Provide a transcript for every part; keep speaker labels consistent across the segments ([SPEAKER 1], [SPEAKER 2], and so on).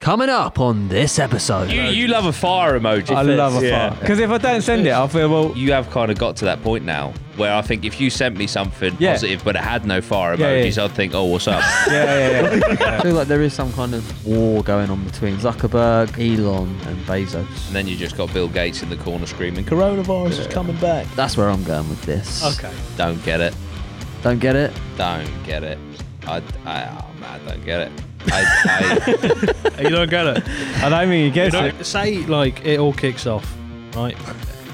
[SPEAKER 1] Coming up on this episode.
[SPEAKER 2] You, you love a fire emoji.
[SPEAKER 3] I love a
[SPEAKER 2] Yeah.
[SPEAKER 3] fart. Because if I don't send it, I'll feel, well,
[SPEAKER 2] You have kind of got to that point now where I think if you sent me something
[SPEAKER 3] Yeah.
[SPEAKER 2] positive but it had no fire
[SPEAKER 3] Yeah, yeah.
[SPEAKER 2] emojis, I'd think, oh, what's up?
[SPEAKER 3] yeah, yeah, yeah.
[SPEAKER 4] I feel like there is some kind of war going on between Zuckerberg, Elon, and Bezos.
[SPEAKER 2] and then you just got Bill Gates in the corner screaming, coronavirus is coming back.
[SPEAKER 4] That's where I'm going with this.
[SPEAKER 3] okay.
[SPEAKER 2] Don't get it.
[SPEAKER 4] Don't get it?
[SPEAKER 2] Don't get it. I, I, oh, man, I don't get it. I,
[SPEAKER 5] You don't get it.
[SPEAKER 3] I don't mean you
[SPEAKER 5] You
[SPEAKER 3] get it.
[SPEAKER 5] don't, say like it all kicks off, right?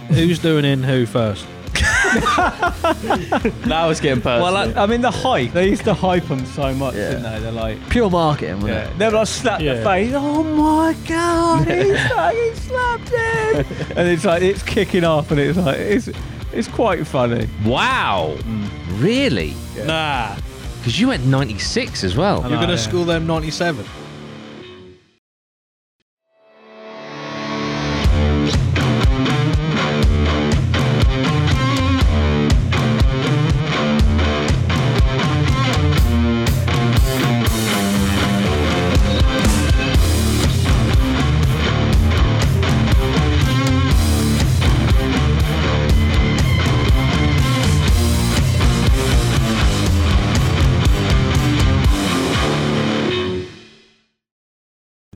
[SPEAKER 5] Who's doing in who first?
[SPEAKER 4] That was getting personal.
[SPEAKER 3] Well, I, I mean, the hype. They used to hype them so much,
[SPEAKER 4] Yeah.
[SPEAKER 3] didn't they? They're like,
[SPEAKER 4] Pure marketing, wasn't
[SPEAKER 3] yeah. they're like slap the
[SPEAKER 5] Yeah.
[SPEAKER 3] face. Oh my god, he's fucking slapped him. and it's like it's kicking off, and it's like it's it's quite funny.
[SPEAKER 2] I, wow.
[SPEAKER 3] Mm.
[SPEAKER 2] Really?
[SPEAKER 5] Nah,
[SPEAKER 2] Because you went 96 as well.
[SPEAKER 5] you're gonna
[SPEAKER 3] yeah.
[SPEAKER 5] school them 97.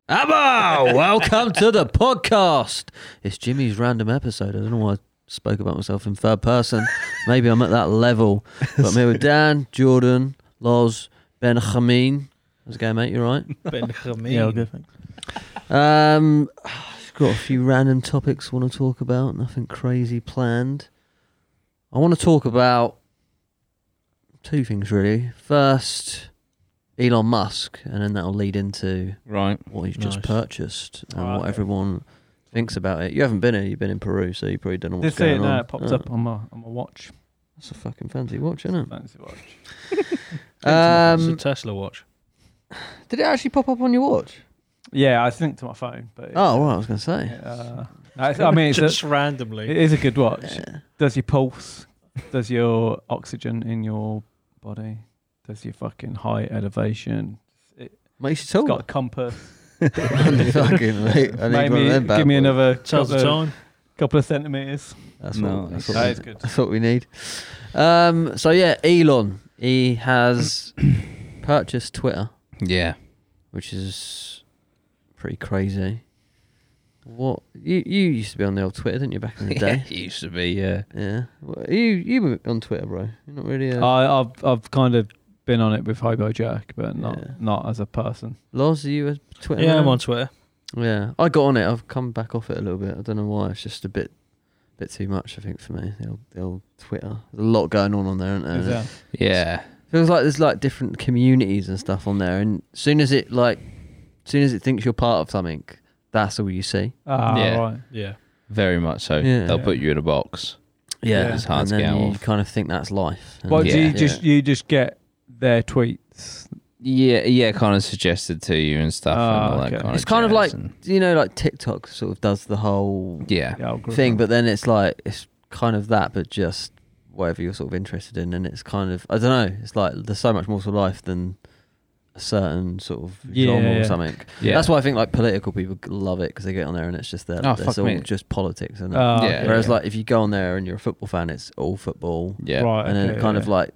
[SPEAKER 4] Abba! Welcome to the podcast. It's Jimmy's random episode. I don't know why I spoke about myself in third person. Maybe I'm at that level. But I'm here with Dan, Jordan, Loz, Benjamin. How's it going, mate? You all
[SPEAKER 5] Benjamin.
[SPEAKER 4] Yeah, all good, right? Um, got a few random topics I want to talk about. Nothing crazy planned. I want to talk about two things, really. First, Elon Musk, and then that'll lead into
[SPEAKER 3] Right.
[SPEAKER 4] what he's just
[SPEAKER 5] Nice.
[SPEAKER 4] purchased and
[SPEAKER 3] Oh,
[SPEAKER 4] what
[SPEAKER 3] okay.
[SPEAKER 4] everyone thinks about it. You haven't been here, you've been in Peru, so you probably don't know what's
[SPEAKER 3] Just see it
[SPEAKER 4] going on.
[SPEAKER 3] there. It popped
[SPEAKER 4] Oh,
[SPEAKER 3] up on my on my watch.
[SPEAKER 4] That's a fucking fancy watch, isn't
[SPEAKER 3] Fancy watch.
[SPEAKER 4] it?
[SPEAKER 5] It's a
[SPEAKER 4] Um,
[SPEAKER 5] Tesla watch.
[SPEAKER 4] did it actually pop up on your watch?
[SPEAKER 3] Yeah, I synced to my phone, but it's-
[SPEAKER 4] Oh, well, I was going to say.
[SPEAKER 3] Uh, no, it's- I mean, it's a,
[SPEAKER 5] just randomly.
[SPEAKER 3] it is a good watch.
[SPEAKER 4] Yeah.
[SPEAKER 3] Does your pulse? Does your oxygen in your body? Does your fucking height elevation?
[SPEAKER 4] Makes you
[SPEAKER 3] It's
[SPEAKER 4] taller.
[SPEAKER 3] got a compass.
[SPEAKER 4] fucking, mate. I need
[SPEAKER 3] Made
[SPEAKER 4] one
[SPEAKER 3] me-
[SPEAKER 4] of them bad
[SPEAKER 3] give me
[SPEAKER 4] boys.
[SPEAKER 3] another
[SPEAKER 5] Tells
[SPEAKER 3] couple,
[SPEAKER 5] the time.
[SPEAKER 3] couple of centimeters.
[SPEAKER 4] That's
[SPEAKER 3] No,
[SPEAKER 4] what, that's
[SPEAKER 3] that's-
[SPEAKER 4] what
[SPEAKER 3] that
[SPEAKER 4] we-
[SPEAKER 3] is good.
[SPEAKER 4] That's what we need. Um, so yeah, Elon, he has purchased Twitter,
[SPEAKER 2] Yeah.
[SPEAKER 4] which is pretty crazy. What you you used to be on the old Twitter, didn't you, back in the day?
[SPEAKER 2] it used to be, yeah.
[SPEAKER 4] yeah. Well, you you were on Twitter, bro. You're not really. A...
[SPEAKER 3] I, I've I've kind of been on it with Hobo Jack, but not
[SPEAKER 4] Yeah.
[SPEAKER 3] not as a person.
[SPEAKER 4] Lars, are you a Twitter?
[SPEAKER 5] Yeah,
[SPEAKER 4] man?
[SPEAKER 5] I'm on Twitter.
[SPEAKER 4] Yeah, I got on it. I've come back off it a little bit. I don't know why. It's just a bit, bit too much. I think for me, the old, the old Twitter. There's a lot going on on there, isn't there?
[SPEAKER 3] Is that-
[SPEAKER 2] Yeah.
[SPEAKER 4] feels like there's like different communities and stuff on there and soon as it like soon as it thinks you're part of something that's all you see
[SPEAKER 3] Ah,
[SPEAKER 2] Yeah.
[SPEAKER 3] right.
[SPEAKER 5] Yeah.
[SPEAKER 2] Very much so.
[SPEAKER 4] Yeah.
[SPEAKER 2] They'll
[SPEAKER 3] Yeah.
[SPEAKER 2] put you in a box.
[SPEAKER 3] Yeah.
[SPEAKER 2] It's hard
[SPEAKER 4] and
[SPEAKER 2] to
[SPEAKER 4] then
[SPEAKER 2] get
[SPEAKER 4] you
[SPEAKER 2] off.
[SPEAKER 4] kind of think that's life And
[SPEAKER 3] Well, do
[SPEAKER 2] Yeah.
[SPEAKER 3] you just you just get their tweets?
[SPEAKER 2] Yeah, yeah, kind of suggested to you and stuff. and
[SPEAKER 3] Oh,
[SPEAKER 2] all that
[SPEAKER 3] okay.
[SPEAKER 2] kind
[SPEAKER 4] it's
[SPEAKER 2] of
[SPEAKER 4] kind of like
[SPEAKER 2] jazz and-
[SPEAKER 4] you know like tiktok sort of does the whole
[SPEAKER 2] yeah,
[SPEAKER 3] The algorithm.
[SPEAKER 4] thing but then it's like it's kind of that but just whatever you're sort of interested in and it's kind of i don't know it's like there's so much more to life than a certain sort of genre
[SPEAKER 3] Yeah.
[SPEAKER 4] or something
[SPEAKER 2] yeah.
[SPEAKER 4] that's why i think like political people love it because they get on there and it's just their
[SPEAKER 2] Oh,
[SPEAKER 4] it's
[SPEAKER 2] fuck
[SPEAKER 4] all
[SPEAKER 2] me.
[SPEAKER 4] just politics and
[SPEAKER 3] Ah,
[SPEAKER 2] Yeah.
[SPEAKER 3] okay.
[SPEAKER 4] Whereas, like, if you go on there and you're a football fan, it's all football,
[SPEAKER 2] yeah,
[SPEAKER 3] right,
[SPEAKER 4] and then
[SPEAKER 3] okay,
[SPEAKER 4] it kind
[SPEAKER 3] yeah.
[SPEAKER 4] of like,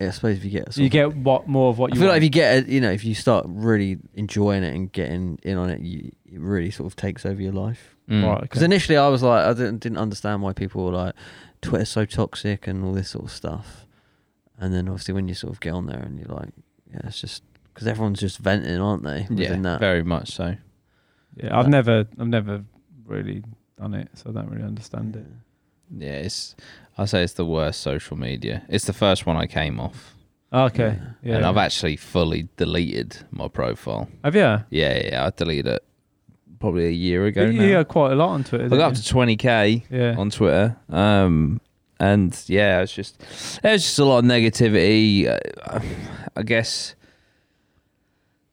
[SPEAKER 4] yeah, I suppose if you get, a
[SPEAKER 3] So you
[SPEAKER 4] sort of-
[SPEAKER 3] get what more of what
[SPEAKER 4] I
[SPEAKER 3] you
[SPEAKER 4] feel like if
[SPEAKER 3] want.
[SPEAKER 4] you get, a, you know, if you start really enjoying it and getting in on it, you, it really sort of takes over your life.
[SPEAKER 2] Mm.
[SPEAKER 3] right,
[SPEAKER 4] Because
[SPEAKER 3] okay.
[SPEAKER 4] initially, I was like, I didn't didn't understand why people were like, Twitter's so toxic and all this sort of stuff. And then obviously, when you sort of get on there and you're like, yeah, it's just because everyone's just venting, aren't they?
[SPEAKER 2] yeah,
[SPEAKER 4] Within that.
[SPEAKER 2] very much so.
[SPEAKER 3] yeah, I've never I've never really done it, so I don't really understand it.
[SPEAKER 2] Yeah, it's I say it's the worst social media. It's the first one I came off,
[SPEAKER 3] Okay, yeah.
[SPEAKER 2] and I've actually fully deleted my profile.
[SPEAKER 3] Have you?
[SPEAKER 2] Yeah, yeah, I deleted it probably a year ago.
[SPEAKER 3] you
[SPEAKER 2] now.
[SPEAKER 3] got quite a lot on Twitter.
[SPEAKER 2] I
[SPEAKER 3] don't
[SPEAKER 2] got up
[SPEAKER 3] you?
[SPEAKER 2] to twenty k
[SPEAKER 3] yeah.
[SPEAKER 2] on Twitter, um, and yeah, it's just there's just a lot of negativity. uh, I guess,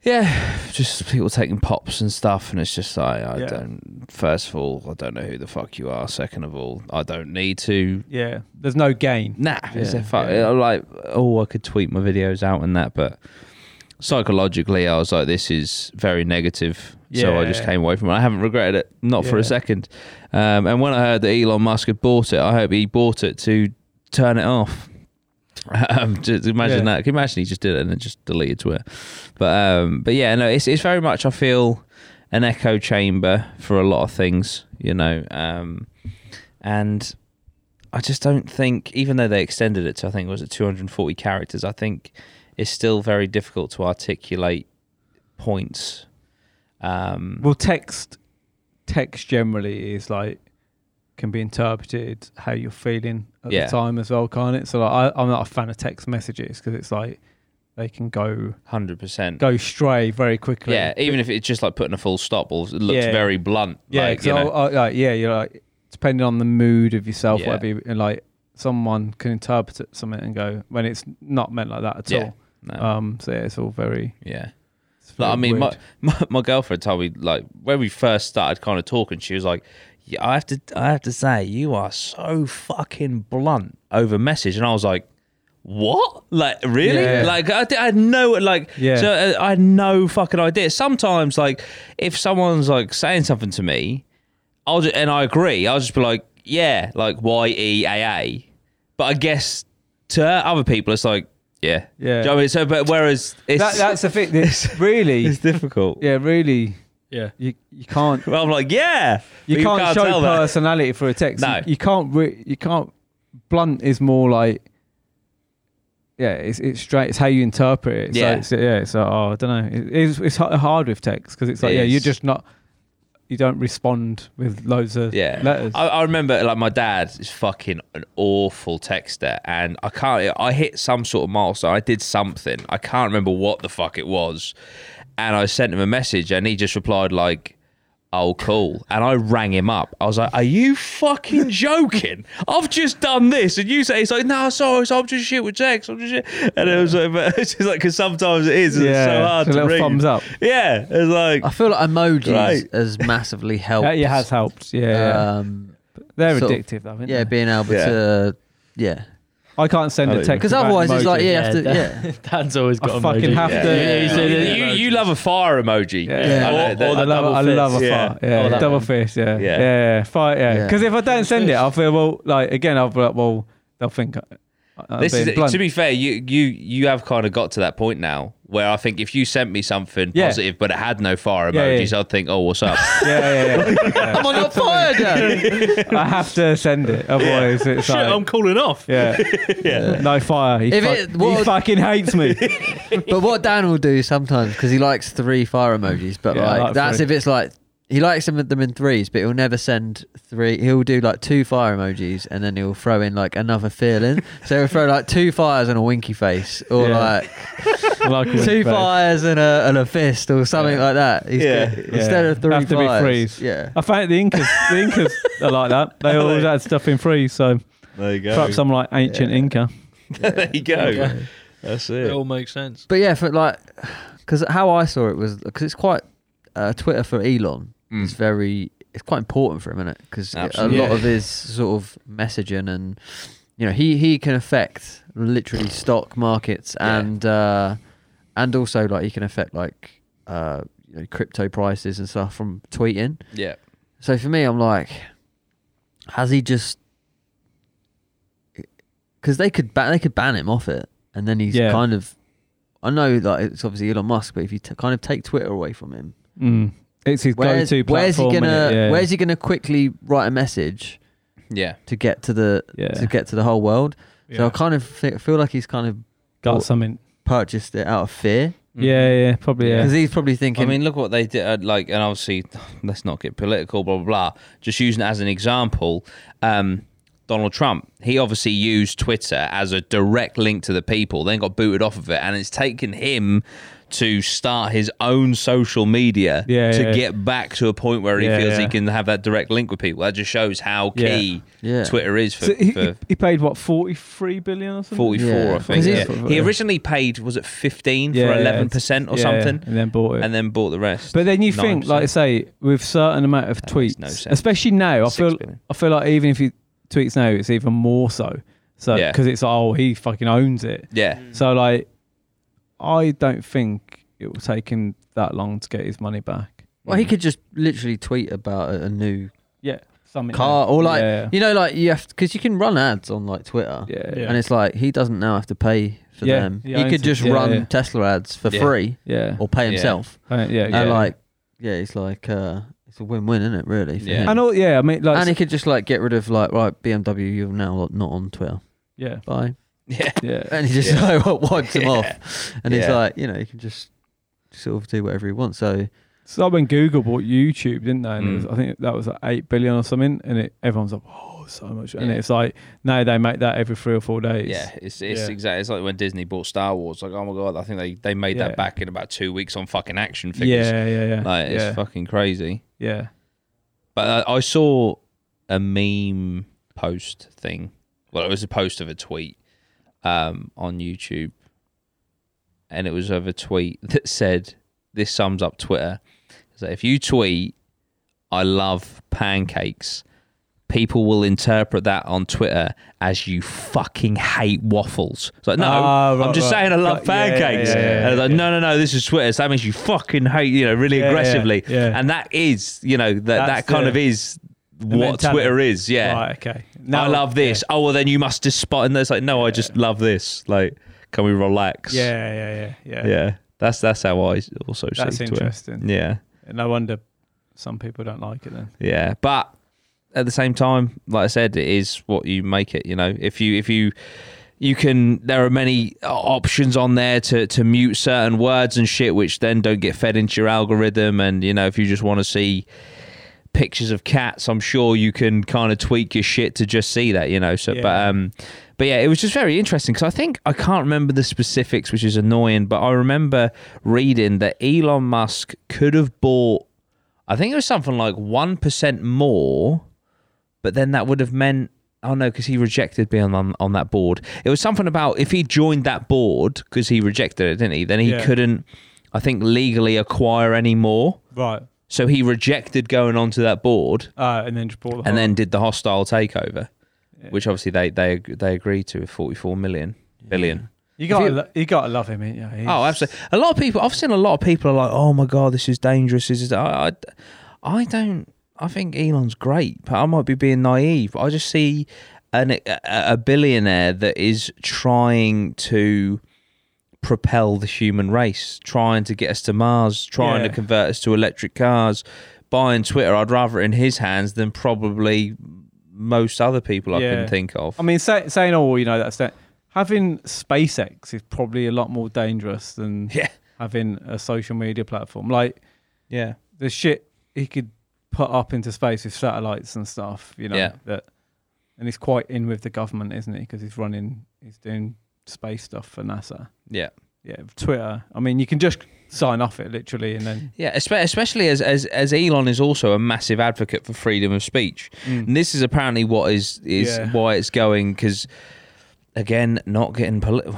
[SPEAKER 2] yeah, just people taking pops and stuff, and it's just like I
[SPEAKER 3] Yeah.
[SPEAKER 2] don't. First of all, I don't know who the fuck you are. Second of all, I don't need to.
[SPEAKER 3] yeah, there's no gain.
[SPEAKER 2] Nah, it's
[SPEAKER 4] Yeah,
[SPEAKER 2] a fuck.
[SPEAKER 3] yeah.
[SPEAKER 2] I'm like, oh, I could tweet my videos out and that, but psychologically, I was like, this is very negative So I just
[SPEAKER 3] Yeah.
[SPEAKER 2] came away from it. I haven't regretted it, not for
[SPEAKER 3] Yeah.
[SPEAKER 2] a second. Um, and when I heard that Elon Musk had bought it, I hope he bought it to turn it off. um, just imagine
[SPEAKER 5] Yeah.
[SPEAKER 2] that. Can you imagine he just did it and then just deleted Twitter? But um, but yeah, no, it's it's very much I feel an echo chamber for a lot of things, you know. Um, and I just don't think, even though they extended it to I think was it 240 characters, I think it's still very difficult to articulate points. Um,
[SPEAKER 3] Well, text text generally is like can be interpreted how you're feeling at
[SPEAKER 2] Yeah.
[SPEAKER 3] the time as well, can't it? So like, I, I'm not a fan of text messages because it's like they can go
[SPEAKER 2] Hundred percent.
[SPEAKER 3] go stray very quickly.
[SPEAKER 2] Yeah, even if it's just like putting a full stop, or it looks
[SPEAKER 3] Yeah.
[SPEAKER 2] very blunt.
[SPEAKER 3] yeah,
[SPEAKER 2] like,
[SPEAKER 3] 'cause
[SPEAKER 2] you
[SPEAKER 3] I-
[SPEAKER 2] know.
[SPEAKER 3] I- like, yeah, you're like depending on the mood of yourself,
[SPEAKER 2] Yeah.
[SPEAKER 3] whatever. You, and like someone can interpret it- something and go when it's not meant like that at
[SPEAKER 2] Yeah. No,
[SPEAKER 3] all. Um, so yeah, it's all very.
[SPEAKER 2] yeah.
[SPEAKER 3] it's
[SPEAKER 2] Like, I
[SPEAKER 3] very
[SPEAKER 2] mean, my,
[SPEAKER 3] weird.
[SPEAKER 2] my my girlfriend told me like when we first started kind of talking, she was like, "Yeah, I have to I have to say you are so fucking blunt over message," and I was like. What? Like really?
[SPEAKER 3] Yeah.
[SPEAKER 2] Like I, di- I had no like
[SPEAKER 3] Yeah.
[SPEAKER 2] so uh, I had no fucking idea. Sometimes like if someone's like saying something to me, I'll just, and I agree. I'll just be like, yeah, like Y E A A. But I guess to other people, it's like, yeah, Do
[SPEAKER 3] Yeah.
[SPEAKER 2] you know what I mean? So, but whereas it's
[SPEAKER 3] that, that's the thing. It's really,
[SPEAKER 2] it's difficult.
[SPEAKER 3] yeah, really.
[SPEAKER 5] Yeah.
[SPEAKER 3] You you can't
[SPEAKER 2] Well, I'm like, yeah.
[SPEAKER 3] you
[SPEAKER 2] But
[SPEAKER 3] can't, show
[SPEAKER 2] tell that.
[SPEAKER 3] personality through a text.
[SPEAKER 2] No.
[SPEAKER 3] You, you can't. Re- you can't. Blunt is more like. Yeah, it's it's straight. It's how you interpret it.
[SPEAKER 2] Yeah.
[SPEAKER 3] So it's, yeah. It's like, oh, I don't know. It, it's it's h- hard with text because it's like
[SPEAKER 2] It
[SPEAKER 3] yeah,
[SPEAKER 2] is.
[SPEAKER 3] you're just not. You don't respond with loads of
[SPEAKER 2] Yeah.
[SPEAKER 3] letters.
[SPEAKER 2] I, I remember like my dad is fucking an awful texter, and I can't. I hit some sort of milestone. I did something. I can't remember what the fuck it was, and I sent him a message, and he just replied like. Oh, cool. And I rang him up. I was like, Are you fucking joking? I've just done this. And you say, He's like, No, sorry, so I'm just shit with text. I'm just shit. And it was like, but It's just like, because sometimes it is. And
[SPEAKER 3] yeah.
[SPEAKER 2] It's so hard
[SPEAKER 3] it's a
[SPEAKER 2] to
[SPEAKER 3] little
[SPEAKER 2] read.
[SPEAKER 3] thumbs up.
[SPEAKER 2] Yeah. It's like,
[SPEAKER 4] I feel like emojis
[SPEAKER 2] Right.
[SPEAKER 4] has massively helped.
[SPEAKER 3] That yeah, has helped. Yeah. yeah.
[SPEAKER 4] Um,
[SPEAKER 3] They're
[SPEAKER 4] sort of-
[SPEAKER 3] addictive though. Aren't
[SPEAKER 4] yeah,
[SPEAKER 3] they?
[SPEAKER 4] being able
[SPEAKER 2] Yeah.
[SPEAKER 4] to. Yeah,
[SPEAKER 3] I can't send
[SPEAKER 2] I
[SPEAKER 3] a
[SPEAKER 2] don't
[SPEAKER 3] text
[SPEAKER 4] because
[SPEAKER 3] without
[SPEAKER 4] otherwise it's like
[SPEAKER 3] emoji.
[SPEAKER 4] yeah, you have to,
[SPEAKER 1] Yeah,
[SPEAKER 4] yeah.
[SPEAKER 1] Dan's always
[SPEAKER 3] I
[SPEAKER 1] got emoji.
[SPEAKER 3] fucking have
[SPEAKER 2] Yeah.
[SPEAKER 3] to.
[SPEAKER 1] Yeah, you
[SPEAKER 2] You,
[SPEAKER 1] see the-
[SPEAKER 2] you- you love a fire emoji.
[SPEAKER 3] Yeah.
[SPEAKER 4] Yeah.
[SPEAKER 2] I know
[SPEAKER 1] Or- or
[SPEAKER 2] that-
[SPEAKER 3] I
[SPEAKER 1] the
[SPEAKER 3] love,
[SPEAKER 1] double
[SPEAKER 3] I love a
[SPEAKER 1] fist.
[SPEAKER 3] fire.
[SPEAKER 2] Yeah.
[SPEAKER 3] Yeah,
[SPEAKER 1] Oh, that
[SPEAKER 3] double
[SPEAKER 1] one.
[SPEAKER 3] fist. Yeah,
[SPEAKER 2] Yeah.
[SPEAKER 3] yeah, yeah. Fire. Yeah,
[SPEAKER 4] Yeah.
[SPEAKER 3] because if I don't send it, I feel well. Like again, I'll be like, well, they'll think. I- I'm
[SPEAKER 2] this
[SPEAKER 3] being
[SPEAKER 2] is
[SPEAKER 3] blunt.
[SPEAKER 2] to be fair. You you you have kind of got to that point now where I think if you sent me something
[SPEAKER 3] Yeah.
[SPEAKER 2] positive but it had no fire
[SPEAKER 3] Yeah, yeah.
[SPEAKER 2] emojis, I'd think, oh, what's up?
[SPEAKER 3] Yeah, yeah, yeah.
[SPEAKER 4] I'm on your fire, Dad.
[SPEAKER 3] I have to send it, otherwise it's
[SPEAKER 5] Shit,
[SPEAKER 3] like,
[SPEAKER 5] I'm calling off.
[SPEAKER 3] yeah, yeah, no fire. He,
[SPEAKER 4] If
[SPEAKER 3] fu-
[SPEAKER 4] it- what-
[SPEAKER 3] he fucking hates me.
[SPEAKER 4] but what Dan will do sometimes because he likes three fire emojis, but
[SPEAKER 3] Yeah, I
[SPEAKER 4] like
[SPEAKER 3] like
[SPEAKER 4] that's
[SPEAKER 3] three.
[SPEAKER 4] if it's like he likes them them in threes, but he'll never send three. He'll do like two fire emojis and then he'll throw in like another feeling. so he'll throw like two fires and a winky face, or
[SPEAKER 3] Yeah.
[SPEAKER 4] like
[SPEAKER 3] I like him
[SPEAKER 4] two
[SPEAKER 3] in bed.
[SPEAKER 4] fires and a and a fist, or something like that. He's
[SPEAKER 2] Yeah.
[SPEAKER 4] good. Instead of three
[SPEAKER 3] Have to be
[SPEAKER 4] fires,
[SPEAKER 3] threes.
[SPEAKER 4] yeah.
[SPEAKER 3] I find the Incas, the Incas are like that. They always add stuff in free, so
[SPEAKER 2] there you go.
[SPEAKER 3] perhaps I'm like ancient
[SPEAKER 4] Yeah.
[SPEAKER 3] Inca.
[SPEAKER 2] there you go.
[SPEAKER 5] Yeah.
[SPEAKER 2] That's
[SPEAKER 5] It
[SPEAKER 2] it.
[SPEAKER 5] all makes sense.
[SPEAKER 4] But yeah, for like, because how I saw it was because it's quite uh, Twitter for Elon.
[SPEAKER 2] Mm.
[SPEAKER 4] It's very it's quite important for a minute because a
[SPEAKER 2] Absolutely.
[SPEAKER 4] lot
[SPEAKER 5] Yeah.
[SPEAKER 4] of his sort of messaging and you know he he can affect literally stock markets
[SPEAKER 2] Yeah.
[SPEAKER 4] and uh, and also like he can affect like uh, you know, crypto prices and stuff from tweeting.
[SPEAKER 2] Yeah.
[SPEAKER 4] So for me, I'm like, has he just? Because they could ba- they could ban him off it, and then he's
[SPEAKER 3] Yeah.
[SPEAKER 4] kind of. I know that it's obviously Elon Musk, but if you t- kind of take Twitter away from him,
[SPEAKER 3] Mm. It's his
[SPEAKER 4] where's,
[SPEAKER 3] go-to platform.
[SPEAKER 4] where's he
[SPEAKER 3] innit?
[SPEAKER 4] gonna
[SPEAKER 3] Yeah.
[SPEAKER 4] where's he gonna quickly write a message
[SPEAKER 2] Yeah.
[SPEAKER 4] to get to the
[SPEAKER 3] Yeah.
[SPEAKER 4] to get to the whole world? So I
[SPEAKER 5] Yeah.
[SPEAKER 4] kind of thi- feel like he's kind of
[SPEAKER 3] got something?
[SPEAKER 4] purchased it out of fear
[SPEAKER 3] Yeah, yeah, probably. Yeah.
[SPEAKER 4] because he's probably thinking.
[SPEAKER 2] I mean, look what they did. uh, Like, and obviously, let's not get political. Blah blah blah. Just using it as an example, um, Donald Trump. He obviously used Twitter as a direct link to the people. Then got booted off of it, and it's taken him to start his own social media
[SPEAKER 3] Yeah,
[SPEAKER 2] to
[SPEAKER 3] yeah.
[SPEAKER 2] get back to a point where he
[SPEAKER 3] Yeah,
[SPEAKER 2] feels he
[SPEAKER 3] yeah.
[SPEAKER 2] can have that direct link with people. That just shows how
[SPEAKER 3] Yeah.
[SPEAKER 2] key
[SPEAKER 4] Yeah.
[SPEAKER 2] Twitter is for.
[SPEAKER 3] So he,
[SPEAKER 2] for
[SPEAKER 3] he paid what forty three billion or something.
[SPEAKER 2] 44,
[SPEAKER 4] Yeah.
[SPEAKER 2] I
[SPEAKER 4] 'Cause
[SPEAKER 2] think.
[SPEAKER 4] he's-
[SPEAKER 2] Yeah. He originally paid, was it 15
[SPEAKER 3] Yeah,
[SPEAKER 2] for
[SPEAKER 3] yeah,
[SPEAKER 2] 11% or
[SPEAKER 3] Yeah,
[SPEAKER 2] something?
[SPEAKER 3] and then bought it.
[SPEAKER 2] And then bought the rest.
[SPEAKER 3] but then you think,
[SPEAKER 2] 9%.
[SPEAKER 3] like I say, with certain amount of
[SPEAKER 2] That makes
[SPEAKER 3] tweets,
[SPEAKER 2] no sense.
[SPEAKER 3] especially now, I
[SPEAKER 2] Six
[SPEAKER 3] feel
[SPEAKER 2] billion.
[SPEAKER 3] I feel like even if he tweets now, it's even more so. So
[SPEAKER 2] Yeah. Mm.
[SPEAKER 3] because it's like, oh, he fucking owns it.
[SPEAKER 2] Yeah.
[SPEAKER 3] So like, I don't think it will take him that long to get his money back.
[SPEAKER 4] Well, he could just literally tweet about a, a new
[SPEAKER 3] Yeah, something
[SPEAKER 4] car or like
[SPEAKER 3] yeah,
[SPEAKER 4] you know, like you have because you can run ads on like Twitter,
[SPEAKER 3] yeah,
[SPEAKER 5] Yeah.
[SPEAKER 3] yeah,
[SPEAKER 4] and it's like he doesn't now have to pay for
[SPEAKER 3] Yeah,
[SPEAKER 4] them.
[SPEAKER 3] he
[SPEAKER 4] he
[SPEAKER 3] owns
[SPEAKER 4] could
[SPEAKER 3] it.
[SPEAKER 4] just
[SPEAKER 3] Yeah,
[SPEAKER 4] run
[SPEAKER 3] yeah.
[SPEAKER 4] Tesla ads for
[SPEAKER 2] Yeah.
[SPEAKER 4] free
[SPEAKER 3] yeah,
[SPEAKER 4] or pay
[SPEAKER 2] Yeah.
[SPEAKER 4] himself.
[SPEAKER 3] Uh, yeah, yeah.
[SPEAKER 4] And like, yeah, it's like uh, it's a win-win, isn't it? Really, for
[SPEAKER 2] Yeah.
[SPEAKER 4] him.
[SPEAKER 3] and all, yeah, I mean, like,
[SPEAKER 4] and he could just like get rid of like right BMW. You're now like, not on Twitter.
[SPEAKER 3] yeah,
[SPEAKER 4] Bye.
[SPEAKER 2] Yeah.
[SPEAKER 3] yeah,
[SPEAKER 4] And he just like wipes him off. And he's
[SPEAKER 2] Yeah.
[SPEAKER 4] like, you know, he can just sort of do whatever he wants. So
[SPEAKER 3] So when Google bought YouTube, didn't they? And it was,
[SPEAKER 2] Mm.
[SPEAKER 3] I think that was like eight billion or something. And it, everyone's like, "Oh, so much!" And
[SPEAKER 2] Yeah.
[SPEAKER 3] it's like, no, they make that every three or four days.
[SPEAKER 2] Yeah, it's it's
[SPEAKER 5] Yeah.
[SPEAKER 2] exactly it's like when Disney bought Star Wars. Like, oh my god, I think they, they made
[SPEAKER 3] Yeah.
[SPEAKER 2] that back in about two weeks on fucking action figures.
[SPEAKER 3] yeah, yeah, yeah.
[SPEAKER 2] like it's
[SPEAKER 3] yeah,
[SPEAKER 2] fucking crazy.
[SPEAKER 3] yeah.
[SPEAKER 2] But I, I saw a meme post thing. Well, it was a post of a tweet um, on YouTube, and it was of a tweet that said, "This sums up Twitter." So if you tweet, "I love pancakes," people will interpret that on Twitter as you fucking hate waffles. It's like, no,
[SPEAKER 3] Ah, right,
[SPEAKER 2] I'm just
[SPEAKER 3] right.
[SPEAKER 2] saying I love
[SPEAKER 3] Yeah, yeah,
[SPEAKER 2] pancakes.
[SPEAKER 3] yeah, yeah,
[SPEAKER 2] and it's like,
[SPEAKER 3] yeah.
[SPEAKER 2] no, no, no, this is Twitter. So that means you fucking hate, you know, really
[SPEAKER 3] Yeah, yeah,
[SPEAKER 2] aggressively.
[SPEAKER 3] yeah.
[SPEAKER 2] And that is, you know, that
[SPEAKER 3] That's
[SPEAKER 2] that kind
[SPEAKER 3] the-
[SPEAKER 2] of is what
[SPEAKER 3] mentality.
[SPEAKER 2] Twitter is. Yeah.
[SPEAKER 3] Right. Okay.
[SPEAKER 2] I love
[SPEAKER 3] yeah.
[SPEAKER 2] this. Oh well, then you must despise. And it's like, no, I just love this. Like, can we relax?
[SPEAKER 3] Yeah, yeah, yeah, yeah.
[SPEAKER 2] yeah. That's that's how I also
[SPEAKER 3] That's
[SPEAKER 2] see Twitter.
[SPEAKER 3] interesting.
[SPEAKER 2] Yeah,
[SPEAKER 3] No wonder some people don't like it then.
[SPEAKER 2] yeah. But at the same time, like I said, it is what you make it. You know, if you if you you can, there are many uh, options on there to to mute certain words and shit, which then don't get fed into your algorithm. And you know, if you just want to see pictures of cats, I'm sure you can kind of tweak your shit to just see that, you know. So, but
[SPEAKER 3] Yeah.
[SPEAKER 2] um, but yeah, it was just very interesting because I think I can't remember the specifics, which is annoying. But I remember reading that Elon Musk could have bought, I think it was something like one percent more, but then that would have meant. Oh no, because he rejected being on, on that board. It was something about if he joined that board because he rejected it, didn't he? Then he
[SPEAKER 3] Yeah.
[SPEAKER 2] couldn't, I think, legally acquire any more.
[SPEAKER 3] Right.
[SPEAKER 2] So he rejected going onto that board
[SPEAKER 3] Uh, and then just bought the
[SPEAKER 2] and
[SPEAKER 3] whole-
[SPEAKER 2] then did the hostile takeover, which obviously they they ag- they agreed to with 44 million billion.
[SPEAKER 3] you got to lo- you got to love him. ain't you? He's-
[SPEAKER 2] Oh, absolutely. A lot of people I've seen a lot of people are like, "Oh my god, this is dangerous." This is I I, I don't I think Elon's great, but I might be being naive. I just see an a, a billionaire that is trying to propel the human race, trying to get us to Mars, trying
[SPEAKER 3] Yeah.
[SPEAKER 2] to convert us to electric cars, buying Twitter. I'd rather it in his hands than probably most other people I
[SPEAKER 3] Yeah.
[SPEAKER 2] can think of.
[SPEAKER 3] I mean, say, saying all you know that's that. Having SpaceX is probably a lot more dangerous than
[SPEAKER 2] yeah,
[SPEAKER 3] having a social media platform. Like
[SPEAKER 2] yeah,
[SPEAKER 3] the shit he could put up into space with satellites and stuff, you know,
[SPEAKER 2] Yeah.
[SPEAKER 3] that and he's quite in with the government, isn't he? Because he's running, he's doing space stuff for NASA.
[SPEAKER 2] yeah.
[SPEAKER 3] Yeah, Twitter. I mean, you can just sign off it literally, and then
[SPEAKER 2] Yeah, espe- especially as, as as Elon is also a massive advocate for freedom of speech, and this is apparently what is is
[SPEAKER 3] Yeah.
[SPEAKER 2] why it's going because again, not getting political.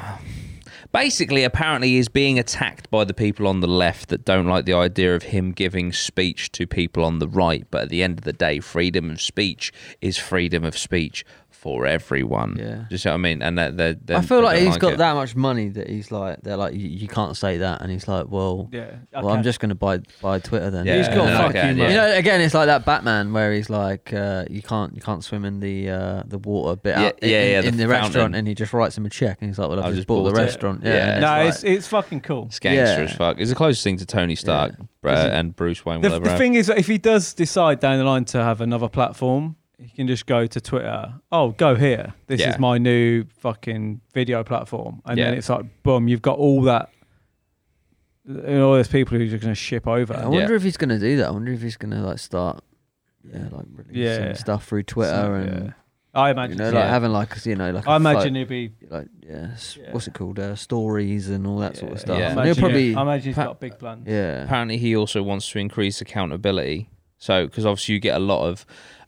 [SPEAKER 2] Basically, apparently, is being attacked by the people on the left that don't like the idea of him giving speech to people on the right. But at the end of the day, freedom of speech is freedom of speech for everyone.
[SPEAKER 4] Yeah.
[SPEAKER 2] Do you see what I mean? And that they're, they
[SPEAKER 4] I feel
[SPEAKER 2] they
[SPEAKER 4] like
[SPEAKER 2] don't
[SPEAKER 4] he's got
[SPEAKER 2] it.
[SPEAKER 4] that much money that he's like, they're like, you, you can't say that, and he's like, well,
[SPEAKER 3] yeah,
[SPEAKER 4] well, I'm just gonna buy buy Twitter then.
[SPEAKER 2] Yeah, He's got yeah, fucking okay, money.
[SPEAKER 4] You know, again, it's like that Batman where he's like, uh, you can't you can't swim in the uh, the water bit
[SPEAKER 2] Yeah,
[SPEAKER 4] out in,
[SPEAKER 2] yeah,
[SPEAKER 4] in-
[SPEAKER 2] yeah,
[SPEAKER 4] in,
[SPEAKER 2] the
[SPEAKER 4] the,
[SPEAKER 2] fountain.
[SPEAKER 4] restaurant, and he just writes him a check, and he's like, well, I've, just, bought, the
[SPEAKER 2] it.
[SPEAKER 4] restaurant. Yeah,
[SPEAKER 2] Yeah.
[SPEAKER 4] and
[SPEAKER 3] no,
[SPEAKER 4] it's
[SPEAKER 3] it's
[SPEAKER 4] like-
[SPEAKER 3] it's fucking cool.
[SPEAKER 2] It's gangster
[SPEAKER 4] Yeah.
[SPEAKER 2] as fuck. It's the closest thing to Tony Stark bruh,
[SPEAKER 4] Is it-
[SPEAKER 2] and Bruce Wayne. will
[SPEAKER 3] The,
[SPEAKER 2] ever
[SPEAKER 3] the
[SPEAKER 2] have.
[SPEAKER 3] thing is, that if he does decide down the line to have another platform, he can just go to Twitter. Oh, go here. This
[SPEAKER 2] Yeah.
[SPEAKER 3] is my new fucking video platform, and then
[SPEAKER 2] Yeah.
[SPEAKER 3] it's like, boom, you've got all that, and all those people who you're going to ship over.
[SPEAKER 4] I wonder if he's gonna do that. I wonder if he's gonna like start, yeah, like releasing
[SPEAKER 3] Yeah.
[SPEAKER 4] stuff through Twitter
[SPEAKER 3] So,
[SPEAKER 4] and
[SPEAKER 3] yeah. I
[SPEAKER 4] you
[SPEAKER 3] imagine.
[SPEAKER 4] know, like
[SPEAKER 2] Yeah.
[SPEAKER 4] having like you know, like
[SPEAKER 3] I
[SPEAKER 4] a photo-
[SPEAKER 3] imagine he'd be
[SPEAKER 4] like yeah, s-
[SPEAKER 3] Yeah.
[SPEAKER 4] what's it called? Uh, stories and all that sort of stuff.
[SPEAKER 2] Yeah.
[SPEAKER 3] I
[SPEAKER 4] And
[SPEAKER 3] imagine
[SPEAKER 4] he'll probably
[SPEAKER 3] I imagine he's
[SPEAKER 4] pa-
[SPEAKER 3] got big plans.
[SPEAKER 4] yeah.
[SPEAKER 2] apparently he also wants to increase accountability. So, because obviously you get a lot of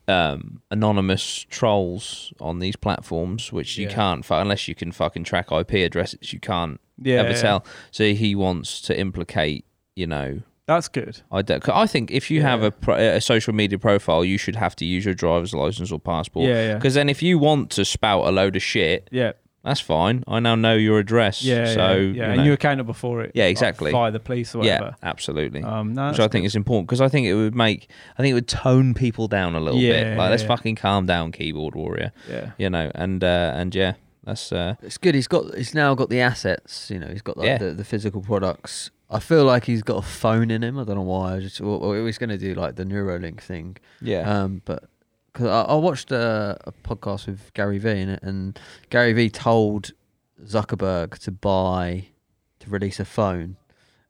[SPEAKER 2] um, anonymous trolls on these platforms, which you
[SPEAKER 5] Yeah.
[SPEAKER 2] can't fu- unless you can fucking track IP addresses. You can't
[SPEAKER 3] Yeah,
[SPEAKER 2] ever
[SPEAKER 3] yeah.
[SPEAKER 2] tell. So he wants to implicate. You know,
[SPEAKER 3] That's good.
[SPEAKER 2] I don't. 'cause I think if you have
[SPEAKER 3] Yeah.
[SPEAKER 2] a, pro, a social media profile, you should have to use your driver's license or passport.
[SPEAKER 3] Yeah, yeah.
[SPEAKER 2] Because then, if you want to spout a load of shit,
[SPEAKER 3] Yeah.
[SPEAKER 2] That's fine. I now know your address.
[SPEAKER 5] Yeah,
[SPEAKER 2] So
[SPEAKER 5] yeah, yeah.
[SPEAKER 2] you
[SPEAKER 5] and
[SPEAKER 2] know.
[SPEAKER 5] you're accountable for it.
[SPEAKER 2] Yeah,
[SPEAKER 5] like,
[SPEAKER 2] exactly.
[SPEAKER 5] By the police or
[SPEAKER 2] yeah,
[SPEAKER 5] whatever.
[SPEAKER 2] absolutely.
[SPEAKER 5] Um, no,
[SPEAKER 2] Which I
[SPEAKER 5] that's
[SPEAKER 2] think is important because I think it would make I think it would tone people down a little bit.
[SPEAKER 5] Yeah,
[SPEAKER 2] Like let's
[SPEAKER 5] yeah.
[SPEAKER 2] fucking calm down, keyboard warrior.
[SPEAKER 5] good. yeah.
[SPEAKER 2] You know, and uh, and yeah, that's uh,
[SPEAKER 4] It's good. He's got. He's now got the assets. You know, he's got like,
[SPEAKER 2] Yeah.
[SPEAKER 4] the, the physical products. I feel like he's got a phone in him. I don't know why. I just or, or he's going to do like the Neuralink thing.
[SPEAKER 2] yeah.
[SPEAKER 4] Um, but because I, I watched uh, a, a podcast with Gary Vee in it, and Gary Vee told Zuckerberg to buy to release a phone,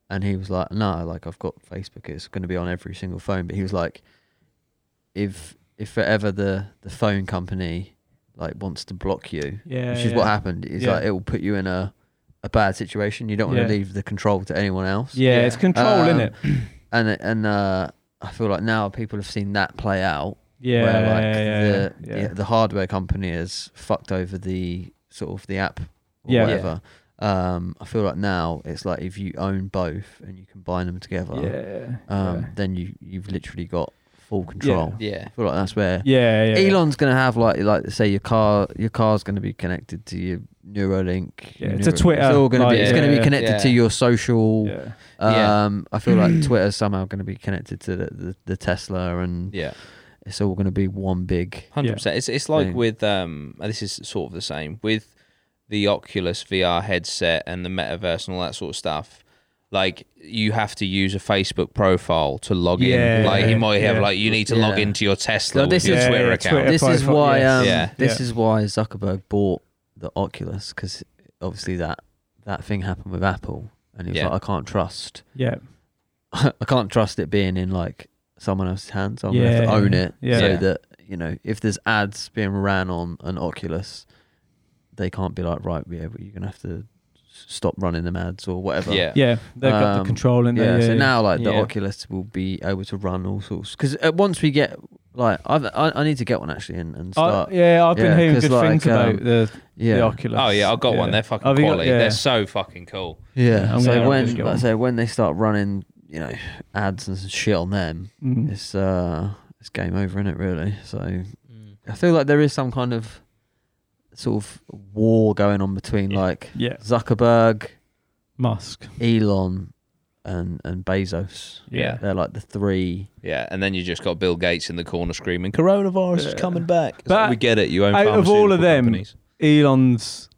[SPEAKER 4] and he was like, "No, like I've got Facebook. It's going to be on every single phone." But he was like, "If if ever the the phone company like wants to block you,
[SPEAKER 5] Yeah.
[SPEAKER 4] which is
[SPEAKER 5] yeah.
[SPEAKER 4] what happened, is
[SPEAKER 5] Yeah.
[SPEAKER 4] like it will put you in a a bad situation. You don't want
[SPEAKER 5] Yeah.
[SPEAKER 4] to leave the control to anyone else."
[SPEAKER 3] Yeah, it's control,
[SPEAKER 4] Um,
[SPEAKER 3] innit?
[SPEAKER 4] And and uh, I feel like now people have seen that play out
[SPEAKER 5] Yeah.
[SPEAKER 4] where like
[SPEAKER 5] yeah,
[SPEAKER 4] the,
[SPEAKER 5] yeah,
[SPEAKER 4] the-
[SPEAKER 5] yeah.
[SPEAKER 4] the hardware company has fucked over the sort of the app or
[SPEAKER 5] Yeah.
[SPEAKER 4] whatever. Um, I feel like now it's like if you own both and you combine them together,
[SPEAKER 5] Yeah.
[SPEAKER 4] um,
[SPEAKER 5] yeah.
[SPEAKER 4] then you you've literally got full control.
[SPEAKER 2] uh, yeah.
[SPEAKER 4] I feel like that's where
[SPEAKER 5] Yeah, yeah, yeah.
[SPEAKER 4] Elon's gonna have like like say your car your car's gonna be connected to your Neuralink.
[SPEAKER 5] Yeah,
[SPEAKER 4] your
[SPEAKER 5] it's a
[SPEAKER 4] Neuralink.
[SPEAKER 5] Twitter,
[SPEAKER 4] It's all gonna
[SPEAKER 5] like,
[SPEAKER 4] be it's
[SPEAKER 2] yeah,
[SPEAKER 4] gonna
[SPEAKER 2] yeah,
[SPEAKER 4] be connected to
[SPEAKER 2] yeah.
[SPEAKER 4] your social.
[SPEAKER 5] Yeah.
[SPEAKER 2] Yeah.
[SPEAKER 4] Um, I feel like Twitter's somehow gonna be connected to the, the, the Tesla and
[SPEAKER 2] Yeah,
[SPEAKER 4] it's all gonna be one big
[SPEAKER 2] hundred percent. It's it's like
[SPEAKER 4] Thing.
[SPEAKER 2] with um, and this is sort of the same with the Oculus VR headset and the metaverse and all that sort of stuff. Like you have to use a Facebook profile to log
[SPEAKER 5] Yeah,
[SPEAKER 2] in. Like you might have
[SPEAKER 5] yeah.
[SPEAKER 2] like you need to log
[SPEAKER 4] Yeah.
[SPEAKER 2] into your Tesla
[SPEAKER 4] No,
[SPEAKER 2] with
[SPEAKER 4] this
[SPEAKER 2] your
[SPEAKER 4] is-
[SPEAKER 5] Yeah,
[SPEAKER 2] Twitter
[SPEAKER 5] yeah,
[SPEAKER 2] account.
[SPEAKER 5] Twitter.
[SPEAKER 4] this is
[SPEAKER 5] profile,
[SPEAKER 4] why
[SPEAKER 5] yes.
[SPEAKER 4] um,
[SPEAKER 2] Yeah.
[SPEAKER 4] this
[SPEAKER 5] Yeah.
[SPEAKER 4] is why Zuckerberg bought the Oculus because obviously that that thing happened with Apple, and he was
[SPEAKER 2] Yeah.
[SPEAKER 4] like, I can't trust,
[SPEAKER 5] Yeah.
[SPEAKER 4] I can't trust it being in like someone else's hands. I'm gonna have
[SPEAKER 5] Yeah.
[SPEAKER 4] to own it
[SPEAKER 5] Yeah.
[SPEAKER 4] so
[SPEAKER 2] Yeah.
[SPEAKER 4] that you know if there's ads being ran on an Oculus, they can't be like, right, yeah, but you're gonna have to s- stop running them ads or whatever.
[SPEAKER 2] Yeah,
[SPEAKER 5] Yeah, they've got the
[SPEAKER 4] Um,
[SPEAKER 5] control in
[SPEAKER 4] Yeah,
[SPEAKER 5] there.
[SPEAKER 4] so now like the
[SPEAKER 5] Yeah.
[SPEAKER 4] Oculus will be able to run all sorts because uh, once we get like I've, I I need to get one actually and, and
[SPEAKER 5] I,
[SPEAKER 4] start
[SPEAKER 5] yeah, I've
[SPEAKER 4] yeah,
[SPEAKER 5] been hearing
[SPEAKER 4] 'cause
[SPEAKER 5] good
[SPEAKER 4] like,
[SPEAKER 5] things
[SPEAKER 4] um,
[SPEAKER 5] about the,
[SPEAKER 4] yeah
[SPEAKER 5] the Oculus.
[SPEAKER 2] Oh yeah, I got one. They're fucking
[SPEAKER 5] Have you got-
[SPEAKER 2] quality.
[SPEAKER 5] yeah.
[SPEAKER 2] They're so fucking cool.
[SPEAKER 4] Yeah.
[SPEAKER 5] I'm
[SPEAKER 4] so
[SPEAKER 5] gonna
[SPEAKER 4] when
[SPEAKER 5] just go
[SPEAKER 4] like I
[SPEAKER 5] on.
[SPEAKER 4] say when they start running, you know, ads and shit on them,
[SPEAKER 5] Mm.
[SPEAKER 4] it's uh it's game over, is it really? So
[SPEAKER 5] Mm.
[SPEAKER 4] I feel like there is some kind of sort of war going on between
[SPEAKER 2] Yeah.
[SPEAKER 4] like
[SPEAKER 5] Yeah,
[SPEAKER 4] Zuckerberg,
[SPEAKER 5] Musk.
[SPEAKER 4] Elon and and Bezos.
[SPEAKER 2] Yeah.
[SPEAKER 4] They're like the three
[SPEAKER 2] Yeah, and then you just got Bill Gates in the corner screaming, "Coronavirus is
[SPEAKER 5] Yeah.
[SPEAKER 2] coming back." It's
[SPEAKER 5] But
[SPEAKER 2] like, we get it. You own
[SPEAKER 5] out of all of
[SPEAKER 2] pharmaceutical
[SPEAKER 5] them-
[SPEAKER 2] companies.
[SPEAKER 5] Elon's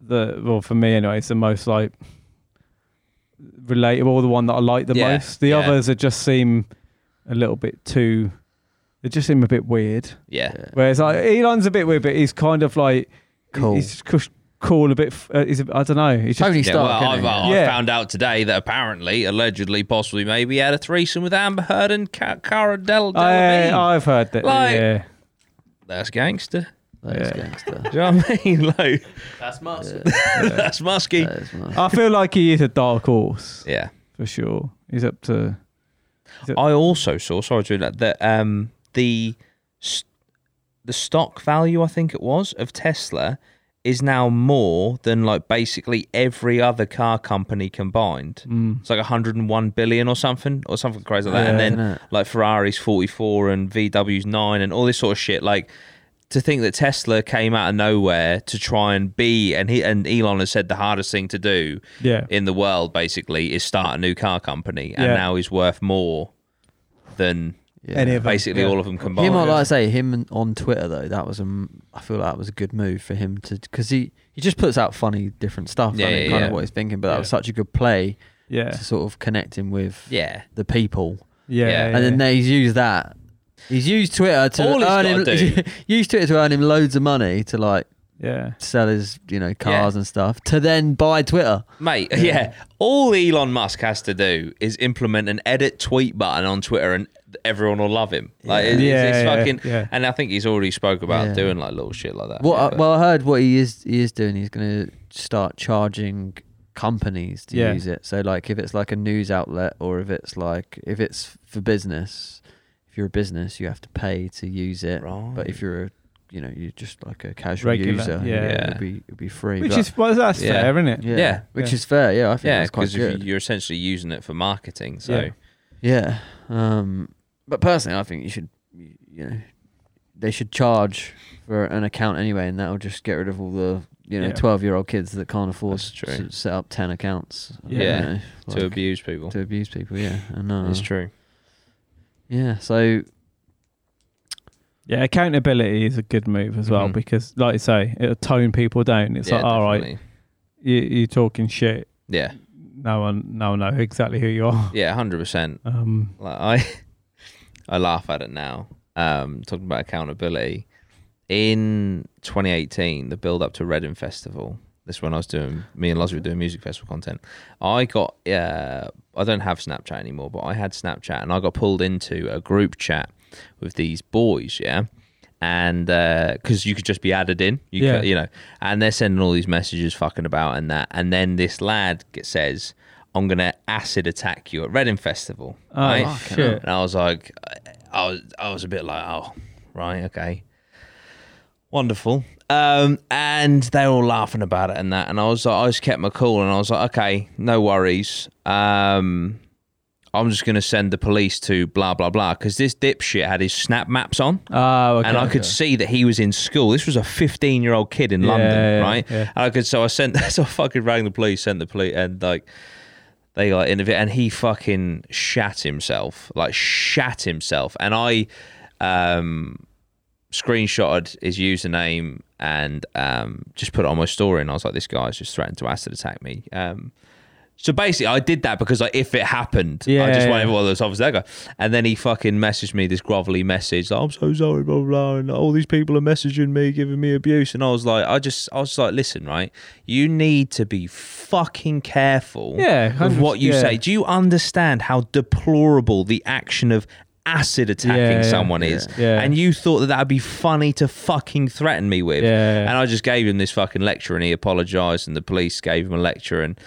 [SPEAKER 5] the well for me anyway. It's the most like relatable, the one that I like the
[SPEAKER 2] Yeah,
[SPEAKER 5] most. The
[SPEAKER 2] yeah.
[SPEAKER 5] others that just seem a little bit too. They just seem a bit weird.
[SPEAKER 2] Yeah,
[SPEAKER 4] uh,
[SPEAKER 5] Whereas like Elon's a bit weird, but he's kind of like
[SPEAKER 4] Cool.
[SPEAKER 5] He's just cush- cool, a bit. f- Uh, he's a, I don't know. He's just
[SPEAKER 4] Tony
[SPEAKER 2] yeah. Well, uh,
[SPEAKER 4] Stark.
[SPEAKER 2] I,
[SPEAKER 4] innit?
[SPEAKER 2] I
[SPEAKER 5] Yeah.
[SPEAKER 2] found out today that apparently, allegedly, possibly, maybe he had a threesome with Amber Heard and Ca- Cara Del
[SPEAKER 5] I,
[SPEAKER 2] Delevingne.
[SPEAKER 5] I've heard that.
[SPEAKER 2] Like-
[SPEAKER 5] yeah,
[SPEAKER 2] That's gangster.
[SPEAKER 4] That is
[SPEAKER 5] Yeah.
[SPEAKER 4] gangster.
[SPEAKER 2] Do you know what I mean? Like
[SPEAKER 1] That's Musk.
[SPEAKER 2] that's musky.
[SPEAKER 4] That is mad.
[SPEAKER 5] I feel like he is a dark horse
[SPEAKER 2] Yeah.
[SPEAKER 5] for sure. He's up to.
[SPEAKER 2] I also saw. Sorry to interrupt, that. um, the s- the stock value, I think it was, of Tesla is now more than like basically every other car company combined.
[SPEAKER 5] mm,
[SPEAKER 2] It's like 101 billion or something, or something crazy like that. and
[SPEAKER 5] Yeah,
[SPEAKER 2] then
[SPEAKER 4] isn't it?
[SPEAKER 2] like Ferrari's 44 and VW's 9 and all this sort of shit. Like to think that Tesla came out of nowhere to try and be, and he and Elon has said the hardest thing to do
[SPEAKER 5] Yeah.
[SPEAKER 2] in the world basically is start a new car company, and
[SPEAKER 5] Yeah.
[SPEAKER 2] now he's worth more than
[SPEAKER 4] Yeah.
[SPEAKER 5] Any of them,
[SPEAKER 2] basically
[SPEAKER 5] yeah.
[SPEAKER 2] all of them combined.
[SPEAKER 4] Him, on- like I say, him and- on Twitter though, that was a. m- I feel like that was a good move for him to because he he just puts out funny different stuff.
[SPEAKER 2] Yeah,
[SPEAKER 4] I think,
[SPEAKER 2] yeah,
[SPEAKER 4] kind of
[SPEAKER 2] yeah.
[SPEAKER 4] what he's thinking, but that
[SPEAKER 5] Yeah.
[SPEAKER 4] was such a good play
[SPEAKER 5] Yeah,
[SPEAKER 4] to sort of connect him with
[SPEAKER 2] yeah,
[SPEAKER 4] the people,
[SPEAKER 5] yeah,
[SPEAKER 2] Yeah.
[SPEAKER 4] and then they- he's used that. He's used Twitter to
[SPEAKER 2] All he's
[SPEAKER 4] earn him.
[SPEAKER 2] gotta do-
[SPEAKER 4] used Twitter to earn him loads of money to like
[SPEAKER 5] yeah.
[SPEAKER 4] sell his you know cars and stuff to then buy Twitter.
[SPEAKER 2] mate. Yeah. all Elon Musk has to do is implement an edit tweet button on Twitter, and everyone will love him. Like it's,
[SPEAKER 5] Yeah,
[SPEAKER 2] it's
[SPEAKER 5] yeah,
[SPEAKER 2] fucking.
[SPEAKER 5] yeah.
[SPEAKER 2] And I think he's already spoke about
[SPEAKER 4] Yeah.
[SPEAKER 2] doing like little shit like that.
[SPEAKER 4] What?
[SPEAKER 2] But-
[SPEAKER 4] I, well, I heard what he is he is doing. He's going to start charging companies to
[SPEAKER 5] Yeah.
[SPEAKER 4] use it. So like, if it's like a news outlet, or if it's like if it's for business, if you're a business, you have to pay to use it.
[SPEAKER 2] Right.
[SPEAKER 4] But if you're a you know, you're just like a casual
[SPEAKER 5] Regular,
[SPEAKER 4] user.
[SPEAKER 5] yeah.
[SPEAKER 4] it'll be it'll be free.
[SPEAKER 5] Which
[SPEAKER 4] but-
[SPEAKER 5] is well, that's
[SPEAKER 2] Yeah.
[SPEAKER 5] fair, isn't it?
[SPEAKER 4] yeah,
[SPEAKER 2] Yeah.
[SPEAKER 4] which
[SPEAKER 5] Yeah.
[SPEAKER 4] is fair. Yeah, I think
[SPEAKER 2] yeah,
[SPEAKER 4] that's quite
[SPEAKER 2] because
[SPEAKER 4] good.
[SPEAKER 2] you're essentially using it for marketing. So
[SPEAKER 5] Yeah.
[SPEAKER 4] Yeah. Um, but personally, I think you should, you you know, they should charge for an account anyway, and that'll just get rid of all the, you know
[SPEAKER 3] Yeah.
[SPEAKER 4] twelve year old kids that can't afford
[SPEAKER 2] That's true.
[SPEAKER 4] to set up ten accounts. you
[SPEAKER 2] Yeah.
[SPEAKER 4] know,
[SPEAKER 2] to
[SPEAKER 4] like,
[SPEAKER 2] abuse people.
[SPEAKER 4] to uh, abuse people. Yeah, I know.
[SPEAKER 2] It's true.
[SPEAKER 4] Yeah, so
[SPEAKER 3] Yeah, accountability is a good move as well
[SPEAKER 2] Mhm.
[SPEAKER 3] because, like you say, it'll tone people down. It's like, all right,
[SPEAKER 2] definitely.
[SPEAKER 3] you, you're talking shit.
[SPEAKER 2] Yeah,
[SPEAKER 3] No one, no one know exactly who you are.
[SPEAKER 2] yeah, hundred percent.
[SPEAKER 3] Um,
[SPEAKER 2] Like I, I laugh at it now. Um, talking about accountability. In 2018, the build up to Reading Festival. This is when I was doing me and Loz were doing music festival content. I got uh, I don't have Snapchat anymore, but I had Snapchat and I got pulled into a group chat with these boys. Yeah. And because you could just be added in, you,
[SPEAKER 5] Yeah.
[SPEAKER 2] could, you know, and they're sending all these messages fucking about and that. And then this lad g- says, I'm going to acid attack you at Reading Festival.
[SPEAKER 3] oh,
[SPEAKER 2] right?
[SPEAKER 3] shit.
[SPEAKER 2] And I was like, I was, I was a bit like, oh, right, okay, wonderful. Um, and they were all laughing about it and that, and I was like, I just kept my cool, and I was like, okay, no worries. Um, I'm just gonna send the police to blah blah blah because this dipshit had his snap maps on
[SPEAKER 5] ah,
[SPEAKER 3] Oh, okay.
[SPEAKER 2] and I could see that he was in school. This was a 15 year old kid in London,
[SPEAKER 3] yeah,
[SPEAKER 2] right?
[SPEAKER 3] yeah.
[SPEAKER 2] And I could, so I sent, so I fucking rang the police, sent the police, and like they got in of it, and he fucking shat himself, like shat himself, and I um screenshotted his username and um just put it on my story, and I was like, this guy's just threatened to acid attack me. Um, so basically, I did that because like, if it happened, I
[SPEAKER 3] Yeah,
[SPEAKER 2] just
[SPEAKER 3] yeah.
[SPEAKER 2] wanted well, there's obviously that guy. And then he fucking messaged me this grovelly message, like, I'm so sorry, blah, blah, blah. And all these people are messaging me, giving me abuse. And I was like, I just, I was like, listen, right? You need to be fucking careful
[SPEAKER 3] Yeah,
[SPEAKER 2] with
[SPEAKER 3] 100
[SPEAKER 2] what you
[SPEAKER 3] yeah.
[SPEAKER 2] say. Do you understand how deplorable the action of acid attacking
[SPEAKER 3] Yeah, yeah,
[SPEAKER 2] someone is?
[SPEAKER 3] yeah.
[SPEAKER 2] And you thought that that would be funny to fucking threaten me with.
[SPEAKER 3] Yeah.
[SPEAKER 2] And I just gave him this fucking lecture and he apologized and the police gave him a lecture and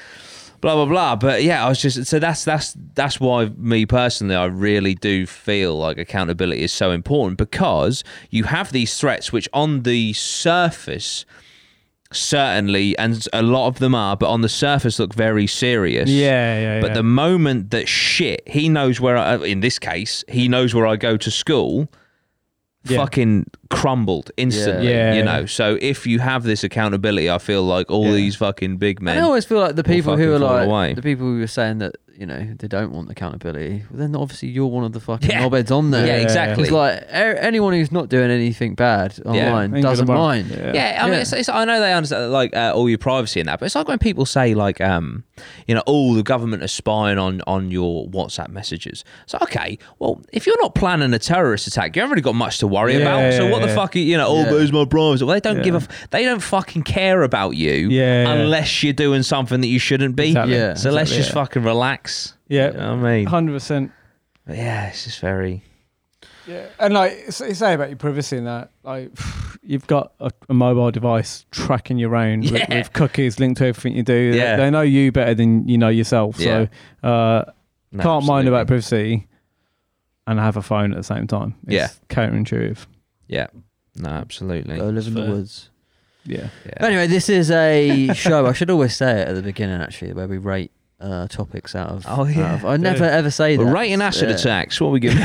[SPEAKER 2] blah blah blah. But yeah, I was just so that's that's that's why me personally, I really do feel like accountability is so important because you have these threats which on the surface certainly and a lot of them are but on the surface look very serious
[SPEAKER 3] Yeah, yeah,
[SPEAKER 2] but
[SPEAKER 3] yeah.
[SPEAKER 2] the moment that shit he knows where I, in this case he knows where i go to school
[SPEAKER 3] Yeah.
[SPEAKER 2] fucking crumbled instantly
[SPEAKER 3] Yeah.
[SPEAKER 2] you know so if you have this accountability i feel like all these fucking big men
[SPEAKER 4] I always feel like the people who
[SPEAKER 2] fucking
[SPEAKER 4] are
[SPEAKER 2] fall
[SPEAKER 4] like
[SPEAKER 2] away.
[SPEAKER 4] the people who are saying that you know they don't want accountability. Well, then obviously you're one of the fucking
[SPEAKER 2] Yeah.
[SPEAKER 4] knobheads on
[SPEAKER 2] yeah,
[SPEAKER 4] there.
[SPEAKER 3] Yeah.
[SPEAKER 2] exactly
[SPEAKER 4] It's like a- anyone who's not doing anything bad online
[SPEAKER 3] Ain't gonna
[SPEAKER 4] doesn't
[SPEAKER 3] work.
[SPEAKER 4] mind.
[SPEAKER 2] Yeah, I mean,
[SPEAKER 4] Yeah.
[SPEAKER 2] It's, it's, I know they understand like uh, all your privacy and that, but it's like when people say like, um, you know, oh, the government are spying on on your WhatsApp messages. So okay, well, if you're not planning a terrorist attack, you haven't really got much to worry
[SPEAKER 3] Yeah,
[SPEAKER 2] about. So what the
[SPEAKER 3] yeah.
[SPEAKER 2] fuck, are, you know? Oh,
[SPEAKER 4] Yeah.
[SPEAKER 2] there's my privacy. Well, they don't
[SPEAKER 3] Yeah.
[SPEAKER 2] give a. F- they don't fucking care about you.
[SPEAKER 3] Yeah, yeah.
[SPEAKER 2] Unless you're doing something that you shouldn't be.
[SPEAKER 3] Exactly.
[SPEAKER 4] Yeah.
[SPEAKER 2] So let's
[SPEAKER 3] Exactly,
[SPEAKER 2] just
[SPEAKER 3] yeah.
[SPEAKER 2] fucking relax.
[SPEAKER 3] Yeah.
[SPEAKER 2] You know what I mean,
[SPEAKER 3] Hundred percent.
[SPEAKER 2] But yeah, it's just very.
[SPEAKER 3] Yeah, and like s- you say about your privacy and that, like you've got a, a mobile device tracking you around with,
[SPEAKER 2] Yeah.
[SPEAKER 3] with cookies linked to everything you do. They-
[SPEAKER 2] Yeah.
[SPEAKER 3] They, know you better than you know yourself. So uh,
[SPEAKER 2] no,
[SPEAKER 3] can't mind about
[SPEAKER 2] absolutely.
[SPEAKER 3] privacy and have a phone at the same time. It's
[SPEAKER 2] Yeah.
[SPEAKER 3] counterintuitive.
[SPEAKER 2] No, absolutely.
[SPEAKER 4] Go live in the
[SPEAKER 5] Fair.
[SPEAKER 4] woods.
[SPEAKER 3] Yeah,
[SPEAKER 2] Yeah.
[SPEAKER 4] Anyway, this is a show. I should always say it at the beginning, actually, where we rate uh, topics out of.
[SPEAKER 2] Oh,
[SPEAKER 4] out
[SPEAKER 2] yeah.
[SPEAKER 4] of- I never ever say
[SPEAKER 2] We're
[SPEAKER 4] that.
[SPEAKER 2] rating acid
[SPEAKER 4] Yeah.
[SPEAKER 2] attacks. What are we giving?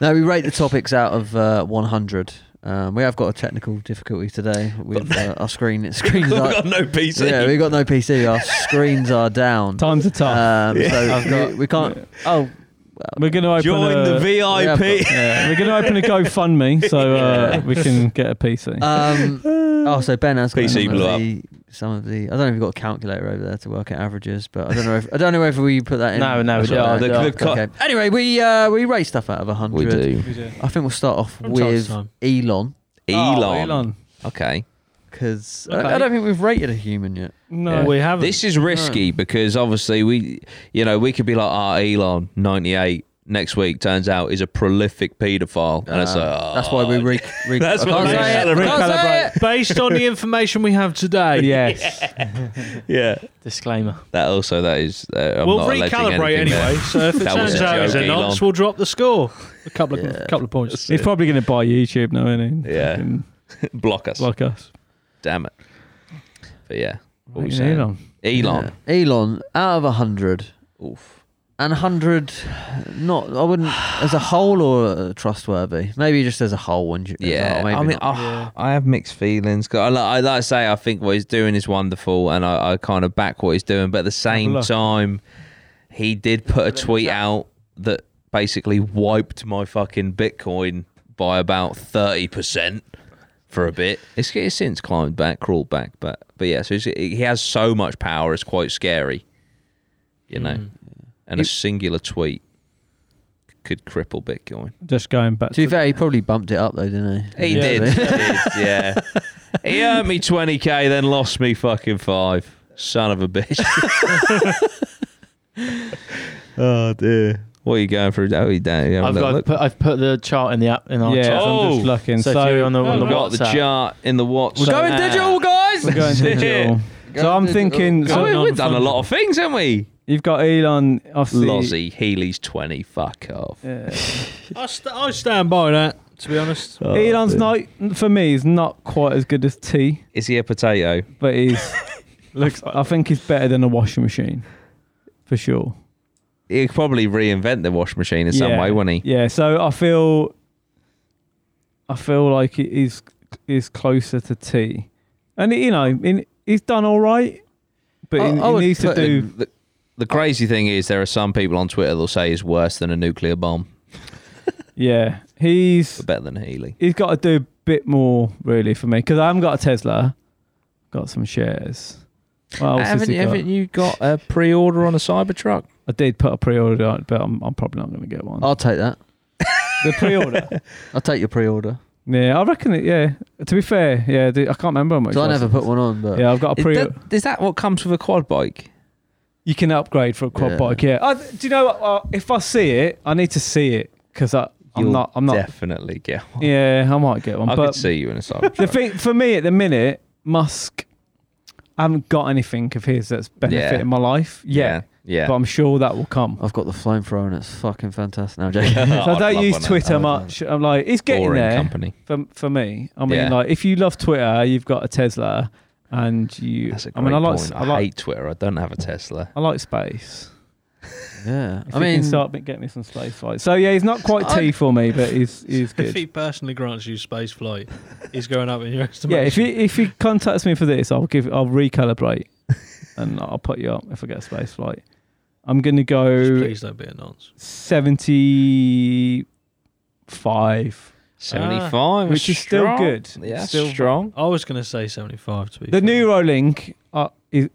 [SPEAKER 4] No, we rate the topics out of uh, 100. Um, we have got a technical difficulty today. With uh, our screen, screens
[SPEAKER 2] We've
[SPEAKER 4] are
[SPEAKER 2] got no PC.
[SPEAKER 4] yeah, we got no PC. Our screens are down.
[SPEAKER 3] time
[SPEAKER 2] Uh,
[SPEAKER 3] to time.
[SPEAKER 4] Um,
[SPEAKER 3] I've
[SPEAKER 4] So
[SPEAKER 3] got-
[SPEAKER 4] we, we can't. Oh,
[SPEAKER 3] we're gonna open
[SPEAKER 2] Join
[SPEAKER 3] a,
[SPEAKER 2] the VIP.
[SPEAKER 3] yeah, we're gonna open a GoFundMe so uh, we can get a PC.
[SPEAKER 4] um, oh, so Ben has got
[SPEAKER 2] PC
[SPEAKER 4] some,
[SPEAKER 2] blew
[SPEAKER 4] of
[SPEAKER 2] up.
[SPEAKER 4] the, some of the. I don't know if you've got a calculator over there to work out averages, but I don't know. If, I don't know whether we put that in.
[SPEAKER 5] No, no, we
[SPEAKER 4] Sorry,
[SPEAKER 5] don't.
[SPEAKER 2] The- the co-
[SPEAKER 4] Anyway, we uh, we rate stuff out of hundred.
[SPEAKER 3] We do.
[SPEAKER 4] I think we'll start off
[SPEAKER 5] From time to
[SPEAKER 4] with
[SPEAKER 5] time.
[SPEAKER 4] Elon
[SPEAKER 2] Elon.
[SPEAKER 3] Oh, Elon.
[SPEAKER 2] Okay.
[SPEAKER 4] because
[SPEAKER 5] Okay.
[SPEAKER 4] I, I don't think we've rated a human yet.
[SPEAKER 3] No,
[SPEAKER 5] No, we haven't.
[SPEAKER 2] This is risky because obviously we, you know, we could be like, ah, Elon, 98, next week turns out is a prolific paedophile. And it's like,
[SPEAKER 4] Uh,
[SPEAKER 2] oh,
[SPEAKER 4] that's why we re. re-
[SPEAKER 2] That's
[SPEAKER 4] I
[SPEAKER 2] why
[SPEAKER 4] can't
[SPEAKER 2] we
[SPEAKER 4] say it, I can't say it.
[SPEAKER 5] Based on the information we have today.
[SPEAKER 3] yes.
[SPEAKER 2] yeah.
[SPEAKER 5] Disclaimer.
[SPEAKER 2] That also, that is, uh, I'm
[SPEAKER 5] we'll
[SPEAKER 2] not alleging
[SPEAKER 5] recalibrate
[SPEAKER 2] anything there.
[SPEAKER 5] anyway. So if it
[SPEAKER 2] That was
[SPEAKER 5] turns
[SPEAKER 2] a
[SPEAKER 5] out it's a
[SPEAKER 2] joke, Elon.
[SPEAKER 5] nonce, we'll drop the score. A couple of
[SPEAKER 4] Yeah.
[SPEAKER 5] couple of points.
[SPEAKER 3] He's probably going to buy YouTube now, isn't he?
[SPEAKER 2] Yeah.
[SPEAKER 3] Fucking
[SPEAKER 2] Block us.
[SPEAKER 3] Block us.
[SPEAKER 2] Damn it. But yeah. What were we
[SPEAKER 3] Fucking
[SPEAKER 2] saying?
[SPEAKER 3] Elon.
[SPEAKER 2] Elon.
[SPEAKER 4] Yeah. Elon out of hundred.
[SPEAKER 2] Oof.
[SPEAKER 4] And 100, not, I wouldn't, as a whole or uh, trustworthy? Maybe just as a whole. wouldn't you- as a
[SPEAKER 2] Yeah,
[SPEAKER 4] whole, maybe
[SPEAKER 2] I mean,
[SPEAKER 4] not.
[SPEAKER 2] I, I have mixed feelings. 'Cause I like, I like to say, I think what he's doing is wonderful, and I, I kind of back what he's doing. But at the same
[SPEAKER 3] Look.
[SPEAKER 2] time, he did put a tweet out that basically wiped my fucking Bitcoin by about thirty percent for a bit. It's, it's since climbed back, crawled back, but but yeah. So it's, he has so much power; it's quite scary, you know. And a singular tweet could cripple Bitcoin.
[SPEAKER 3] Just going back
[SPEAKER 4] to be
[SPEAKER 3] to
[SPEAKER 4] fair, he probably bumped it up though, didn't he?
[SPEAKER 2] He
[SPEAKER 5] Yeah.
[SPEAKER 2] did. he did. Yeah. He earned me 20k, then lost me fucking five. Son of a bitch. oh, dear. What are you going through? Oh, you don't. you
[SPEAKER 6] I've
[SPEAKER 2] haven't
[SPEAKER 6] got.
[SPEAKER 2] looked-
[SPEAKER 6] Put, I've put the chart in the app in our
[SPEAKER 3] yeah,
[SPEAKER 6] chat.
[SPEAKER 2] Oh.
[SPEAKER 3] I'm just looking.
[SPEAKER 6] So
[SPEAKER 3] So, oh,
[SPEAKER 6] if you're on the- on
[SPEAKER 2] I've got the
[SPEAKER 6] WhatsApp.
[SPEAKER 2] chart in the WhatsApp.
[SPEAKER 6] We're going digital,
[SPEAKER 2] guys.
[SPEAKER 3] we're going digital. so I'm thinking
[SPEAKER 2] So
[SPEAKER 3] so
[SPEAKER 2] we, have done a lot of things, haven't we?
[SPEAKER 3] you've got Elon obviously
[SPEAKER 2] Lozzie, Healy's 20. Fuck off.
[SPEAKER 3] Yeah.
[SPEAKER 5] I, st- I stand by that, to be honest.
[SPEAKER 3] Elon's not for me. He's not quite as good as T,
[SPEAKER 2] Is he a potato?
[SPEAKER 3] but he's looks. I think he's better than a washing machine, for sure.
[SPEAKER 2] He'd probably reinvent the wash machine in some
[SPEAKER 3] Yeah.
[SPEAKER 2] way, wouldn't he?
[SPEAKER 3] Yeah. So I feel, I feel like he- he's he's closer to T, and you know, in, he's done all right, but he,
[SPEAKER 4] I- I
[SPEAKER 3] he
[SPEAKER 4] would
[SPEAKER 3] needs to
[SPEAKER 4] put
[SPEAKER 3] do.
[SPEAKER 4] him-
[SPEAKER 2] The, the crazy thing is, there are some people on Twitter that'll say he's worse than a nuclear bomb,
[SPEAKER 3] Yeah, he's
[SPEAKER 2] but better than Healy.
[SPEAKER 3] he's got to do a bit more really for me because I haven't got a Tesla, got some shares. What else has
[SPEAKER 2] haven't,
[SPEAKER 3] he got?
[SPEAKER 2] haven't you got a pre-order on a Cybertruck?
[SPEAKER 3] I did put a pre-order, on it, but I'm, I'm probably not going to get one.
[SPEAKER 4] I'll take that.
[SPEAKER 3] the pre-order.
[SPEAKER 4] I'll take your pre-order.
[SPEAKER 3] yeah, I reckon it. Yeah, to be fair, yeah, the- I can't remember how much.
[SPEAKER 4] So I
[SPEAKER 3] it was.
[SPEAKER 4] never put one on, but
[SPEAKER 3] Yeah, I've got a
[SPEAKER 2] Is
[SPEAKER 3] pre.
[SPEAKER 2] that- is that what comes with a quad bike?
[SPEAKER 3] You can upgrade for a quad
[SPEAKER 4] Yeah.
[SPEAKER 3] bike. Yeah. I, do you know what? Uh, if I see it, I need to see it because I'm
[SPEAKER 2] You'll
[SPEAKER 3] not. I'm not.
[SPEAKER 2] definitely get one.
[SPEAKER 3] Yeah, I might get one.
[SPEAKER 2] I could
[SPEAKER 3] but
[SPEAKER 2] see you in a
[SPEAKER 3] the
[SPEAKER 2] Cybertruck.
[SPEAKER 3] thing for me at the minute, Musk, I haven't got anything of his that's benefiting my life yet.
[SPEAKER 2] yeah.
[SPEAKER 3] But I'm sure that will come.
[SPEAKER 4] I've got the flamethrower and it's fucking fantastic. No, I'm joking.
[SPEAKER 2] Oh,
[SPEAKER 3] So I
[SPEAKER 2] I'd love
[SPEAKER 3] don't use
[SPEAKER 2] one of
[SPEAKER 3] Twitter
[SPEAKER 4] those.
[SPEAKER 3] much. I'm like, it's
[SPEAKER 2] those.
[SPEAKER 3] getting
[SPEAKER 2] Boring
[SPEAKER 3] there
[SPEAKER 2] company.
[SPEAKER 3] for, for me. I mean,
[SPEAKER 2] Yeah.
[SPEAKER 3] like, if you love Twitter, you've got a Tesla, and you.
[SPEAKER 2] That's a great
[SPEAKER 3] I mean, I like.
[SPEAKER 2] point.
[SPEAKER 3] I
[SPEAKER 2] I,
[SPEAKER 3] like. Ah.
[SPEAKER 2] hate Twitter. I don't have a Tesla.
[SPEAKER 3] I like space.
[SPEAKER 4] yeah.
[SPEAKER 3] If
[SPEAKER 4] I
[SPEAKER 3] he
[SPEAKER 4] mean,
[SPEAKER 3] can start get me some space flights. So yeah, he's not quite T for me, but he's he's
[SPEAKER 5] If he
[SPEAKER 3] good.
[SPEAKER 5] personally grants you space flight, he's going up in your
[SPEAKER 3] Yeah, if he
[SPEAKER 5] estimation.
[SPEAKER 3] if he contacts me for this, I'll give I'll recalibrate, and I'll put you up if I get a space flight. I'm gonna
[SPEAKER 5] Just
[SPEAKER 3] go
[SPEAKER 5] please don't be a nonce.
[SPEAKER 3] seventy five,
[SPEAKER 2] 75,
[SPEAKER 3] which is still
[SPEAKER 2] strong.
[SPEAKER 3] good.
[SPEAKER 2] Yeah,
[SPEAKER 3] still
[SPEAKER 2] strong.
[SPEAKER 5] I was going to say 75 to be
[SPEAKER 3] The
[SPEAKER 5] fair.
[SPEAKER 3] Neuralink, uh, is,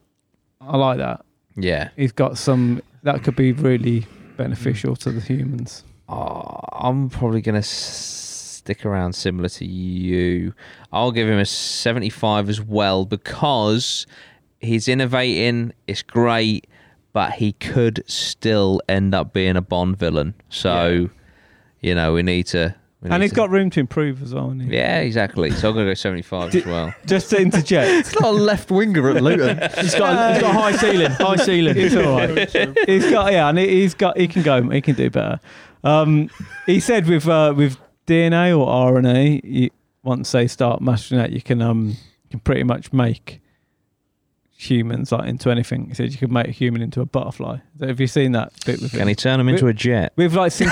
[SPEAKER 3] I like that.
[SPEAKER 2] Yeah.
[SPEAKER 3] He's got some that could be really beneficial to the humans.
[SPEAKER 2] Oh, I'm probably going to stick around similar to you. I'll give him a 75 as well because he's innovating, it's great, but he could still end up being a Bond villain. So, you know, we need to. We
[SPEAKER 3] And
[SPEAKER 2] need
[SPEAKER 3] he's
[SPEAKER 2] to-
[SPEAKER 3] got room to improve as well. Isn't he?
[SPEAKER 2] Yeah, exactly. So I'm going to go 75 as well.
[SPEAKER 3] Just to interject,
[SPEAKER 4] it's not a left winger at Luton.
[SPEAKER 6] He's got, he's got high ceiling. High ceiling.
[SPEAKER 3] It's all right. he's got yeah, and he- he's got he can go. He can do better. Um, he said with uh, with DNA or RNA, you, once they start mastering that, you can um you can pretty much make humans like into anything. He said you could make a human into a butterfly. So have you seen that bit with
[SPEAKER 2] Can he turn him into a jet?
[SPEAKER 3] We've like syn-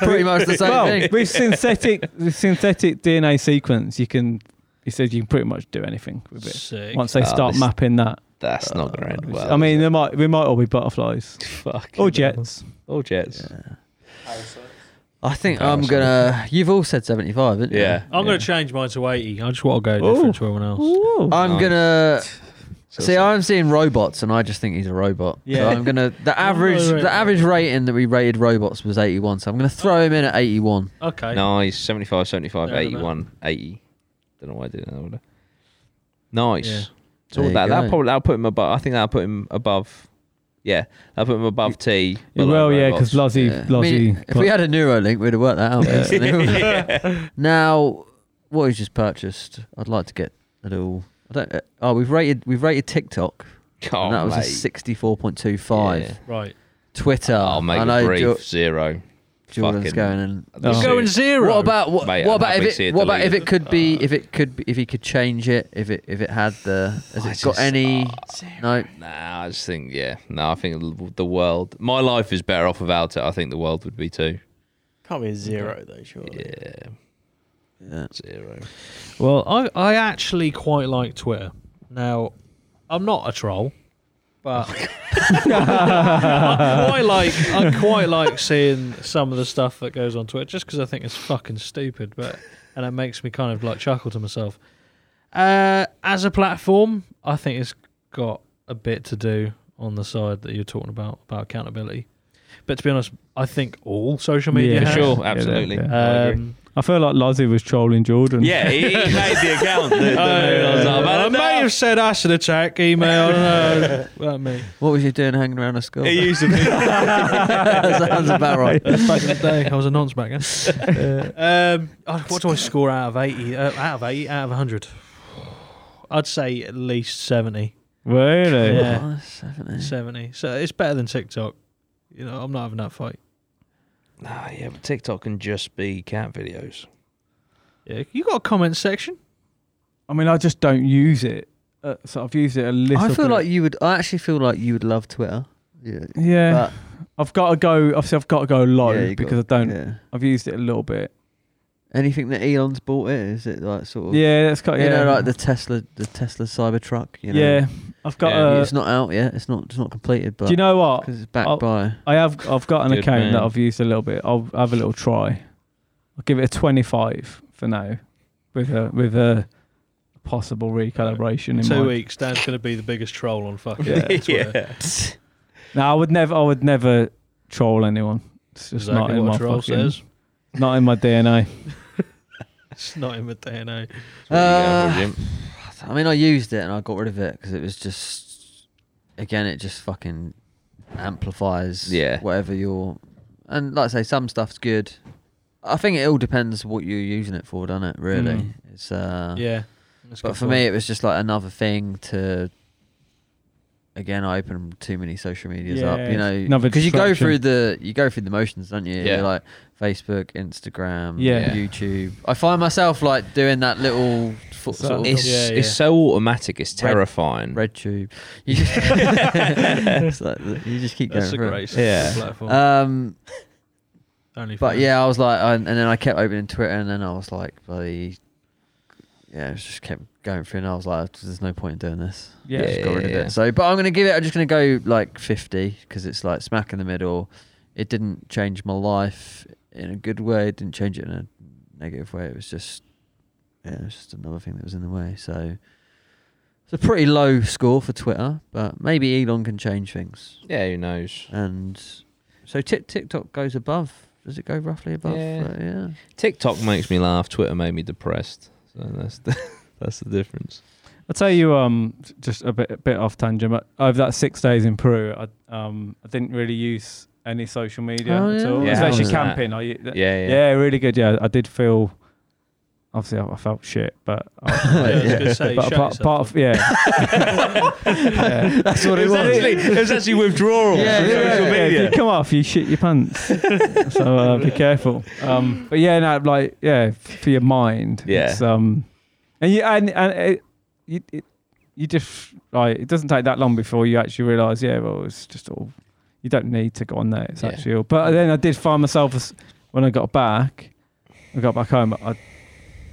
[SPEAKER 4] Pretty much the same
[SPEAKER 3] well,
[SPEAKER 4] thing.
[SPEAKER 3] with synthetic with synthetic DNA sequence, you can. He said you can pretty much do anything with it
[SPEAKER 5] Sick.
[SPEAKER 3] once they
[SPEAKER 2] Ah,
[SPEAKER 3] start
[SPEAKER 2] this-
[SPEAKER 3] mapping that.
[SPEAKER 2] That's not going to end well.
[SPEAKER 3] Uh, I mean, there might we might all be butterflies
[SPEAKER 2] fuck.
[SPEAKER 3] or jets.
[SPEAKER 2] Or jets.
[SPEAKER 4] I think I'm gonna. You've all said 75, haven't you?
[SPEAKER 2] Yeah.
[SPEAKER 5] I'm going to change mine to 80. I just want to go different to everyone else.
[SPEAKER 4] I'm
[SPEAKER 2] Nice.
[SPEAKER 4] gonna.
[SPEAKER 2] So-
[SPEAKER 4] See, I'm seeing robots, and I just think he's a robot.
[SPEAKER 3] Yeah. Oh,
[SPEAKER 4] So I'm gonna. The average,
[SPEAKER 5] right, right.
[SPEAKER 4] the average rating that we rated robots was 81. So I'm gonna throw him in at 81.
[SPEAKER 5] Okay.
[SPEAKER 2] Nice. 75, 75,
[SPEAKER 5] Yeah, I don't know.
[SPEAKER 2] 81, 80. Don't know why I did it in that order. Nice.
[SPEAKER 5] Yeah.
[SPEAKER 2] It's all
[SPEAKER 4] There you
[SPEAKER 2] that. That
[SPEAKER 4] go.
[SPEAKER 2] probably that'll put him above. I think that'll put him above. Yeah, that'll put him above T.
[SPEAKER 3] Yeah,
[SPEAKER 2] below
[SPEAKER 3] well, yeah,
[SPEAKER 2] robots.
[SPEAKER 3] because Lozzie,
[SPEAKER 4] Yeah. I
[SPEAKER 3] Lozzie.
[SPEAKER 4] mean, if we had a Neuralink, we'd have worked that out. instantly. Now, what he's just purchased, I'd like to get a little. I don't. uh, Oh, we've rated. We've rated TikTok.
[SPEAKER 2] oh,
[SPEAKER 4] and that was
[SPEAKER 2] mate.
[SPEAKER 4] a 64.25.
[SPEAKER 2] Yeah.
[SPEAKER 5] Right.
[SPEAKER 4] Twitter.
[SPEAKER 2] I'll make
[SPEAKER 4] and
[SPEAKER 2] a
[SPEAKER 4] I
[SPEAKER 2] brief
[SPEAKER 4] do-
[SPEAKER 2] zero.
[SPEAKER 4] Jordan's
[SPEAKER 2] Fucking-
[SPEAKER 4] going and
[SPEAKER 3] Oh.
[SPEAKER 2] Shoot.
[SPEAKER 5] Going zero.
[SPEAKER 4] What about what,
[SPEAKER 2] Mate,
[SPEAKER 4] what
[SPEAKER 2] I'd
[SPEAKER 4] about if
[SPEAKER 2] happily
[SPEAKER 4] it,
[SPEAKER 2] see it
[SPEAKER 4] what about if
[SPEAKER 2] deleted.
[SPEAKER 4] it could be if it could be, if he could change it if it if it had the has
[SPEAKER 2] I
[SPEAKER 4] it got
[SPEAKER 2] Oh, just-
[SPEAKER 4] any no
[SPEAKER 2] Nah, I just think yeah. No, I think l- the world. My life is better off without it. I think the world would be too.
[SPEAKER 6] Can't be a zero though, surely.
[SPEAKER 2] Yeah,
[SPEAKER 4] yeah.
[SPEAKER 2] zero.
[SPEAKER 5] Well, I, I actually quite like Twitter. Now, I'm not a troll, but I quite like I quite like seeing some of the stuff that goes on Twitter, just because I think it's fucking stupid, but and it makes me kind of like chuckle to myself. Uh, as a platform, I think it's got a bit to do on the side that you're talking about about accountability. But to be honest, I think all social media
[SPEAKER 2] For
[SPEAKER 3] Yeah.
[SPEAKER 5] has.
[SPEAKER 3] Yeah,
[SPEAKER 2] sure,
[SPEAKER 3] they're-
[SPEAKER 2] absolutely.
[SPEAKER 3] yeah.
[SPEAKER 2] I agree.
[SPEAKER 5] Um,
[SPEAKER 3] I feel like Lozzie was trolling Jordan.
[SPEAKER 2] yeah, he, he made the account.
[SPEAKER 3] Oh,
[SPEAKER 2] The, the, I was like, "I've had
[SPEAKER 5] I may
[SPEAKER 2] enough."
[SPEAKER 5] have said acid attack email. no, well, me.
[SPEAKER 4] what was you doing hanging around a school
[SPEAKER 2] He used to
[SPEAKER 4] sounds about right
[SPEAKER 5] Back in the day, I was a nonce back then. um, oh, what do I score out of eighty? Uh, out of eighty, out of hundred, I'd say at least seventy.
[SPEAKER 3] Really?
[SPEAKER 5] Yeah.
[SPEAKER 4] Oh, seventy.
[SPEAKER 5] Seventy. So it's better than TikTok. You know, I'm not having that fight.
[SPEAKER 2] Nah, yeah, but TikTok can just be cat videos.
[SPEAKER 5] Yeah, you got a comment section?
[SPEAKER 3] I mean, I just don't use it. Uh, so I've used it a little.
[SPEAKER 4] I feel
[SPEAKER 3] bit.
[SPEAKER 4] like you would I actually feel like you would love Twitter yeah
[SPEAKER 3] yeah.
[SPEAKER 4] but
[SPEAKER 3] I've got to go. Obviously, I've got to go low
[SPEAKER 4] Yeah, you got-
[SPEAKER 3] because I don't.
[SPEAKER 4] yeah.
[SPEAKER 3] I've used it a little bit.
[SPEAKER 4] anything that Elon's bought it is it like sort of
[SPEAKER 3] Yeah, that's got.
[SPEAKER 4] you
[SPEAKER 3] yeah.
[SPEAKER 4] know like the Tesla the Tesla Cybertruck you know
[SPEAKER 3] yeah, I've got.
[SPEAKER 2] Yeah,
[SPEAKER 3] a,
[SPEAKER 4] it's not out yet it's not it's not completed but
[SPEAKER 3] do you know what?
[SPEAKER 4] because it's backed
[SPEAKER 3] I'll-
[SPEAKER 4] by
[SPEAKER 3] I have. I've got an
[SPEAKER 2] Good
[SPEAKER 3] account
[SPEAKER 2] man.
[SPEAKER 3] that I've used a little bit. I'll have a little try. I'll give it a twenty-five for now, with a with a possible recalibration in
[SPEAKER 5] Two
[SPEAKER 3] mind.
[SPEAKER 5] weeks. Dan's going to be the biggest troll on fucking
[SPEAKER 3] Yeah.
[SPEAKER 5] Twitter.
[SPEAKER 3] No, I would never. I would never troll anyone. It's just
[SPEAKER 5] Exactly
[SPEAKER 3] not in
[SPEAKER 5] what
[SPEAKER 3] my
[SPEAKER 5] a troll
[SPEAKER 3] fucking,
[SPEAKER 5] says.
[SPEAKER 3] Not in my DNA.
[SPEAKER 5] It's not in the DNA.
[SPEAKER 4] Uh, I mean, I used it and I got rid of it because it was just, again, it just fucking amplifies
[SPEAKER 2] Yeah.
[SPEAKER 4] whatever you're. And like I say, some stuff's good. I think it all depends what you're using it for, doesn't it? Really,
[SPEAKER 3] Mm.
[SPEAKER 4] it's uh.
[SPEAKER 5] Yeah.
[SPEAKER 4] But for me, it was just like another thing to. Again, I open too many social medias up,
[SPEAKER 3] Yeah,
[SPEAKER 4] you know,
[SPEAKER 3] another
[SPEAKER 4] because you go
[SPEAKER 3] distraction.
[SPEAKER 4] through the you go through the motions, don't you?
[SPEAKER 2] Yeah.
[SPEAKER 4] You're like Facebook, Instagram,
[SPEAKER 3] Yeah.
[SPEAKER 4] YouTube. I find myself like doing that little fo-
[SPEAKER 3] So-
[SPEAKER 4] sort of
[SPEAKER 2] It's
[SPEAKER 5] Yeah, yeah.
[SPEAKER 2] it's so automatic. It's
[SPEAKER 4] Red-
[SPEAKER 2] terrifying.
[SPEAKER 4] Red tube. You just, it's like, you just keep
[SPEAKER 5] That's a
[SPEAKER 4] going through.
[SPEAKER 5] great
[SPEAKER 2] Yeah.
[SPEAKER 5] platform.
[SPEAKER 4] it. Um,
[SPEAKER 5] Only
[SPEAKER 4] but
[SPEAKER 5] fans.
[SPEAKER 4] yeah, I was like, and, and then I kept opening Twitter, and then I was like, bloody, yeah, it just kept going through, and I was like, there's no point in doing this.
[SPEAKER 3] Yeah.
[SPEAKER 4] Just got rid of
[SPEAKER 2] yeah, yeah.
[SPEAKER 4] it. So, but I'm gonna give it. I'm just gonna go like 50 because it's like smack in the middle. It didn't change my life in a good way. It didn't change it in a negative way. It was just, yeah, it was just another thing that was in the way. So, it's a pretty low score for Twitter, but maybe Elon can change things.
[SPEAKER 2] Yeah, who knows?
[SPEAKER 4] And so, Tik TikTok goes above. Does it go roughly above?
[SPEAKER 2] Yeah.
[SPEAKER 4] Uh, yeah.
[SPEAKER 2] TikTok makes me laugh. Twitter made me depressed. So that's the, that's the difference.
[SPEAKER 3] I'll tell you, um, just a bit, a bit off tangent, but over that six days in Peru, I, um, I didn't really use any social media
[SPEAKER 4] Oh,
[SPEAKER 3] at
[SPEAKER 4] yeah.
[SPEAKER 3] all,
[SPEAKER 4] Yeah, how
[SPEAKER 3] especially
[SPEAKER 4] was
[SPEAKER 2] that?
[SPEAKER 3] camping. I, yeah,
[SPEAKER 2] Yeah, yeah.
[SPEAKER 3] really good. Yeah, I did feel. Obviously, I, I felt shit, but
[SPEAKER 5] Yeah, I was
[SPEAKER 3] I,
[SPEAKER 5] gonna say,
[SPEAKER 3] but
[SPEAKER 5] shut
[SPEAKER 3] apart,
[SPEAKER 5] yourself
[SPEAKER 3] apart of, yeah, yeah.
[SPEAKER 4] That's what
[SPEAKER 2] It was actually, it was actually withdrawal
[SPEAKER 4] Yeah,
[SPEAKER 2] from
[SPEAKER 4] yeah,
[SPEAKER 2] social
[SPEAKER 3] yeah,
[SPEAKER 2] media.
[SPEAKER 3] If you come off, you shit your pants. so uh, be careful. Um, but yeah, no, like yeah, f- for your mind.
[SPEAKER 2] Yeah.
[SPEAKER 3] It's, um, and you and and it, you it, you just like it doesn't take that long before you actually realise. Yeah, well, it's just all. You don't need to go on there. It's
[SPEAKER 2] Yeah.
[SPEAKER 3] actually all. But then I did find myself as- when I got back. I got back home. I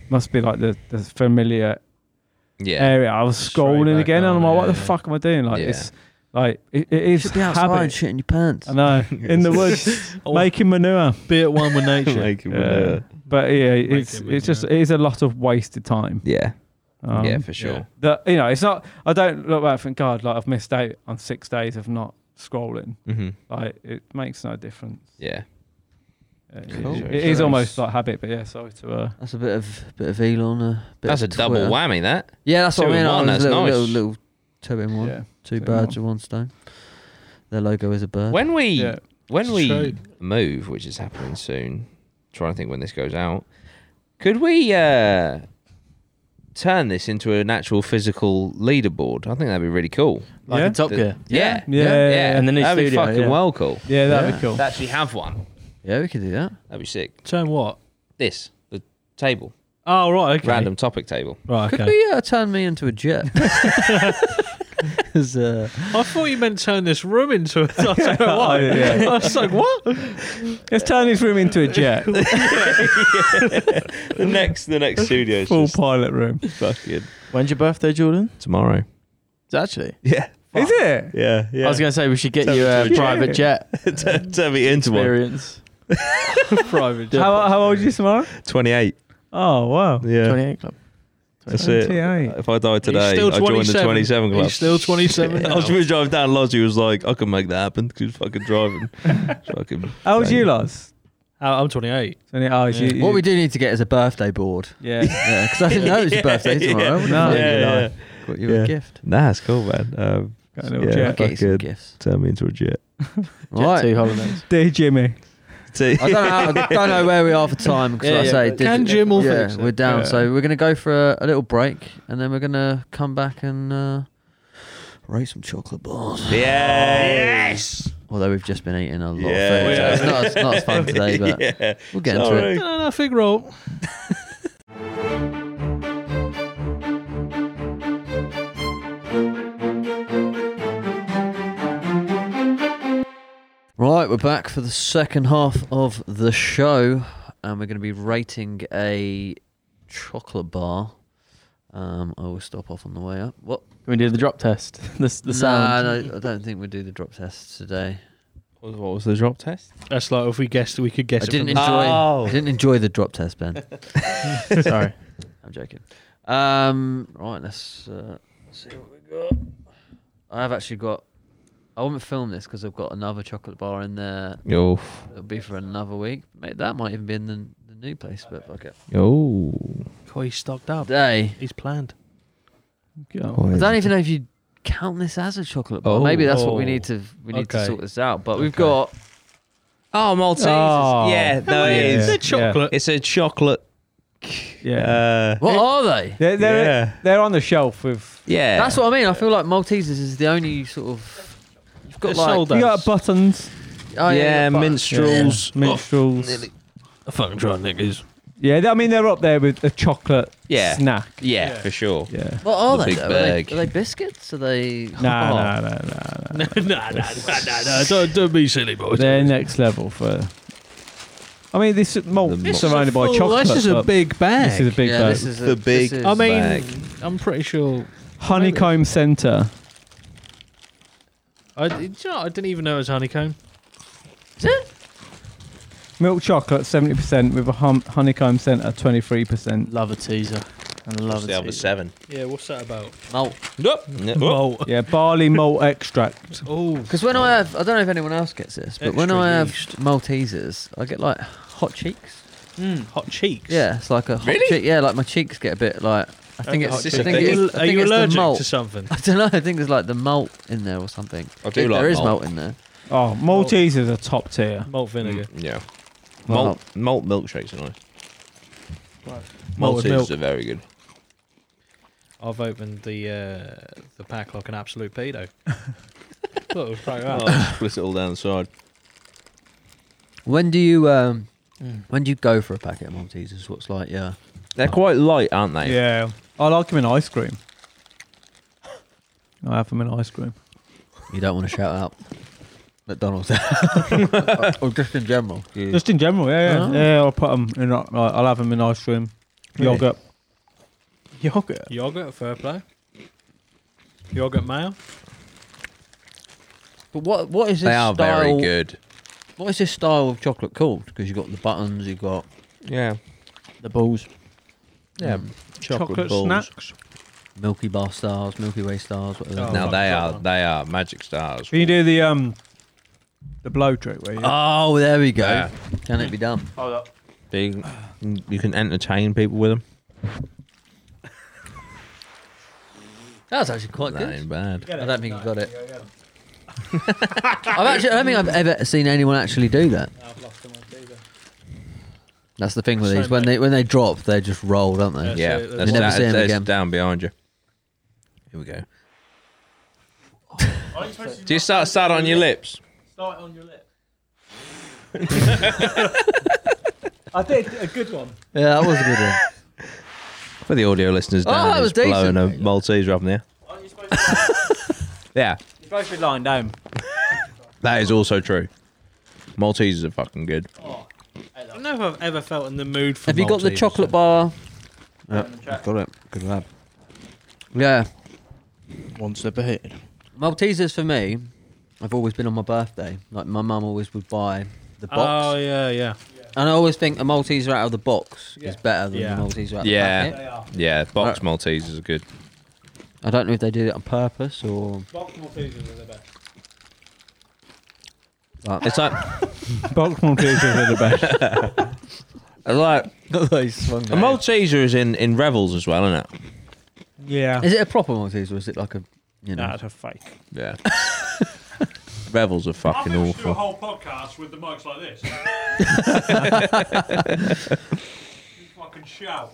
[SPEAKER 3] must be like the, the familiar
[SPEAKER 2] Yeah,
[SPEAKER 3] area. I was
[SPEAKER 5] Straight
[SPEAKER 3] scrolling
[SPEAKER 5] back
[SPEAKER 3] again, and I'm
[SPEAKER 5] on,
[SPEAKER 3] like, what the
[SPEAKER 5] yeah.
[SPEAKER 3] fuck am I doing? Like
[SPEAKER 2] Yeah.
[SPEAKER 3] it's like it, it is
[SPEAKER 4] should be outside
[SPEAKER 3] habit.
[SPEAKER 4] shitting your pants.
[SPEAKER 3] I know. In the woods, making manure.
[SPEAKER 5] be at one with nature.
[SPEAKER 2] Making
[SPEAKER 3] Yeah.
[SPEAKER 2] manure.
[SPEAKER 3] But yeah, it's
[SPEAKER 5] manure.
[SPEAKER 3] it's just it is a lot of wasted time.
[SPEAKER 2] yeah,
[SPEAKER 3] Um,
[SPEAKER 2] yeah, for sure.
[SPEAKER 5] yeah.
[SPEAKER 3] That you know, it's not. I don't look back and think, God, like I've missed out on six days of not scrolling.
[SPEAKER 2] hmm
[SPEAKER 3] Like it makes no difference.
[SPEAKER 2] Yeah,
[SPEAKER 3] Uh, it-
[SPEAKER 4] Cool.
[SPEAKER 3] It is almost like habit, but yeah. Sorry to. Uh,
[SPEAKER 4] That's a bit of bit of Elon. A bit
[SPEAKER 2] that's a
[SPEAKER 4] of
[SPEAKER 2] double
[SPEAKER 4] Twitter.
[SPEAKER 2] whammy. That
[SPEAKER 4] Yeah, that's what
[SPEAKER 2] Two
[SPEAKER 4] I
[SPEAKER 2] in
[SPEAKER 4] mean. I
[SPEAKER 2] one,
[SPEAKER 4] was
[SPEAKER 2] that's
[SPEAKER 4] little,
[SPEAKER 2] nice.
[SPEAKER 4] little, little two in one,
[SPEAKER 3] yeah.
[SPEAKER 4] two
[SPEAKER 3] two in
[SPEAKER 4] birds
[SPEAKER 3] one.
[SPEAKER 4] with one stone. Their logo is a bird.
[SPEAKER 2] when we
[SPEAKER 3] yeah.
[SPEAKER 2] when
[SPEAKER 5] It's
[SPEAKER 2] we
[SPEAKER 5] true.
[SPEAKER 2] move, which is happening soon, trying to think when this goes out, could we uh, turn this into an actual physical leaderboard? I think that'd be really cool.
[SPEAKER 6] Like
[SPEAKER 3] Yeah.
[SPEAKER 6] in Top
[SPEAKER 2] The-
[SPEAKER 6] Gear.
[SPEAKER 2] Yeah,
[SPEAKER 3] Yeah, yeah, yeah.
[SPEAKER 6] And the new
[SPEAKER 2] that'd be
[SPEAKER 6] studio,
[SPEAKER 2] fucking
[SPEAKER 6] yeah.
[SPEAKER 2] well cool.
[SPEAKER 3] Yeah, that'd
[SPEAKER 4] Yeah.
[SPEAKER 3] be cool.
[SPEAKER 2] To actually have one.
[SPEAKER 4] Yeah, we could do that.
[SPEAKER 2] That'd be sick.
[SPEAKER 5] Turn what?
[SPEAKER 2] This the table,
[SPEAKER 5] Oh right, okay.
[SPEAKER 2] random topic table.
[SPEAKER 5] Right,
[SPEAKER 4] Could
[SPEAKER 5] okay.
[SPEAKER 4] we uh, turn me into a jet? 'Cause, uh,
[SPEAKER 5] I thought you meant turn this room into. A, I don't know why.
[SPEAKER 3] Yeah.
[SPEAKER 5] I was like, what?
[SPEAKER 3] Let's turn this room into a jet.
[SPEAKER 2] The next, the next studio is
[SPEAKER 3] Full pilot room.
[SPEAKER 2] fucking
[SPEAKER 6] When's your birthday, Jordan?
[SPEAKER 2] tomorrow.
[SPEAKER 6] It's actually.
[SPEAKER 2] Yeah,
[SPEAKER 3] Is it?
[SPEAKER 2] yeah, yeah.
[SPEAKER 6] I was going to say we should get
[SPEAKER 2] Turn
[SPEAKER 6] you
[SPEAKER 2] it
[SPEAKER 6] a
[SPEAKER 2] into a
[SPEAKER 6] private jet
[SPEAKER 2] gonna turn, turn me into one.
[SPEAKER 6] experience.
[SPEAKER 5] Private.
[SPEAKER 6] Yeah.
[SPEAKER 3] How, how old are you tomorrow?
[SPEAKER 2] Twenty-eight.
[SPEAKER 3] Oh, wow.
[SPEAKER 2] Yeah,
[SPEAKER 6] 28 Club.
[SPEAKER 2] that's it.
[SPEAKER 3] 28.
[SPEAKER 2] If I die today,
[SPEAKER 5] still
[SPEAKER 2] I join the
[SPEAKER 5] 27.
[SPEAKER 2] twenty-seven club.
[SPEAKER 5] He's still 27
[SPEAKER 2] I was going to drive down. Lodge, he was like, "I can make that happen." Because he was fucking driving. fucking.
[SPEAKER 3] How old are you, Lars?
[SPEAKER 5] Oh, I'm 28.
[SPEAKER 3] 20, oh, it's you,
[SPEAKER 4] what
[SPEAKER 3] you-
[SPEAKER 4] we do need to get is a birthday board.
[SPEAKER 3] Yeah.
[SPEAKER 4] Yeah, because I didn't know it was your birthday tomorrow. I would've
[SPEAKER 3] No.
[SPEAKER 4] thought
[SPEAKER 3] Yeah,
[SPEAKER 4] you'd,
[SPEAKER 2] yeah.
[SPEAKER 4] like, Got you
[SPEAKER 2] Yeah.
[SPEAKER 4] a gift.
[SPEAKER 2] Nah, it's cool, man. Um,
[SPEAKER 3] Got a little
[SPEAKER 2] Yeah.
[SPEAKER 3] jet.
[SPEAKER 4] Get you some
[SPEAKER 2] Fucking-
[SPEAKER 4] gifts.
[SPEAKER 2] turn me into a jet.
[SPEAKER 6] Jet
[SPEAKER 4] Right.
[SPEAKER 6] two holidays.
[SPEAKER 3] Dear Jimmy.
[SPEAKER 2] See?
[SPEAKER 4] I don't know. how- I don't know where we are for time because
[SPEAKER 6] Yeah,
[SPEAKER 4] like
[SPEAKER 6] yeah,
[SPEAKER 4] I say
[SPEAKER 6] but can
[SPEAKER 4] digi-
[SPEAKER 6] Jim will
[SPEAKER 4] yeah,
[SPEAKER 6] fix it.
[SPEAKER 4] we're down.
[SPEAKER 3] Yeah.
[SPEAKER 4] So we're gonna go for a, a little break and then we're gonna come back and uh, rate some chocolate bars.
[SPEAKER 2] Yeah. Yes.
[SPEAKER 4] Although we've just been eating a lot
[SPEAKER 2] Yeah.
[SPEAKER 4] of food, so
[SPEAKER 2] Yeah.
[SPEAKER 4] it's not, it's not as fun today. But
[SPEAKER 2] yeah.
[SPEAKER 4] we'll get into
[SPEAKER 2] Sorry.
[SPEAKER 4] it.
[SPEAKER 5] No, no, fig roll.
[SPEAKER 4] Right, we're back for the second half of the show, and we're going to be rating a chocolate bar. Um, I will stop off on the way up. What?
[SPEAKER 6] Can we do the drop test? The, s- the sound.
[SPEAKER 4] Nah, no, I don't think we do the drop test today.
[SPEAKER 2] What was the drop test?
[SPEAKER 5] That's like if we guessed, we could guess
[SPEAKER 4] I
[SPEAKER 5] it.
[SPEAKER 4] didn't
[SPEAKER 5] From
[SPEAKER 4] enjoy.
[SPEAKER 5] the-
[SPEAKER 2] Oh.
[SPEAKER 4] I didn't enjoy the drop test, Ben.
[SPEAKER 6] Sorry.
[SPEAKER 4] I'm joking. Um, right, let's uh, see what we got. I have actually got. I won't film this because I've got another chocolate bar in there.
[SPEAKER 2] Oh.
[SPEAKER 4] It'll be for another week. Mate, that might even be in the, the new place, but fuck it.
[SPEAKER 2] Oh.
[SPEAKER 5] Coy stocked up.
[SPEAKER 4] Today,
[SPEAKER 5] He's planned. Oh,
[SPEAKER 4] I don't even know if you count this as a chocolate bar. Maybe that's what we
[SPEAKER 5] Oh.
[SPEAKER 4] need to we need to
[SPEAKER 5] Okay.
[SPEAKER 4] sort this out. But we've
[SPEAKER 5] Okay.
[SPEAKER 4] got
[SPEAKER 2] Oh, Maltesers.
[SPEAKER 3] Oh.
[SPEAKER 2] Yeah, no, it
[SPEAKER 3] Yeah.
[SPEAKER 2] is.
[SPEAKER 5] They're chocolate.
[SPEAKER 2] It's a chocolate.
[SPEAKER 3] Yeah.
[SPEAKER 2] Uh,
[SPEAKER 4] what are they?
[SPEAKER 3] they're, they're,
[SPEAKER 2] yeah.
[SPEAKER 3] they're on the shelf with.
[SPEAKER 2] Yeah.
[SPEAKER 4] That's what I mean. I feel like Maltesers is the only sort of you've got
[SPEAKER 5] They're
[SPEAKER 4] like
[SPEAKER 5] sold
[SPEAKER 3] You got
[SPEAKER 5] out.
[SPEAKER 3] buttons,
[SPEAKER 4] oh,
[SPEAKER 2] yeah,
[SPEAKER 4] you've got
[SPEAKER 2] minstrels. Oh,
[SPEAKER 3] minstrels.
[SPEAKER 5] I fucking tried niggas.
[SPEAKER 3] Yeah, I mean they're up there with a chocolate
[SPEAKER 2] Yeah.
[SPEAKER 3] snack.
[SPEAKER 2] Yeah,
[SPEAKER 5] Yeah.
[SPEAKER 2] for sure.
[SPEAKER 3] Yeah.
[SPEAKER 4] What oh, are
[SPEAKER 2] The
[SPEAKER 4] they?
[SPEAKER 2] big
[SPEAKER 4] though? Are they?
[SPEAKER 2] bag.
[SPEAKER 4] Are they biscuits? Are they?
[SPEAKER 3] No,
[SPEAKER 4] Oh.
[SPEAKER 3] no, no, no,
[SPEAKER 5] no, no, no, no, no. Don't, don't be silly,
[SPEAKER 3] no.
[SPEAKER 5] boys.
[SPEAKER 3] They're next level for. I mean, this malt
[SPEAKER 2] This is
[SPEAKER 3] surrounded by chocolate.
[SPEAKER 5] This is a
[SPEAKER 3] but
[SPEAKER 5] big bag. Oh,
[SPEAKER 3] This is a big
[SPEAKER 4] Yeah,
[SPEAKER 3] bag.
[SPEAKER 4] this is a,
[SPEAKER 2] The big-
[SPEAKER 4] This is,
[SPEAKER 5] I mean,
[SPEAKER 2] bag.
[SPEAKER 5] I'm pretty sure.
[SPEAKER 3] Honeycomb Centre.
[SPEAKER 5] I, do you know, I didn't even know it was honeycomb.
[SPEAKER 3] Milk chocolate, 70%, with a hum- honeycomb centre, 23%.
[SPEAKER 6] Love a teaser. And I love
[SPEAKER 2] What's
[SPEAKER 6] a
[SPEAKER 2] the other
[SPEAKER 6] teaser.
[SPEAKER 2] seven.
[SPEAKER 5] Yeah, what's that about?
[SPEAKER 4] malt.
[SPEAKER 2] Nope.
[SPEAKER 5] Oh,
[SPEAKER 3] Yeah, barley malt extract.
[SPEAKER 5] oh,
[SPEAKER 4] Because when I have, I don't know if anyone else gets this, but when
[SPEAKER 5] Extra
[SPEAKER 4] I have
[SPEAKER 5] yeast.
[SPEAKER 4] Maltesers, I get like hot cheeks.
[SPEAKER 5] hot cheeks.
[SPEAKER 4] Yeah, it's like a hot
[SPEAKER 2] Really?
[SPEAKER 4] cheek. Yeah, like my cheeks get a bit like. I think it's.
[SPEAKER 2] hot
[SPEAKER 4] I
[SPEAKER 2] cheek.
[SPEAKER 4] think
[SPEAKER 5] are
[SPEAKER 4] it's,
[SPEAKER 5] you,
[SPEAKER 4] I
[SPEAKER 5] are
[SPEAKER 4] think
[SPEAKER 5] you
[SPEAKER 4] it's
[SPEAKER 5] allergic
[SPEAKER 4] the malt.
[SPEAKER 5] to something?
[SPEAKER 4] I don't know. I think there's like the malt in there or something.
[SPEAKER 2] I do
[SPEAKER 4] If
[SPEAKER 2] like
[SPEAKER 4] there is
[SPEAKER 2] malt.
[SPEAKER 4] malt in there.
[SPEAKER 3] Oh, Maltesers are top tier.
[SPEAKER 5] Malt vinegar.
[SPEAKER 2] Mm, Yeah.
[SPEAKER 4] Wow.
[SPEAKER 2] Malt, malt milkshakes are nice. Maltesers
[SPEAKER 5] Malted milk.
[SPEAKER 2] are very good.
[SPEAKER 5] I've opened the uh, the pack like an absolute pedo. Thought it was quite right.
[SPEAKER 2] Oh, split it all down the side.
[SPEAKER 4] When do you um? When do you go for a packet of Maltesers? What's like yeah?
[SPEAKER 2] They're quite light, aren't they?
[SPEAKER 3] Yeah. I like them in ice cream. I have them in ice cream.
[SPEAKER 4] You don't want to shout out McDonald's or just in general. You-
[SPEAKER 3] Just in general, yeah, yeah.
[SPEAKER 4] Oh.
[SPEAKER 3] Yeah, I'll put them in, uh, like, I'll have them in ice cream.
[SPEAKER 6] Really?
[SPEAKER 3] Yogurt.
[SPEAKER 6] Yogurt.
[SPEAKER 5] Yogurt, fair play. Yogurt mayo.
[SPEAKER 4] But what what is this
[SPEAKER 2] They are
[SPEAKER 4] style?
[SPEAKER 2] very good.
[SPEAKER 4] What is this style of chocolate called? Because you've got the buttons, you've got
[SPEAKER 2] Yeah.
[SPEAKER 6] The balls.
[SPEAKER 2] Yeah.
[SPEAKER 4] mm,
[SPEAKER 3] Chocolate,
[SPEAKER 2] balls.
[SPEAKER 3] snacks.
[SPEAKER 4] Milky Bar stars, Milky Way stars, whatever.
[SPEAKER 5] Oh,
[SPEAKER 2] Now
[SPEAKER 5] fuck,
[SPEAKER 2] they
[SPEAKER 5] that
[SPEAKER 2] are
[SPEAKER 5] one.
[SPEAKER 2] they are magic stars.
[SPEAKER 3] Can you do the um the blow trick where you
[SPEAKER 4] Oh, there we go.
[SPEAKER 2] Yeah.
[SPEAKER 4] Can it be done?
[SPEAKER 2] They- you can entertain people with them.
[SPEAKER 4] That was actually quite
[SPEAKER 2] That
[SPEAKER 4] good.
[SPEAKER 2] ain't bad.
[SPEAKER 4] I don't think you got it. I've actually, I don't think I've ever seen anyone actually do that. That's the thing with
[SPEAKER 5] So
[SPEAKER 4] these. When
[SPEAKER 5] many.
[SPEAKER 4] they when they drop, they just roll, don't they?
[SPEAKER 5] That's
[SPEAKER 2] Yeah,
[SPEAKER 5] it,
[SPEAKER 2] that's,
[SPEAKER 4] You never
[SPEAKER 2] that,
[SPEAKER 4] see 'em
[SPEAKER 2] that's
[SPEAKER 4] again.
[SPEAKER 2] down behind you. Here we go. Do you start start on your lips?
[SPEAKER 5] Start on your lip.
[SPEAKER 3] I did a good one.
[SPEAKER 4] Yeah, that was a good one.
[SPEAKER 2] For the audio listeners,
[SPEAKER 4] Oh,
[SPEAKER 2] Dan
[SPEAKER 4] that
[SPEAKER 2] is
[SPEAKER 4] was
[SPEAKER 2] blowing
[SPEAKER 4] decent.
[SPEAKER 2] a Malteser up in there. yeah,
[SPEAKER 6] You're both been lying down.
[SPEAKER 2] that is also true. Maltesers are fucking good.
[SPEAKER 5] I don't know if I've ever felt in the mood for.
[SPEAKER 4] Have you got the
[SPEAKER 5] Maltesers.
[SPEAKER 4] chocolate bar?
[SPEAKER 6] Yep.
[SPEAKER 4] Got it. Good lad. Yeah,
[SPEAKER 6] One step ahead.
[SPEAKER 4] Maltesers for me. I've always been on my birthday. Like my mum always would buy the box,
[SPEAKER 5] Oh yeah, yeah.
[SPEAKER 4] and I always think a Malteser out of the box
[SPEAKER 3] Yeah.
[SPEAKER 4] is better than
[SPEAKER 5] Yeah.
[SPEAKER 4] the Malteser out
[SPEAKER 2] Yeah.
[SPEAKER 4] the
[SPEAKER 3] They
[SPEAKER 4] packet.
[SPEAKER 3] are.
[SPEAKER 2] Yeah, box Maltesers are good.
[SPEAKER 4] I don't know if they did it on purpose or.
[SPEAKER 5] Box Maltesers are the best.
[SPEAKER 2] It's like,
[SPEAKER 3] Bulk Maltesers are the best.
[SPEAKER 2] it's like a
[SPEAKER 4] is
[SPEAKER 2] Malteser is in in Revels as well, isn't it?
[SPEAKER 5] Yeah.
[SPEAKER 4] it a proper Malteser or is it like a, you know?
[SPEAKER 6] a fake.
[SPEAKER 2] Yeah. Revels are fucking awful.
[SPEAKER 5] whole podcast with the mics like this. fucking shout.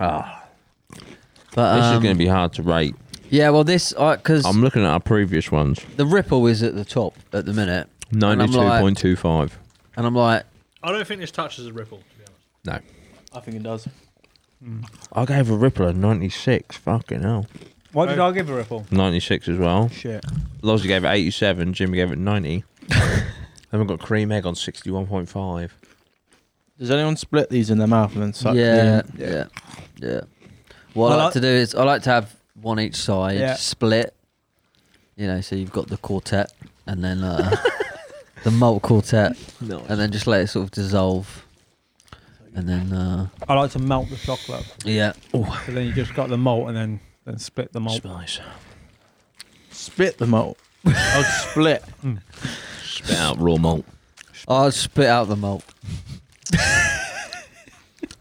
[SPEAKER 2] Ah,
[SPEAKER 4] But
[SPEAKER 2] this is
[SPEAKER 4] um,
[SPEAKER 2] going to be hard to rate.
[SPEAKER 4] yeah, well, this because
[SPEAKER 2] I'm looking at our previous ones.
[SPEAKER 4] the Ripple is at the top at the minute, I'm like-
[SPEAKER 2] Ninety-two point two five.
[SPEAKER 4] and I'm like,
[SPEAKER 5] I don't think this touches a ripple. To be honest,
[SPEAKER 2] No,
[SPEAKER 6] I think it does.
[SPEAKER 3] Mm.
[SPEAKER 2] I gave a Ripple a ninety-six. Fucking hell,
[SPEAKER 3] What did I give a ripple?
[SPEAKER 2] ninety-six as well.
[SPEAKER 6] Shit.
[SPEAKER 2] Lozzy gave it eighty-seven. Jimmy gave it ninety. then we've got Cream Egg on sixty-one point five.
[SPEAKER 6] Does anyone split these in their mouth and then suck? the
[SPEAKER 4] yeah,
[SPEAKER 6] end?
[SPEAKER 4] yeah, yeah, What I,
[SPEAKER 3] I
[SPEAKER 4] like
[SPEAKER 3] like-
[SPEAKER 4] to do is I like to have one each side
[SPEAKER 3] Yeah.
[SPEAKER 4] split. You know, so you've got the quartet and then uh, the malt quartet,
[SPEAKER 2] No.
[SPEAKER 4] and then just let it sort of dissolve, and then uh,
[SPEAKER 3] I like to melt the chocolate.
[SPEAKER 4] yeah,
[SPEAKER 3] So then you just got the malt and then, then split the malt.
[SPEAKER 2] Spice.
[SPEAKER 6] Split the malt. I'd split.
[SPEAKER 2] Spit out raw malt.
[SPEAKER 4] I'll spit out the malt.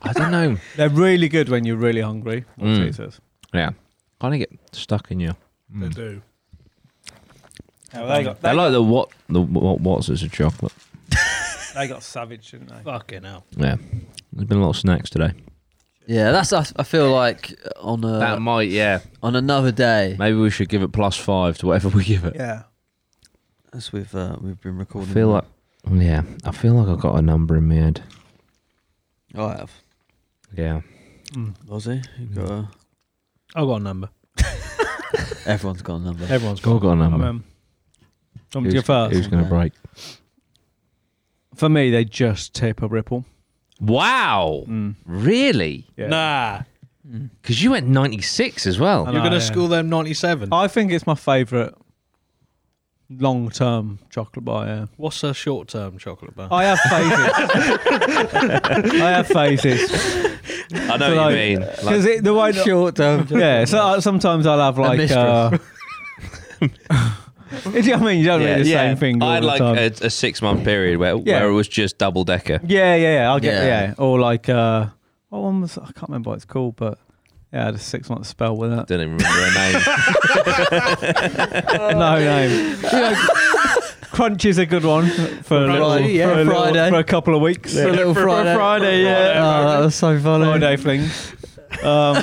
[SPEAKER 2] I don't know.
[SPEAKER 3] They're really good when you're really hungry.
[SPEAKER 2] Mm.
[SPEAKER 3] Maltesers.
[SPEAKER 2] Yeah, kind of get stuck in your.
[SPEAKER 5] they
[SPEAKER 2] Mm.
[SPEAKER 5] do.
[SPEAKER 3] Now, they got
[SPEAKER 2] They
[SPEAKER 3] they,
[SPEAKER 2] like the what the what what's of chocolate.
[SPEAKER 3] they got savage, didn't they?
[SPEAKER 5] Fucking hell.
[SPEAKER 2] Yeah, there's been a lot of snacks today.
[SPEAKER 4] Yeah, that's I, I feel like on a
[SPEAKER 3] Uh,
[SPEAKER 2] that might yeah.
[SPEAKER 4] on another day
[SPEAKER 2] Maybe we should give it plus five to whatever we give it.
[SPEAKER 3] Yeah.
[SPEAKER 4] as we've uh, we've been
[SPEAKER 2] I
[SPEAKER 4] recording.
[SPEAKER 2] feel like yeah. I feel like I've got a number in my head.
[SPEAKER 4] I have.
[SPEAKER 2] Yeah.
[SPEAKER 4] Ozzy, you got a,
[SPEAKER 5] I've got a number.
[SPEAKER 4] everyone's got a number.
[SPEAKER 5] Everyone's got.
[SPEAKER 2] I've got a
[SPEAKER 3] I'm,
[SPEAKER 2] number.
[SPEAKER 3] um, do you want me to
[SPEAKER 2] Who's,
[SPEAKER 3] go first.
[SPEAKER 2] who's gonna
[SPEAKER 4] Yeah.
[SPEAKER 2] break?
[SPEAKER 3] For me, they just tip a ripple.
[SPEAKER 2] Wow,
[SPEAKER 3] Mm.
[SPEAKER 2] really?
[SPEAKER 3] Yeah.
[SPEAKER 5] Nah.
[SPEAKER 2] Because you went ninety six as well.
[SPEAKER 3] I
[SPEAKER 5] You're
[SPEAKER 3] know,
[SPEAKER 5] going to
[SPEAKER 3] yeah.
[SPEAKER 5] school them 97.
[SPEAKER 3] I think it's my favourite long-term chocolate bar. Yeah.
[SPEAKER 5] What's a short term chocolate bar?
[SPEAKER 3] I have phases. I have phases
[SPEAKER 2] I
[SPEAKER 3] So, like- because the way that-
[SPEAKER 4] Short term.
[SPEAKER 3] yeah. So uh, sometimes I'll have like.
[SPEAKER 4] mistress.
[SPEAKER 3] Uh, you know what I mean? You don't
[SPEAKER 2] yeah,
[SPEAKER 3] need the
[SPEAKER 2] yeah.
[SPEAKER 3] same thing all
[SPEAKER 2] I had
[SPEAKER 3] the
[SPEAKER 2] like
[SPEAKER 3] time.
[SPEAKER 2] a, a six month period where,
[SPEAKER 3] Yeah.
[SPEAKER 2] where it was just double decker.
[SPEAKER 3] yeah, yeah, yeah. I'll get
[SPEAKER 4] Yeah.
[SPEAKER 3] yeah. Or like uh, what one was I can't remember what it's called, but yeah, I had a six-month spell with it.
[SPEAKER 2] Don't even remember her name.
[SPEAKER 3] no name. You know, Crunch is a good one for a little,
[SPEAKER 4] Friday, yeah,
[SPEAKER 3] for, a little-
[SPEAKER 4] Friday.
[SPEAKER 3] for a couple of weeks.
[SPEAKER 4] For a little
[SPEAKER 3] For
[SPEAKER 4] Friday.
[SPEAKER 3] Friday, yeah.
[SPEAKER 4] Oh, that was so funny.
[SPEAKER 3] Friday flings. Um,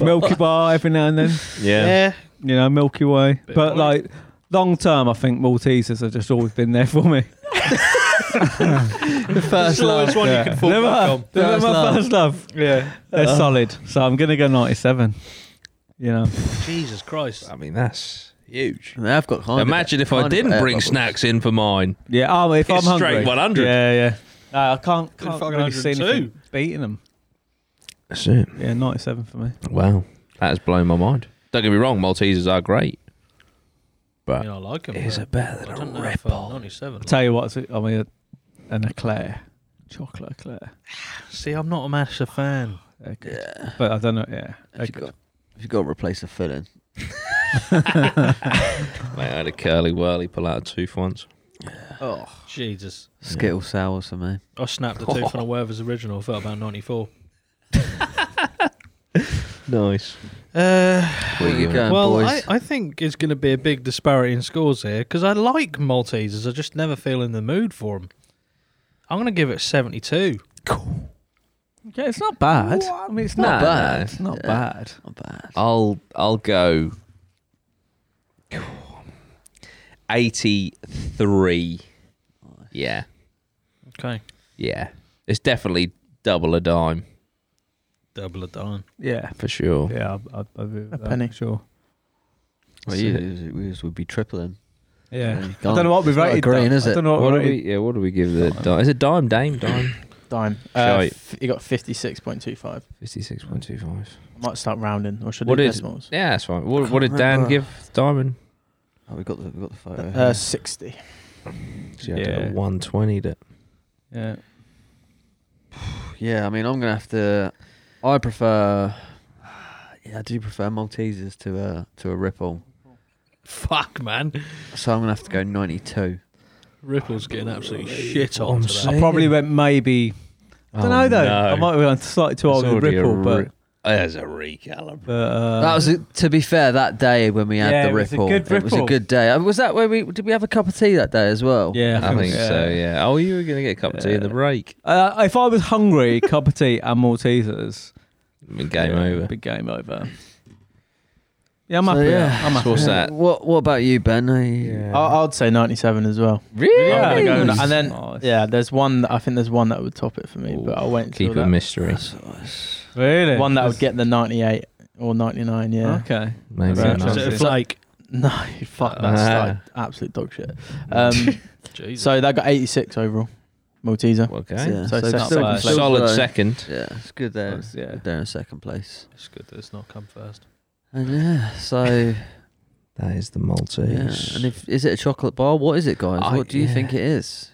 [SPEAKER 3] Milky Bar every now and then,
[SPEAKER 2] yeah.
[SPEAKER 3] you know, Milky Way.
[SPEAKER 5] Bit
[SPEAKER 3] but
[SPEAKER 5] of
[SPEAKER 3] like long term, I think Maltesers have just always been there for me.
[SPEAKER 4] The first love.
[SPEAKER 5] one
[SPEAKER 3] Yeah.
[SPEAKER 5] you can fall
[SPEAKER 3] They're
[SPEAKER 5] back
[SPEAKER 3] my-
[SPEAKER 5] on.
[SPEAKER 3] they're
[SPEAKER 4] First
[SPEAKER 3] my
[SPEAKER 4] love. Uh-huh.
[SPEAKER 3] first love.
[SPEAKER 5] Yeah.
[SPEAKER 3] They're solid, so I'm gonna go 97. You know,
[SPEAKER 5] Jesus Christ.
[SPEAKER 2] I mean, that's huge.
[SPEAKER 4] I mean, I've got kind of-
[SPEAKER 2] Imagine if I
[SPEAKER 4] kind of
[SPEAKER 2] didn't
[SPEAKER 4] air
[SPEAKER 2] bring
[SPEAKER 4] bubbles.
[SPEAKER 2] snacks in for mine.
[SPEAKER 3] yeah. Oh, if
[SPEAKER 2] It's
[SPEAKER 3] I'm
[SPEAKER 2] straight
[SPEAKER 3] hungry,
[SPEAKER 2] 100.
[SPEAKER 3] Yeah, yeah. No, I can't, can't
[SPEAKER 5] fucking
[SPEAKER 3] really see
[SPEAKER 5] 102.
[SPEAKER 3] anything beating them.
[SPEAKER 2] That's it.
[SPEAKER 3] Yeah, 97 for me.
[SPEAKER 2] Wow. That has blown my mind. Don't get me wrong, Maltesers are great.
[SPEAKER 5] I
[SPEAKER 2] But
[SPEAKER 5] mean, I like them.
[SPEAKER 2] is it better
[SPEAKER 5] I
[SPEAKER 2] than
[SPEAKER 5] don't
[SPEAKER 2] a
[SPEAKER 5] know if uh,
[SPEAKER 2] ripple?
[SPEAKER 5] 97.
[SPEAKER 3] Tell you what, it's a- I mean, an eclair, chocolate eclair.
[SPEAKER 5] See, I'm not a massive fan.
[SPEAKER 3] They're good.
[SPEAKER 4] Yeah.
[SPEAKER 3] But I don't know. Yeah, they're
[SPEAKER 4] If you
[SPEAKER 3] good.
[SPEAKER 4] got, if you got to replace a filling.
[SPEAKER 2] Mate, I had a curly whirly pull out a tooth once.
[SPEAKER 4] Oh.
[SPEAKER 5] Jesus.
[SPEAKER 4] Skittle sours for me.
[SPEAKER 5] I snapped the tooth on a Werther's original for about 94.
[SPEAKER 2] Nice.
[SPEAKER 5] Uh,
[SPEAKER 2] What are you going?
[SPEAKER 4] going,
[SPEAKER 5] well,
[SPEAKER 4] boys?
[SPEAKER 5] I, I think it's going to be a big disparity in scores here because I like Maltesers. I just never feel in the mood for them. I'm going to give it 72.
[SPEAKER 3] Yeah, it's not bad. I mean, it's not
[SPEAKER 2] No,
[SPEAKER 3] bad.
[SPEAKER 2] no.
[SPEAKER 3] It's not
[SPEAKER 4] Yeah.
[SPEAKER 3] bad.
[SPEAKER 4] Not bad.
[SPEAKER 2] I'll I'll go eighty three. Yeah.
[SPEAKER 5] Okay.
[SPEAKER 2] Yeah. It's definitely double a dime
[SPEAKER 5] Double a dime.
[SPEAKER 3] Yeah.
[SPEAKER 2] for sure.
[SPEAKER 3] Yeah, I'd, I'd agree with
[SPEAKER 6] A
[SPEAKER 3] that,
[SPEAKER 6] penny.
[SPEAKER 3] Sure.
[SPEAKER 4] Well,
[SPEAKER 3] So-
[SPEAKER 4] you, it was- would be tripling.
[SPEAKER 3] Yeah.
[SPEAKER 4] You
[SPEAKER 3] I don't
[SPEAKER 4] can't-
[SPEAKER 3] know what we've
[SPEAKER 4] it's not a
[SPEAKER 3] rated.
[SPEAKER 4] green,
[SPEAKER 3] though.
[SPEAKER 4] is
[SPEAKER 3] I
[SPEAKER 4] it?
[SPEAKER 3] don't know what,
[SPEAKER 2] What do
[SPEAKER 3] we
[SPEAKER 2] we?
[SPEAKER 3] rated.
[SPEAKER 2] Yeah. What do we give the? Dime? Is it dime? Dame? Dime?
[SPEAKER 6] Dime.
[SPEAKER 2] Shall
[SPEAKER 6] Uh,
[SPEAKER 2] I-
[SPEAKER 6] f- you got fifty-six point two five.
[SPEAKER 2] Fifty-six point two five.
[SPEAKER 6] I might start rounding, or should I
[SPEAKER 2] What
[SPEAKER 6] do
[SPEAKER 2] is-
[SPEAKER 6] decimals?
[SPEAKER 2] Yeah, that's fine. What,
[SPEAKER 4] can't
[SPEAKER 2] what did Dan
[SPEAKER 4] remember.
[SPEAKER 2] give Diamond?
[SPEAKER 4] Oh, we got the we got the photo.
[SPEAKER 6] Uh,
[SPEAKER 4] here.
[SPEAKER 6] sixty.
[SPEAKER 3] Yeah.
[SPEAKER 2] one twenty. That
[SPEAKER 3] Yeah.
[SPEAKER 4] yeah, I mean, I'm gonna have to. I prefer. Yeah, I do prefer Maltesers to a to a Ripple,
[SPEAKER 5] Fuck, man.
[SPEAKER 4] so I'm gonna have to go 92.
[SPEAKER 5] Ripple's getting absolutely shit
[SPEAKER 2] What I'm
[SPEAKER 5] on to that.
[SPEAKER 2] saying.
[SPEAKER 3] I probably went maybe. I
[SPEAKER 4] Oh,
[SPEAKER 3] don't
[SPEAKER 2] Oh,
[SPEAKER 3] know though. I might have gone slightly too old with Ripple, but,
[SPEAKER 2] There's a recalib.
[SPEAKER 3] but uh,
[SPEAKER 4] that was a, to be fair that day when we had
[SPEAKER 3] Yeah,
[SPEAKER 4] the
[SPEAKER 3] it was a
[SPEAKER 4] Ripple.
[SPEAKER 3] good
[SPEAKER 4] It was a
[SPEAKER 3] Ripple.
[SPEAKER 4] good day. Uh, Was that where we did we have a cup of tea that day as well? Uh,
[SPEAKER 3] yeah,
[SPEAKER 2] I think
[SPEAKER 3] so.
[SPEAKER 2] so. Yeah. Oh, you were gonna get a cup of tea in the
[SPEAKER 3] Yeah.
[SPEAKER 2] break.
[SPEAKER 3] Uh, if I was hungry, cup of tea and Maltesers.
[SPEAKER 2] I mean, game
[SPEAKER 3] Yeah,
[SPEAKER 2] over.
[SPEAKER 3] Big game over. Yeah, I'm
[SPEAKER 4] So,
[SPEAKER 3] happy. with
[SPEAKER 4] yeah.
[SPEAKER 3] that. I'm
[SPEAKER 2] So
[SPEAKER 3] happy.
[SPEAKER 2] what's
[SPEAKER 3] with
[SPEAKER 2] that?
[SPEAKER 4] What What about you, Ben? Are you-
[SPEAKER 6] I- I'd say ninety-seven as well.
[SPEAKER 2] Really?
[SPEAKER 6] I'm gonna go-
[SPEAKER 3] Nice.
[SPEAKER 6] and then
[SPEAKER 3] Nice.
[SPEAKER 6] yeah, there's one. That, I think there's one that would top it for me, but I'll wait
[SPEAKER 2] Keep
[SPEAKER 6] until
[SPEAKER 2] a
[SPEAKER 6] that.
[SPEAKER 2] mystery.
[SPEAKER 3] that. Really?
[SPEAKER 6] one that would
[SPEAKER 3] That's-
[SPEAKER 6] get the ninety-eight or ninety-nine. Yeah.
[SPEAKER 3] Okay.
[SPEAKER 2] Maybe
[SPEAKER 3] Right.
[SPEAKER 2] not.
[SPEAKER 5] Is it a
[SPEAKER 3] Yeah.
[SPEAKER 5] flake?
[SPEAKER 6] No, fuck that's
[SPEAKER 2] Ah.
[SPEAKER 6] like absolute dog shit. Um,
[SPEAKER 5] Jesus.
[SPEAKER 6] so that got eighty-six overall. Malteser.
[SPEAKER 2] Okay.
[SPEAKER 4] Yeah,
[SPEAKER 6] So
[SPEAKER 4] so,
[SPEAKER 6] it's
[SPEAKER 4] still,
[SPEAKER 6] not
[SPEAKER 4] still
[SPEAKER 2] Solid
[SPEAKER 4] below.
[SPEAKER 2] second.
[SPEAKER 4] Yeah, it's good there.
[SPEAKER 3] That's- yeah.
[SPEAKER 4] Good there in second place.
[SPEAKER 5] it's good that it's not come first.
[SPEAKER 4] And yeah, so
[SPEAKER 2] That is the
[SPEAKER 4] yeah.
[SPEAKER 2] Maltese.
[SPEAKER 4] And if is it a chocolate bar? What is it, guys?
[SPEAKER 2] I-
[SPEAKER 4] what do you
[SPEAKER 2] yeah.
[SPEAKER 4] think it is?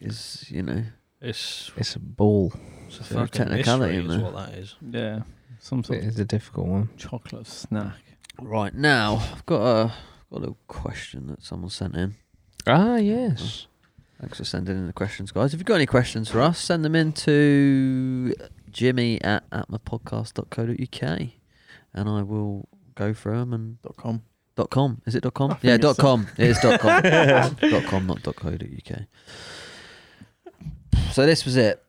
[SPEAKER 4] Is you know
[SPEAKER 5] It's,
[SPEAKER 2] it's a ball.
[SPEAKER 5] it's a
[SPEAKER 4] there a
[SPEAKER 5] fucking
[SPEAKER 4] technicality
[SPEAKER 5] mystery
[SPEAKER 4] in
[SPEAKER 5] is
[SPEAKER 4] there?
[SPEAKER 5] what that is.
[SPEAKER 3] Yeah. Some sort
[SPEAKER 2] It's a difficult one.
[SPEAKER 3] of chocolate snack.
[SPEAKER 4] right now? I've got a got a little question that someone sent in. Oh,
[SPEAKER 2] Ah, yes.
[SPEAKER 4] Thanks for sending in the questions, guys. If you've got any questions for us, send them in to Jimmy at atmapodcast.co.uk, and I will go through them and
[SPEAKER 6] Dot com.
[SPEAKER 4] Dot com. Is it dot com?
[SPEAKER 6] I
[SPEAKER 4] Yeah,
[SPEAKER 6] think
[SPEAKER 4] dot
[SPEAKER 6] it's
[SPEAKER 4] com. It is dot com. dot com, not dot co dot uk. So this was it.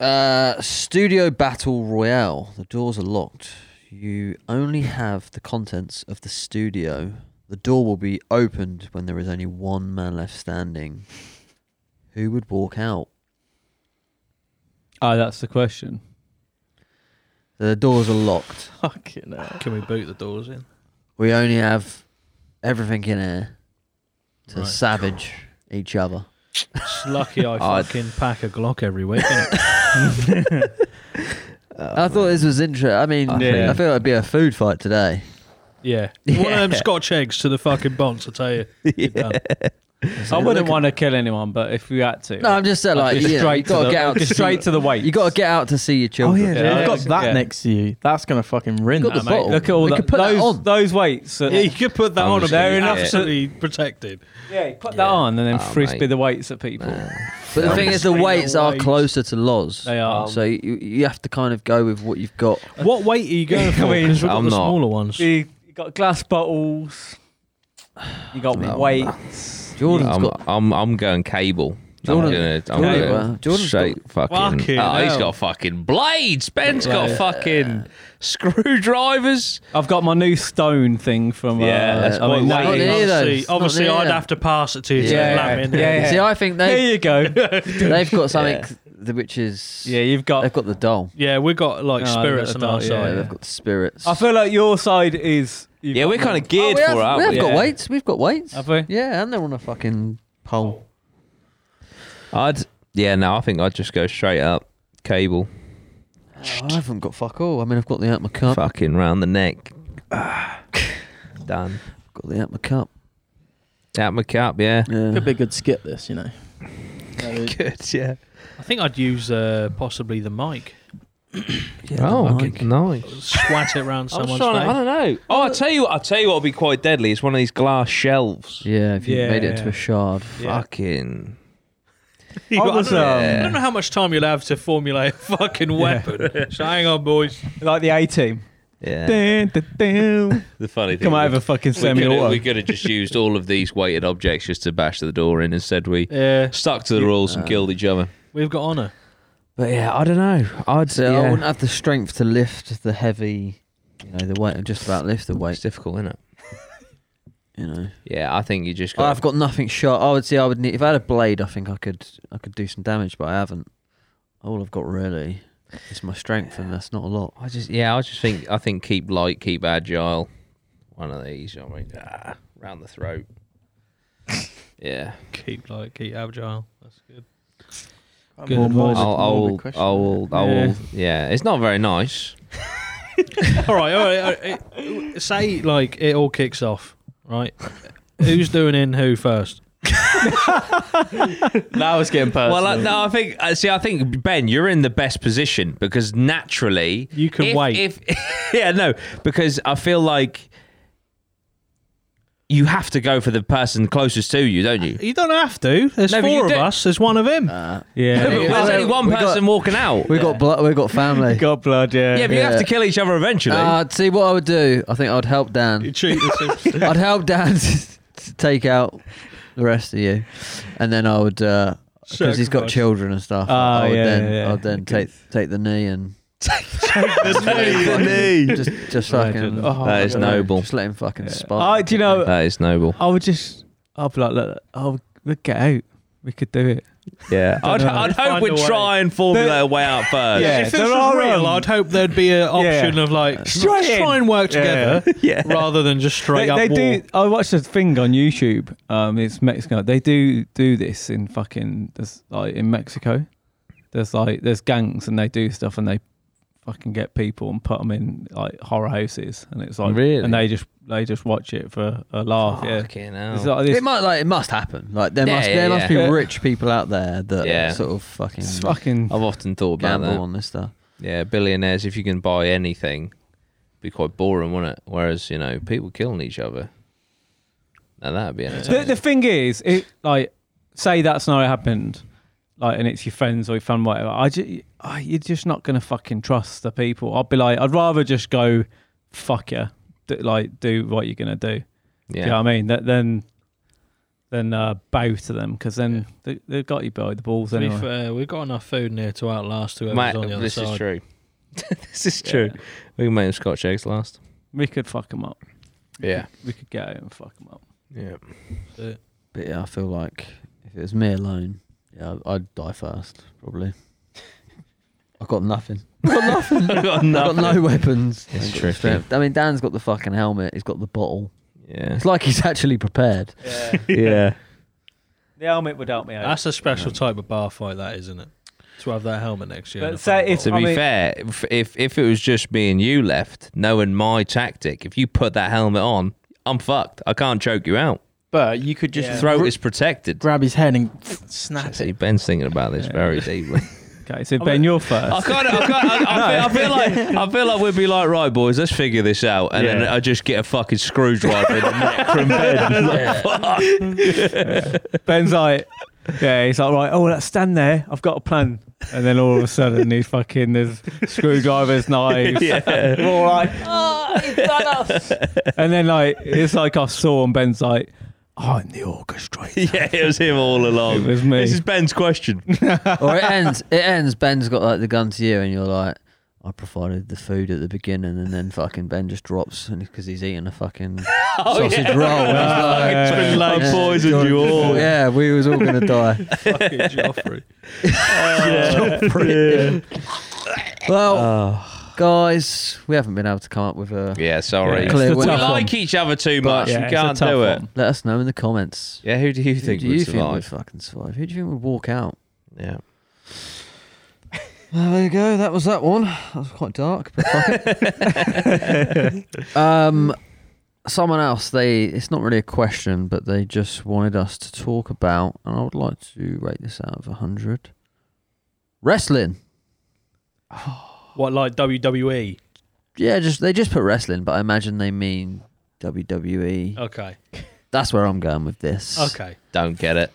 [SPEAKER 4] Uh, Studio Battle Royale. The doors are locked. You only have the contents of the studio. The door will be opened when there is only one man left standing. Who would walk out?
[SPEAKER 3] Oh, that's the question.
[SPEAKER 4] The doors are locked.
[SPEAKER 6] Fucking hell.
[SPEAKER 5] Can we boot the doors in?
[SPEAKER 4] We only have everything in here to
[SPEAKER 5] Right.
[SPEAKER 4] savage each other.
[SPEAKER 5] It's lucky I
[SPEAKER 2] I'd-
[SPEAKER 5] fucking pack a Glock every week. innit?
[SPEAKER 4] I thought this was interesting. I mean,
[SPEAKER 2] I Yeah.
[SPEAKER 4] I feel it'd be a food fight today.
[SPEAKER 5] yeah.
[SPEAKER 4] Yeah.
[SPEAKER 5] One of them Scotch eggs to the fucking bonce, I tell you. You're done.
[SPEAKER 3] I wouldn't
[SPEAKER 4] look
[SPEAKER 3] want to kill anyone, but if we had to.
[SPEAKER 4] No, I'm just saying,
[SPEAKER 3] I'd
[SPEAKER 4] like,
[SPEAKER 3] go
[SPEAKER 4] yeah, you
[SPEAKER 3] straight,
[SPEAKER 4] gotta
[SPEAKER 3] to
[SPEAKER 4] get out.
[SPEAKER 3] the,
[SPEAKER 4] To
[SPEAKER 3] straight to the weight.
[SPEAKER 4] you gotta get out to see your
[SPEAKER 6] Oh
[SPEAKER 4] children.
[SPEAKER 6] yeah,
[SPEAKER 3] Yeah.
[SPEAKER 6] I've got that
[SPEAKER 3] Yeah.
[SPEAKER 6] next to you. That's gonna fucking rinse.
[SPEAKER 4] Got the
[SPEAKER 5] Nah, mate.
[SPEAKER 4] bottle.
[SPEAKER 3] Look at all
[SPEAKER 4] We
[SPEAKER 3] that.
[SPEAKER 4] could put that
[SPEAKER 3] those,
[SPEAKER 4] on.
[SPEAKER 3] those weights. Oh, At,
[SPEAKER 5] Yeah, you could put that
[SPEAKER 2] I'm
[SPEAKER 5] on.
[SPEAKER 2] just
[SPEAKER 5] They're
[SPEAKER 2] gonna-
[SPEAKER 5] enough
[SPEAKER 2] yeah.
[SPEAKER 5] absolutely protected.
[SPEAKER 3] yeah, put
[SPEAKER 2] Yeah.
[SPEAKER 3] that on and then
[SPEAKER 2] Oh,
[SPEAKER 3] frisbee
[SPEAKER 2] mate.
[SPEAKER 3] the weights at people.
[SPEAKER 4] But the thing is, the
[SPEAKER 5] Straight
[SPEAKER 4] weights are
[SPEAKER 5] away.
[SPEAKER 4] closer to Loz.
[SPEAKER 3] They are.
[SPEAKER 4] So you, you have to kind of go with what you've got.
[SPEAKER 5] What weight are you going for? 'Cause we've got
[SPEAKER 2] I'm
[SPEAKER 5] the
[SPEAKER 2] not.
[SPEAKER 5] smaller ones.
[SPEAKER 3] you you got glass bottles. You got
[SPEAKER 2] No.
[SPEAKER 3] weights.
[SPEAKER 4] Jordan's
[SPEAKER 2] I'm,
[SPEAKER 4] got.
[SPEAKER 2] I'm, I'm going cable.
[SPEAKER 4] Jordan-
[SPEAKER 2] I'm gonna, I'm
[SPEAKER 4] Jordan-
[SPEAKER 2] going
[SPEAKER 4] well, Jordan's
[SPEAKER 2] straight fucking.
[SPEAKER 5] Fucking
[SPEAKER 2] oh, he's
[SPEAKER 5] hell.
[SPEAKER 2] got fucking blades. Ben's got
[SPEAKER 3] Yeah.
[SPEAKER 2] fucking screwdrivers.
[SPEAKER 3] I've got my new stone thing from.
[SPEAKER 2] Yeah,
[SPEAKER 3] uh,
[SPEAKER 2] that's
[SPEAKER 3] I
[SPEAKER 5] Well,
[SPEAKER 3] mean,
[SPEAKER 4] quite
[SPEAKER 3] that
[SPEAKER 4] weighty.
[SPEAKER 3] is-
[SPEAKER 4] near those.
[SPEAKER 5] obviously,
[SPEAKER 4] It's not
[SPEAKER 5] obviously
[SPEAKER 4] near
[SPEAKER 5] I'd
[SPEAKER 4] them.
[SPEAKER 5] have to pass it to you. to
[SPEAKER 3] Yeah,
[SPEAKER 5] lam in
[SPEAKER 3] yeah,
[SPEAKER 5] there.
[SPEAKER 3] yeah.
[SPEAKER 4] See, I think
[SPEAKER 3] There
[SPEAKER 4] they
[SPEAKER 3] you go.
[SPEAKER 4] they've got something th- which is.
[SPEAKER 3] Yeah, you've got.
[SPEAKER 4] They've got the doll.
[SPEAKER 5] Yeah, we've got like
[SPEAKER 3] No,
[SPEAKER 5] spirits
[SPEAKER 3] I've
[SPEAKER 5] on
[SPEAKER 3] got
[SPEAKER 5] our
[SPEAKER 3] a
[SPEAKER 5] side.
[SPEAKER 3] dog,
[SPEAKER 4] Yeah,
[SPEAKER 3] yeah.
[SPEAKER 4] they've got the spirits. Oh,
[SPEAKER 3] I feel like your side is. you've
[SPEAKER 2] Yeah,
[SPEAKER 3] got
[SPEAKER 2] we're
[SPEAKER 3] more-
[SPEAKER 2] kind of geared
[SPEAKER 4] we have,
[SPEAKER 2] for it,
[SPEAKER 4] we
[SPEAKER 2] aren't
[SPEAKER 4] have
[SPEAKER 2] Oh, we?
[SPEAKER 3] Yeah.
[SPEAKER 4] got weights. We've got weights.
[SPEAKER 3] Have we?
[SPEAKER 4] Yeah, and they're on a fucking pole.
[SPEAKER 2] I'd. Yeah, no, I think I'd just go straight up cable,
[SPEAKER 3] Oh,
[SPEAKER 4] I haven't got fuck all. I mean, I've got the out my cup.
[SPEAKER 2] fucking round the neck. Ah, Done.
[SPEAKER 4] Got the out my cup.
[SPEAKER 2] Out my cup, yeah.
[SPEAKER 4] Yeah.
[SPEAKER 6] Could be a good skip. This, you know.
[SPEAKER 2] Good, yeah.
[SPEAKER 5] I think I'd use uh, possibly the mic.
[SPEAKER 4] Yeah,
[SPEAKER 2] oh,
[SPEAKER 4] the
[SPEAKER 2] okay,
[SPEAKER 4] mic.
[SPEAKER 2] nice.
[SPEAKER 5] Swat it around
[SPEAKER 2] I was
[SPEAKER 5] someone's
[SPEAKER 2] trying to- I
[SPEAKER 5] face.
[SPEAKER 2] don't know. Oh, I tell you, I tell you what would be quite deadly. It's one of these glass shelves.
[SPEAKER 4] Yeah, if you
[SPEAKER 3] Yeah,
[SPEAKER 4] made it
[SPEAKER 3] yeah.
[SPEAKER 4] into a shard.
[SPEAKER 2] Fucking.
[SPEAKER 5] You got- I,
[SPEAKER 3] was,
[SPEAKER 5] don't know,
[SPEAKER 2] um,
[SPEAKER 5] I don't know how much time you'll have to formulate a fucking weapon. So hang on, boys.
[SPEAKER 3] like the A team.
[SPEAKER 2] Yeah.
[SPEAKER 3] Dun, dun, dun.
[SPEAKER 2] The funny thing.
[SPEAKER 3] Come out of a fucking
[SPEAKER 2] we
[SPEAKER 3] semi
[SPEAKER 2] could, we
[SPEAKER 3] auto.
[SPEAKER 2] could have just used all of these weighted objects just to bash the door in. Instead, we
[SPEAKER 5] Yeah,
[SPEAKER 2] stuck to the rules and killed each other.
[SPEAKER 5] we've got honour.
[SPEAKER 2] But yeah, I don't know. I'd
[SPEAKER 4] So
[SPEAKER 2] say
[SPEAKER 4] I wouldn't have the strength to lift the heavy, you know, the weight. Just about lift the
[SPEAKER 2] it's
[SPEAKER 4] weight.
[SPEAKER 2] difficult, isn't it?
[SPEAKER 4] You know,
[SPEAKER 2] Yeah, I think you just got.
[SPEAKER 4] I've got nothing sharp. I would say I would need if I had a blade. I think I could I could do some damage, but I haven't. All I've got really is my strength, and that's not a lot.
[SPEAKER 2] I just yeah, I just think I think keep light, keep agile. One of these, you know what I mean, ah, round the throat. yeah,
[SPEAKER 5] Keep like keep agile. That's good.
[SPEAKER 6] Quite
[SPEAKER 5] Good
[SPEAKER 6] more
[SPEAKER 5] advice.
[SPEAKER 6] morbid-
[SPEAKER 2] I'll, I'll,
[SPEAKER 6] morbid question.
[SPEAKER 2] I'll, I'll,
[SPEAKER 3] Yeah.
[SPEAKER 2] yeah. it's not very nice.
[SPEAKER 5] all right, all right. All right. It- say like it all kicks off, right? Who's doing in who first?
[SPEAKER 6] Now it's getting personal.
[SPEAKER 2] Well, I, no, I think uh, see, I think Ben, you're in the best position because naturally
[SPEAKER 5] You can
[SPEAKER 2] if-
[SPEAKER 5] wait.
[SPEAKER 2] If yeah, no, because I feel like you have to go for the person closest to you, don't you?
[SPEAKER 5] You don't have to. There's
[SPEAKER 2] No, but you
[SPEAKER 5] four of
[SPEAKER 2] do-
[SPEAKER 5] us. There's one of him.
[SPEAKER 3] Yeah.
[SPEAKER 2] There's only one
[SPEAKER 4] We got-
[SPEAKER 2] person walking out.
[SPEAKER 4] We've got blood. We've got family.
[SPEAKER 3] God Oh, blood, yeah.
[SPEAKER 2] Yeah, but you have to kill each other eventually.
[SPEAKER 4] Uh, see what I would do. I think I'd help Dan. I'd help Dan to take out the rest of you, and then I would uh 'cause he's got
[SPEAKER 5] Sacrifice.
[SPEAKER 4] children and stuff.
[SPEAKER 3] Oh,
[SPEAKER 4] I would
[SPEAKER 3] yeah,
[SPEAKER 4] then,
[SPEAKER 3] yeah, yeah.
[SPEAKER 4] I'd then take take the knee and
[SPEAKER 2] knee.
[SPEAKER 4] just just fucking.
[SPEAKER 3] Legend.
[SPEAKER 4] Oh,
[SPEAKER 2] That is noble.
[SPEAKER 4] Just let him fucking
[SPEAKER 3] Yeah.
[SPEAKER 4] spark.
[SPEAKER 3] I, do you
[SPEAKER 5] Uh,
[SPEAKER 3] know,
[SPEAKER 2] That is noble.
[SPEAKER 3] I would just, I'd be like, look, oh, we'd get out. We could do it.
[SPEAKER 2] Yeah, I'd,
[SPEAKER 3] know.
[SPEAKER 2] I'd
[SPEAKER 5] Find
[SPEAKER 2] hope
[SPEAKER 5] a
[SPEAKER 2] we'd
[SPEAKER 5] way.
[SPEAKER 2] try and formulate a way out first.
[SPEAKER 3] Yeah,
[SPEAKER 5] if this
[SPEAKER 3] there
[SPEAKER 5] was
[SPEAKER 3] are, um,
[SPEAKER 5] real, I'd hope there'd be an option of like let's
[SPEAKER 3] Straight in.
[SPEAKER 5] try and work
[SPEAKER 3] Yeah.
[SPEAKER 5] together rather than just straight
[SPEAKER 3] they,
[SPEAKER 5] up
[SPEAKER 3] they
[SPEAKER 5] war.
[SPEAKER 3] do. I watched a thing on YouTube. Um, it's Mexico. They do do this in fucking there's like in Mexico. There's like there's gangs and they do stuff and they fucking get people and put them in like horror houses and it's like
[SPEAKER 2] Really?
[SPEAKER 3] and they just they just watch it for a laugh. yeah,
[SPEAKER 2] Oh, Fucking hell.
[SPEAKER 3] it's like this
[SPEAKER 4] It might like it must happen. Like there
[SPEAKER 2] Yeah,
[SPEAKER 4] must
[SPEAKER 2] yeah,
[SPEAKER 4] there must
[SPEAKER 2] yeah.
[SPEAKER 4] be
[SPEAKER 3] Yeah.
[SPEAKER 4] rich people out there that
[SPEAKER 2] Yeah.
[SPEAKER 4] sort of fucking
[SPEAKER 3] it's fucking.
[SPEAKER 2] I've often thought about
[SPEAKER 4] gamble
[SPEAKER 2] that.
[SPEAKER 4] on this stuff.
[SPEAKER 2] Yeah, billionaires, if you can buy anything, it'd be quite boring, wouldn't it? Whereas, you know, people killing each other. Now that'd be
[SPEAKER 3] The,
[SPEAKER 2] entertaining.
[SPEAKER 3] the thing is, it like say that scenario happened, like, and it's your friends or your family, whatever. I just, I, you're just not gonna fucking trust the people. I'd be like, I'd rather just go, fuck yeah, D- like do what you're gonna do.
[SPEAKER 2] yeah.
[SPEAKER 3] Yeah, you know what I mean, that then, then uh, bow to them because then they, they've got you by the balls
[SPEAKER 5] To be
[SPEAKER 3] anyway.
[SPEAKER 5] fair, we've got enough food in here to outlast whoever's
[SPEAKER 2] Mate,
[SPEAKER 5] on the other
[SPEAKER 2] this
[SPEAKER 5] side.
[SPEAKER 2] is true. this is true.
[SPEAKER 3] Yeah.
[SPEAKER 2] We can make them scotch eggs last.
[SPEAKER 3] We could fuck them up.
[SPEAKER 2] Yeah.
[SPEAKER 3] We could get out and fuck them up.
[SPEAKER 2] Yeah.
[SPEAKER 4] But yeah, I feel like if it was me alone, yeah, I'd- I'd die first probably. I've got nothing. I've got no weapons.
[SPEAKER 2] It's
[SPEAKER 4] I've got
[SPEAKER 2] tricky.
[SPEAKER 4] strength. I mean, Dan's got the fucking helmet. He's got the bottle.
[SPEAKER 2] Yeah.
[SPEAKER 4] It's like he's actually prepared.
[SPEAKER 2] yeah.
[SPEAKER 3] The helmet would help me
[SPEAKER 5] That's a special type of bar fight, that isn't it? To have that helmet next year.
[SPEAKER 3] But
[SPEAKER 5] in a
[SPEAKER 3] say
[SPEAKER 5] fireball.
[SPEAKER 3] if-
[SPEAKER 2] To be
[SPEAKER 3] I mean-
[SPEAKER 2] fair, if, if if it was just me and you left, knowing my tactic, if you put that helmet on, I'm fucked. I can't choke you out.
[SPEAKER 6] But you could just
[SPEAKER 2] Your
[SPEAKER 6] throw
[SPEAKER 2] throat
[SPEAKER 6] his
[SPEAKER 2] is protected.
[SPEAKER 6] grab his head and snap
[SPEAKER 2] See,
[SPEAKER 6] it.
[SPEAKER 2] Ben's thinking about this
[SPEAKER 3] Yeah.
[SPEAKER 2] very deeply.
[SPEAKER 3] Okay, so Ben, you're first.
[SPEAKER 2] I kind of, I, kind of, I, I, feel, I feel like, I feel like we'd be like, right, boys, let's figure this out, and then
[SPEAKER 3] Yeah.
[SPEAKER 2] I just get a fucking screwdriver in the neck from Ben.
[SPEAKER 3] Ben's like, yeah, he's like, right, oh, let's stand there. I've got a plan. And then all of a sudden, he's fucking, there's screwdrivers, knives. Yeah. We're all like, ah, he's done us. And then, like, it's like I saw, and Ben's like, I'm the orchestrator.
[SPEAKER 2] yeah, it was him all along.
[SPEAKER 3] It was me.
[SPEAKER 2] This is Ben's question.
[SPEAKER 4] or it ends. It ends. Ben's got like the gun to you, and you're like, I provided the food at the beginning, and then fucking Ben just drops because he's eating a fucking sausage roll. and he's like,
[SPEAKER 2] It's been like,
[SPEAKER 4] Yeah.
[SPEAKER 2] poisoned you all.
[SPEAKER 4] Yeah, we was all gonna die.
[SPEAKER 5] Fucking Joffrey.
[SPEAKER 4] Well,
[SPEAKER 2] Uh,
[SPEAKER 4] guys, we haven't been able to come up with a.
[SPEAKER 2] Yeah, sorry.
[SPEAKER 3] Yeah.
[SPEAKER 4] Clear
[SPEAKER 2] we
[SPEAKER 4] winner.
[SPEAKER 2] like each other too
[SPEAKER 4] But-
[SPEAKER 2] much.
[SPEAKER 3] Yeah,
[SPEAKER 2] we
[SPEAKER 3] it's a
[SPEAKER 2] can't
[SPEAKER 3] tough
[SPEAKER 2] do it.
[SPEAKER 3] one.
[SPEAKER 4] Let us know in the comments.
[SPEAKER 2] Yeah, who do you think
[SPEAKER 4] Who do you
[SPEAKER 2] would
[SPEAKER 4] think would
[SPEAKER 2] survive?
[SPEAKER 4] fucking survive? Who do you think would walk out?
[SPEAKER 2] Yeah.
[SPEAKER 4] Well, there you go. That was that one. That was quite dark, but fuck it. um, someone else. They. It's not really a question, but they just wanted us to talk about, and I would like to rate this out of hundred. Wrestling.
[SPEAKER 5] What, like E? WWE?
[SPEAKER 4] Yeah, just they just put wrestling, but I imagine they mean E. WWE.
[SPEAKER 5] Okay.
[SPEAKER 4] That's where I'm going with this.
[SPEAKER 5] Okay.
[SPEAKER 2] Don't get it.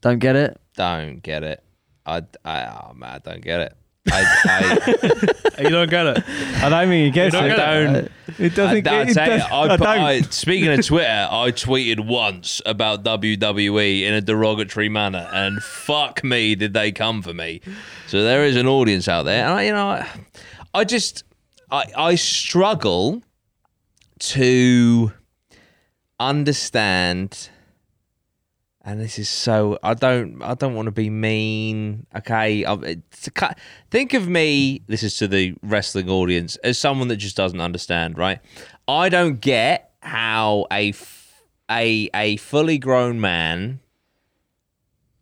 [SPEAKER 4] Don't get it.
[SPEAKER 2] Don't get it. I, I, oh, man, I don't get it. I,
[SPEAKER 5] you don't get it.
[SPEAKER 3] I don't think he gets
[SPEAKER 5] You
[SPEAKER 3] it.
[SPEAKER 5] don't get it.
[SPEAKER 3] It
[SPEAKER 2] I, I,
[SPEAKER 3] doesn't
[SPEAKER 2] I'd
[SPEAKER 3] it
[SPEAKER 2] say-
[SPEAKER 3] does-
[SPEAKER 2] I, put-
[SPEAKER 3] don't.
[SPEAKER 2] I- speaking of Twitter, I tweeted once about WWE in a derogatory manner, and fuck me, did they come for me. So there is an audience out there, and I, you know, I, I just, I, I struggle to understand and this is so i don't i don't want to be mean okay I'm, it's, ki- think of me this is to the wrestling audience as someone that just doesn't understand right i don't get how a f- a a fully grown man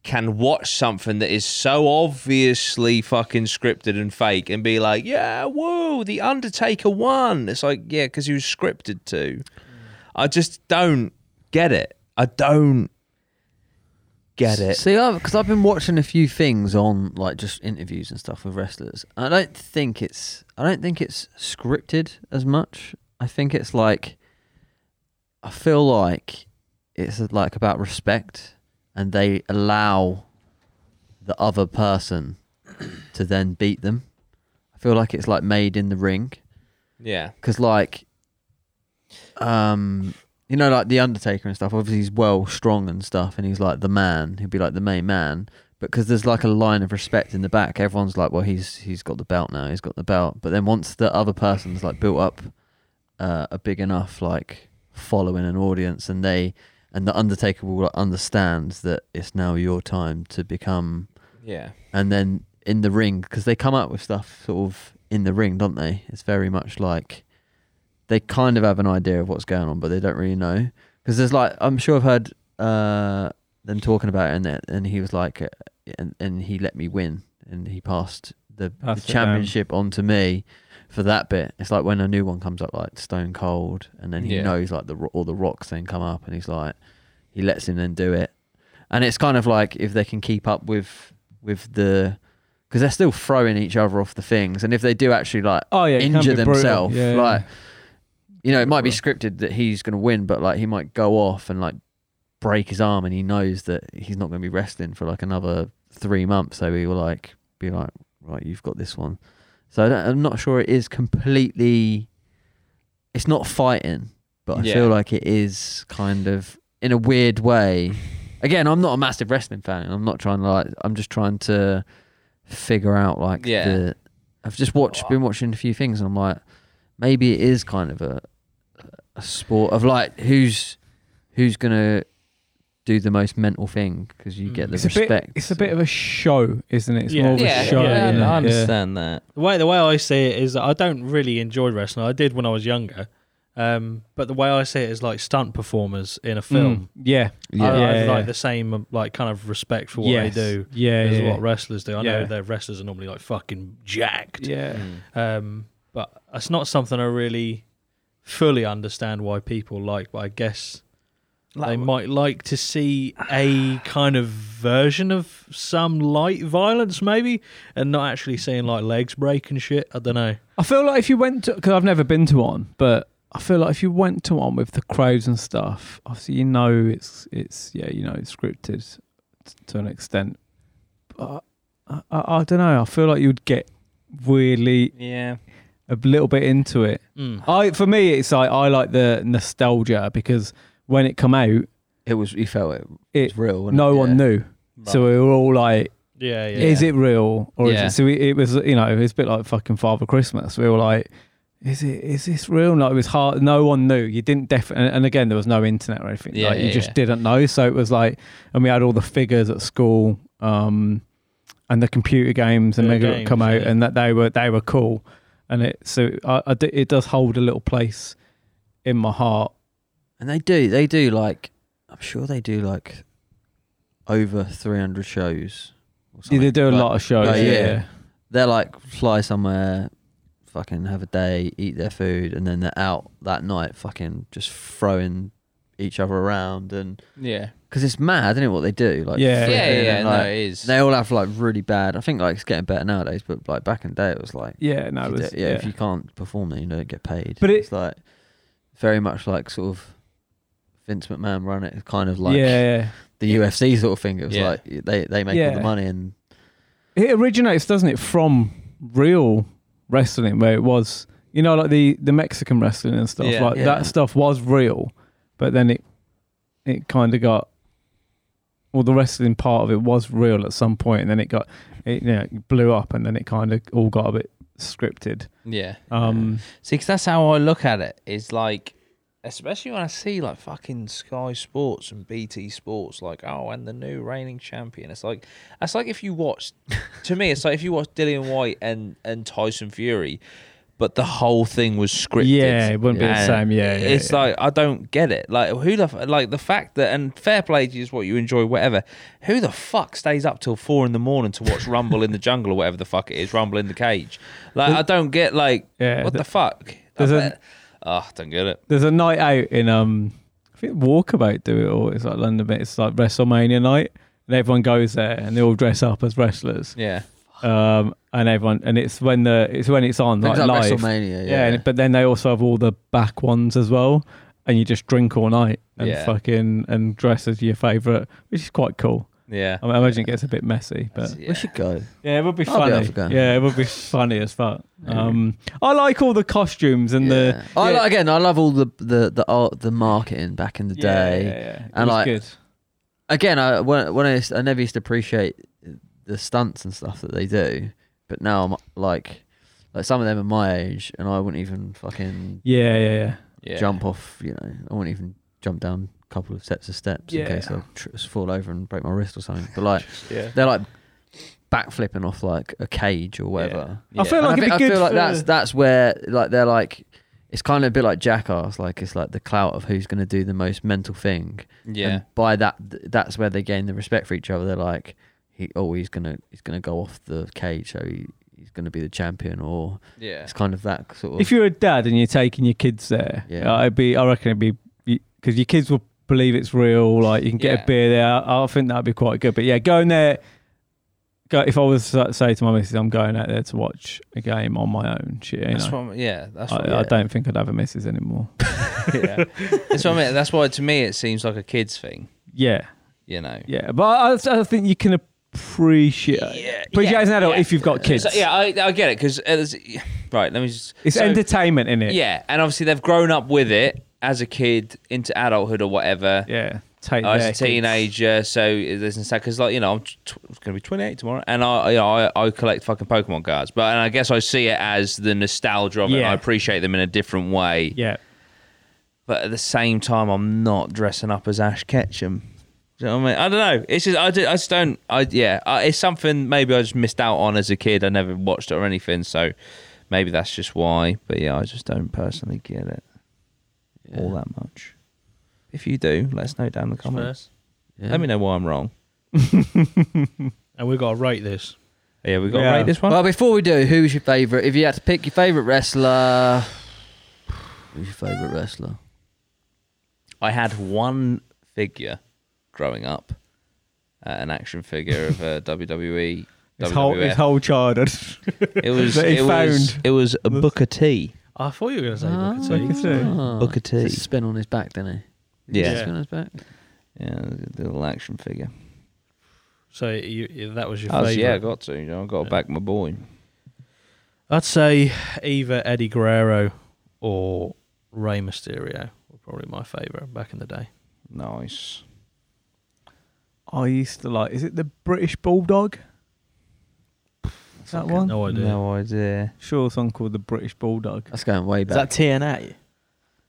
[SPEAKER 2] can watch something that is so obviously fucking scripted and fake and be like, yeah, whoa, The Undertaker won. It's like, yeah, because he was scripted to. I just don't get it. I don't get it.
[SPEAKER 4] See, because I've been watching a few things on like just interviews and stuff with wrestlers. I don't think it's I don't think it's scripted as much. I think it's like I feel like it's uh, like about respect, and they allow the other person to then beat them. I feel like it's like made in the ring
[SPEAKER 2] yeah.
[SPEAKER 4] because like um you know like the undertaker and stuff obviously he's well strong and stuff and he's like the man he'd be like the main man but because there's like a line of respect in the back everyone's like well he's he's got the belt now he's got the belt but then once the other person's like built up uh, a big enough like following an audience and they and the undertaker will like, understand that it's now your time to become
[SPEAKER 2] Yeah.
[SPEAKER 4] and then in the ring because they come up with stuff sort of in the ring, don't they? It's very much like they kind of have an idea of what's going on, but they don't really know because there's like I'm sure I've heard uh, them talking about it, and that- and he was like, uh, and and he let me win, and he passed the, the
[SPEAKER 3] Pass it down.
[SPEAKER 4] championship on to me. For that bit, it's like when a new one comes up, like Stone Cold, and then he
[SPEAKER 2] Yeah.
[SPEAKER 4] knows like the Ro- all the Rocks then come up, and he's like, he lets him then do it, and it's kind of like if they can keep up with with the because they're still throwing each other off the things, and if they do actually like
[SPEAKER 3] Oh yeah, it can
[SPEAKER 4] injure
[SPEAKER 3] be brutal.
[SPEAKER 4] themselves,
[SPEAKER 3] Yeah, yeah.
[SPEAKER 4] like you know, it might be scripted that he's going to win, but like he might go off and like break his arm, and he knows that he's not going to be wrestling for like another three months, so he will like be like, right, you've got this one. So I don't, I'm not sure it is completely. It's not fighting, but I
[SPEAKER 2] Yeah.
[SPEAKER 4] feel like it is kind of in a weird way. Again, I'm not a massive wrestling fan. and I'm not trying to like. I'm just trying to figure out like
[SPEAKER 2] Yeah.
[SPEAKER 4] the. I've just watched, been watching a few things, and I'm like, maybe it is kind of a a sport of like who's who's gonna do the most mental thing because you get
[SPEAKER 5] Mm.
[SPEAKER 4] the
[SPEAKER 3] it's a
[SPEAKER 4] respect.
[SPEAKER 3] bit. It's a bit of a show, isn't it? It's
[SPEAKER 5] Yeah.
[SPEAKER 3] more of a
[SPEAKER 2] Yeah,
[SPEAKER 3] show.
[SPEAKER 2] yeah,
[SPEAKER 3] isn't it?
[SPEAKER 2] I
[SPEAKER 4] that.
[SPEAKER 5] The way the way I see it is that I don't really enjoy wrestling. I did when I was younger, um, but the way I see it is like stunt performers in a film.
[SPEAKER 3] Mm, yeah,
[SPEAKER 5] I, I
[SPEAKER 3] Yeah,
[SPEAKER 5] have,
[SPEAKER 3] yeah.
[SPEAKER 5] like the same um, like kind of respect for what
[SPEAKER 3] Yes.
[SPEAKER 5] they do
[SPEAKER 3] Yeah,
[SPEAKER 5] as
[SPEAKER 3] yeah,
[SPEAKER 5] what wrestlers do. I
[SPEAKER 3] Yeah.
[SPEAKER 5] know their wrestlers are normally like fucking jacked,
[SPEAKER 3] yeah.
[SPEAKER 2] Mm.
[SPEAKER 5] um, but it's not something I really fully understand why people like. But I guess they might like to see a kind of version of some light violence, maybe, and not actually seeing like legs break and shit. I don't know.
[SPEAKER 3] I feel like if you went to, because I've never been to one, but I feel like if you went to one with the crows and stuff, obviously you know it's it's yeah, you know it's scripted t- to an extent. But I, I, I don't know. I feel like you'd get really
[SPEAKER 2] Yeah.
[SPEAKER 3] a little bit into it.
[SPEAKER 5] Mm.
[SPEAKER 3] I for me, it's like I like the nostalgia because when it come out,
[SPEAKER 4] It was. You felt it.
[SPEAKER 3] it
[SPEAKER 4] was real. wasn't
[SPEAKER 3] no
[SPEAKER 4] it?
[SPEAKER 3] one
[SPEAKER 4] Yeah.
[SPEAKER 3] knew, so we were all like.
[SPEAKER 5] Yeah, yeah.
[SPEAKER 3] is it real or
[SPEAKER 4] Yeah.
[SPEAKER 3] is it so it, it was you know it's a bit like fucking father christmas we were like is it is this real like it was hard no one knew you didn't def and, and again there was no internet or anything
[SPEAKER 2] Yeah,
[SPEAKER 3] like you
[SPEAKER 2] yeah,
[SPEAKER 3] just
[SPEAKER 2] yeah.
[SPEAKER 3] didn't know so it was like and we had all the figures at school um and the computer games and
[SPEAKER 5] Yeah,
[SPEAKER 3] they
[SPEAKER 5] games,
[SPEAKER 3] come out
[SPEAKER 5] yeah.
[SPEAKER 3] and that they were they were cool and it so I, I do, it does hold a little place in my heart
[SPEAKER 4] And they do. They do like. I'm sure they do like over 300 shows. Or
[SPEAKER 3] Yeah,
[SPEAKER 4] something.
[SPEAKER 3] they do a
[SPEAKER 4] Like,
[SPEAKER 3] lot of shows
[SPEAKER 4] Oh, yeah.
[SPEAKER 3] yeah
[SPEAKER 4] They're like fly somewhere, fucking have a day, eat their food, and then they're out that night, fucking just throwing each other around and
[SPEAKER 2] Yeah.
[SPEAKER 4] because it's mad, isn't it? What they do, like
[SPEAKER 2] Yeah,
[SPEAKER 3] Yeah.
[SPEAKER 4] flipping
[SPEAKER 2] yeah,
[SPEAKER 4] and,
[SPEAKER 2] no,
[SPEAKER 4] like,
[SPEAKER 2] it is.
[SPEAKER 4] They all have like really bad. I think like it's getting better nowadays, but like back in the day, it was like
[SPEAKER 3] yeah, no
[SPEAKER 4] if
[SPEAKER 3] it
[SPEAKER 4] you
[SPEAKER 3] was,
[SPEAKER 4] do- yeah, if you can't perform, then you don't get paid.
[SPEAKER 3] But it-
[SPEAKER 4] it's like very much like sort of Vince McMahon run it, kind of like
[SPEAKER 3] yeah, yeah.
[SPEAKER 4] the UFC sort of thing. It was
[SPEAKER 2] Yeah.
[SPEAKER 4] like they they make all
[SPEAKER 3] Yeah.
[SPEAKER 4] the money and
[SPEAKER 3] it originates, doesn't it, from real wrestling where it was, you know, like the the Mexican wrestling and stuff.
[SPEAKER 2] Yeah.
[SPEAKER 3] like
[SPEAKER 4] Yeah.
[SPEAKER 3] that stuff was real, but then it it kind of got well, the wrestling part of it was real at some point, and then it got it you know, it blew up, and then it kind of all got a bit scripted.
[SPEAKER 2] yeah.
[SPEAKER 3] Um,
[SPEAKER 2] See, 'cause that's how I look at it. Is like Especially when I see like fucking Sky Sports and BT Sports, like oh, and the new reigning champion. It's like it's like if you watch, to me, it's like if you watch Dillian White and and Tyson Fury, but the whole thing was scripted.
[SPEAKER 3] Yeah, it wouldn't be the
[SPEAKER 2] And
[SPEAKER 3] same. Yeah, yeah,
[SPEAKER 2] it's
[SPEAKER 3] yeah.
[SPEAKER 2] like I don't get it. Like who the f- like the fact that and fair play to you is what you enjoy, whatever. Who the fuck stays up till four in the morning to watch Rumble in the Jungle or whatever the fuck it is, Rumble in the Cage? Like I don't get like
[SPEAKER 3] Yeah,
[SPEAKER 2] what the,
[SPEAKER 3] th-
[SPEAKER 2] fuck. I
[SPEAKER 3] there's a-
[SPEAKER 2] bet- oh, I don't get it.
[SPEAKER 3] There's a night out in um, I think Walkabout do it, or it's like London, but it's like WrestleMania night, and everyone goes there and they all dress up as wrestlers.
[SPEAKER 2] Yeah.
[SPEAKER 3] Um, and everyone, and it's when the it's when it's on like
[SPEAKER 4] Things like
[SPEAKER 3] live.
[SPEAKER 4] WrestleMania.
[SPEAKER 3] yeah,
[SPEAKER 4] Yeah.
[SPEAKER 3] and- but then they also have all the back ones as well, and you just drink all night and
[SPEAKER 2] Yeah.
[SPEAKER 3] fucking and dress as your favorite, which is quite cool.
[SPEAKER 2] Yeah.
[SPEAKER 3] I, mean, I imagine it gets a bit messy, but
[SPEAKER 2] Yeah.
[SPEAKER 4] We should go.
[SPEAKER 3] yeah, it would be
[SPEAKER 4] I'll be up
[SPEAKER 3] funny.
[SPEAKER 4] for going.
[SPEAKER 3] yeah, it would be funny as fuck. Um, I like all the costumes and the
[SPEAKER 4] Yeah. I
[SPEAKER 3] yeah.
[SPEAKER 4] like, again, I love all the the the art, the marketing back in the
[SPEAKER 3] Yeah,
[SPEAKER 4] day.
[SPEAKER 3] yeah, yeah. It
[SPEAKER 4] And
[SPEAKER 3] was
[SPEAKER 4] like-
[SPEAKER 3] good.
[SPEAKER 4] Again, I when, when I, used- I never used to appreciate the stunts and stuff that they do, but now I'm like, like some of them are my age, and I wouldn't even fucking
[SPEAKER 3] Yeah, yeah, yeah.
[SPEAKER 2] Yeah.
[SPEAKER 4] jump off. You know, I wouldn't even jump down a couple of sets of steps in
[SPEAKER 3] Yeah.
[SPEAKER 4] case I tr- fall over and break my wrist or something. But like,
[SPEAKER 2] Yeah.
[SPEAKER 4] they're like backflipping off like a cage or whatever.
[SPEAKER 3] I feel
[SPEAKER 4] And I,
[SPEAKER 3] like
[SPEAKER 4] think-
[SPEAKER 3] it'd be
[SPEAKER 4] I
[SPEAKER 3] good.
[SPEAKER 4] feel like
[SPEAKER 3] for-
[SPEAKER 4] that's that's where like they're like it's kind of a bit like jackass like it's like the clout of who's going to do the most mental thing
[SPEAKER 2] Yeah.
[SPEAKER 4] and by that th- that's where they gain the respect for each other they're like he oh he's going to he's going to go off the cage so he, he's going to be the champion or
[SPEAKER 2] Yeah.
[SPEAKER 4] it's kind of that sort of
[SPEAKER 3] if you're a dad and you're taking your kids there,
[SPEAKER 4] Yeah.
[SPEAKER 3] yeah, I'd be. I reckon it'd be because your kids will believe it's real. Like you can get
[SPEAKER 2] Yeah.
[SPEAKER 3] a beer there. I, I think that'd be quite good. But yeah, going there. Go, if I was to say to my missus, I'm going out there to watch a game on my own. She, you
[SPEAKER 2] That's
[SPEAKER 3] know,
[SPEAKER 2] what. I'm- Yeah. That's
[SPEAKER 3] I,
[SPEAKER 2] what.
[SPEAKER 3] I
[SPEAKER 2] yeah.
[SPEAKER 3] don't think I'd have a missus anymore.
[SPEAKER 2] yeah. That's what I mean. That's why to me it seems like a kids thing.
[SPEAKER 3] yeah,
[SPEAKER 2] You know.
[SPEAKER 3] yeah. But I, I think you can appreciate
[SPEAKER 2] Yeah,
[SPEAKER 3] appreciate
[SPEAKER 2] yeah,
[SPEAKER 3] as an adult
[SPEAKER 2] yeah.
[SPEAKER 3] if you've got kids.
[SPEAKER 2] So, yeah, I, I get it because right. Let me just.
[SPEAKER 3] it's
[SPEAKER 2] so-
[SPEAKER 3] entertainment in it.
[SPEAKER 2] Yeah, and obviously they've grown up with it as a kid into adulthood or whatever.
[SPEAKER 3] yeah. Take
[SPEAKER 2] I was
[SPEAKER 3] their
[SPEAKER 2] Oh, a
[SPEAKER 3] kids.
[SPEAKER 2] teenager, so there's no because like you know I'm t- going to be 28 tomorrow, and I, you know, I I collect fucking Pokemon cards, but and I guess I see it as the nostalgia of it. and
[SPEAKER 3] Yeah.
[SPEAKER 2] I appreciate them in a different way,
[SPEAKER 3] Yeah.
[SPEAKER 2] but at the same time I'm not dressing up as Ash Ketchum. Do you know what I mean? I don't know. It's just I, do, I just don't. I yeah. I, it's something maybe I just missed out on as a kid. I never watched it or anything, so maybe that's just why. But yeah, I just don't personally get it all that much. If you do, let us know down in the comments.
[SPEAKER 5] First.
[SPEAKER 4] yeah.
[SPEAKER 2] Let me know why I'm wrong.
[SPEAKER 5] And we've got to rate this.
[SPEAKER 2] Yeah, we got to
[SPEAKER 3] Yeah.
[SPEAKER 2] rate this one.
[SPEAKER 4] well before we do who's your favorite if you had to pick your favorite wrestler who's your favorite wrestler
[SPEAKER 2] I had one figure growing up, uh, an action figure of uh, WWE.
[SPEAKER 3] His whole, his
[SPEAKER 2] WWF.
[SPEAKER 3] whole childhood.
[SPEAKER 2] it was
[SPEAKER 3] that he
[SPEAKER 2] it was
[SPEAKER 3] found.
[SPEAKER 2] it was a Booker T.
[SPEAKER 5] I thought you were going to say Booker T.
[SPEAKER 3] Booker T.
[SPEAKER 4] Ah.
[SPEAKER 2] Booker T.
[SPEAKER 4] Did he spin on his back didn't he
[SPEAKER 2] Yeah,
[SPEAKER 5] Yeah.
[SPEAKER 4] spin on his back
[SPEAKER 2] yeah, the little action figure.
[SPEAKER 5] So you, you- that was your
[SPEAKER 3] Oh,
[SPEAKER 2] I was-
[SPEAKER 5] favourite.
[SPEAKER 2] yeah, I got to. You know, I got to back my boy.
[SPEAKER 5] I'd say either Eddie Guerrero or Rey Mysterio were probably my favourite back in the day.
[SPEAKER 2] Nice.
[SPEAKER 3] I used to like. Is it the British Bulldog? Is that one?
[SPEAKER 5] No idea.
[SPEAKER 2] No idea.
[SPEAKER 3] Sure, it's one called the British Bulldog.
[SPEAKER 4] that's going way
[SPEAKER 6] Is
[SPEAKER 4] back
[SPEAKER 6] that TNA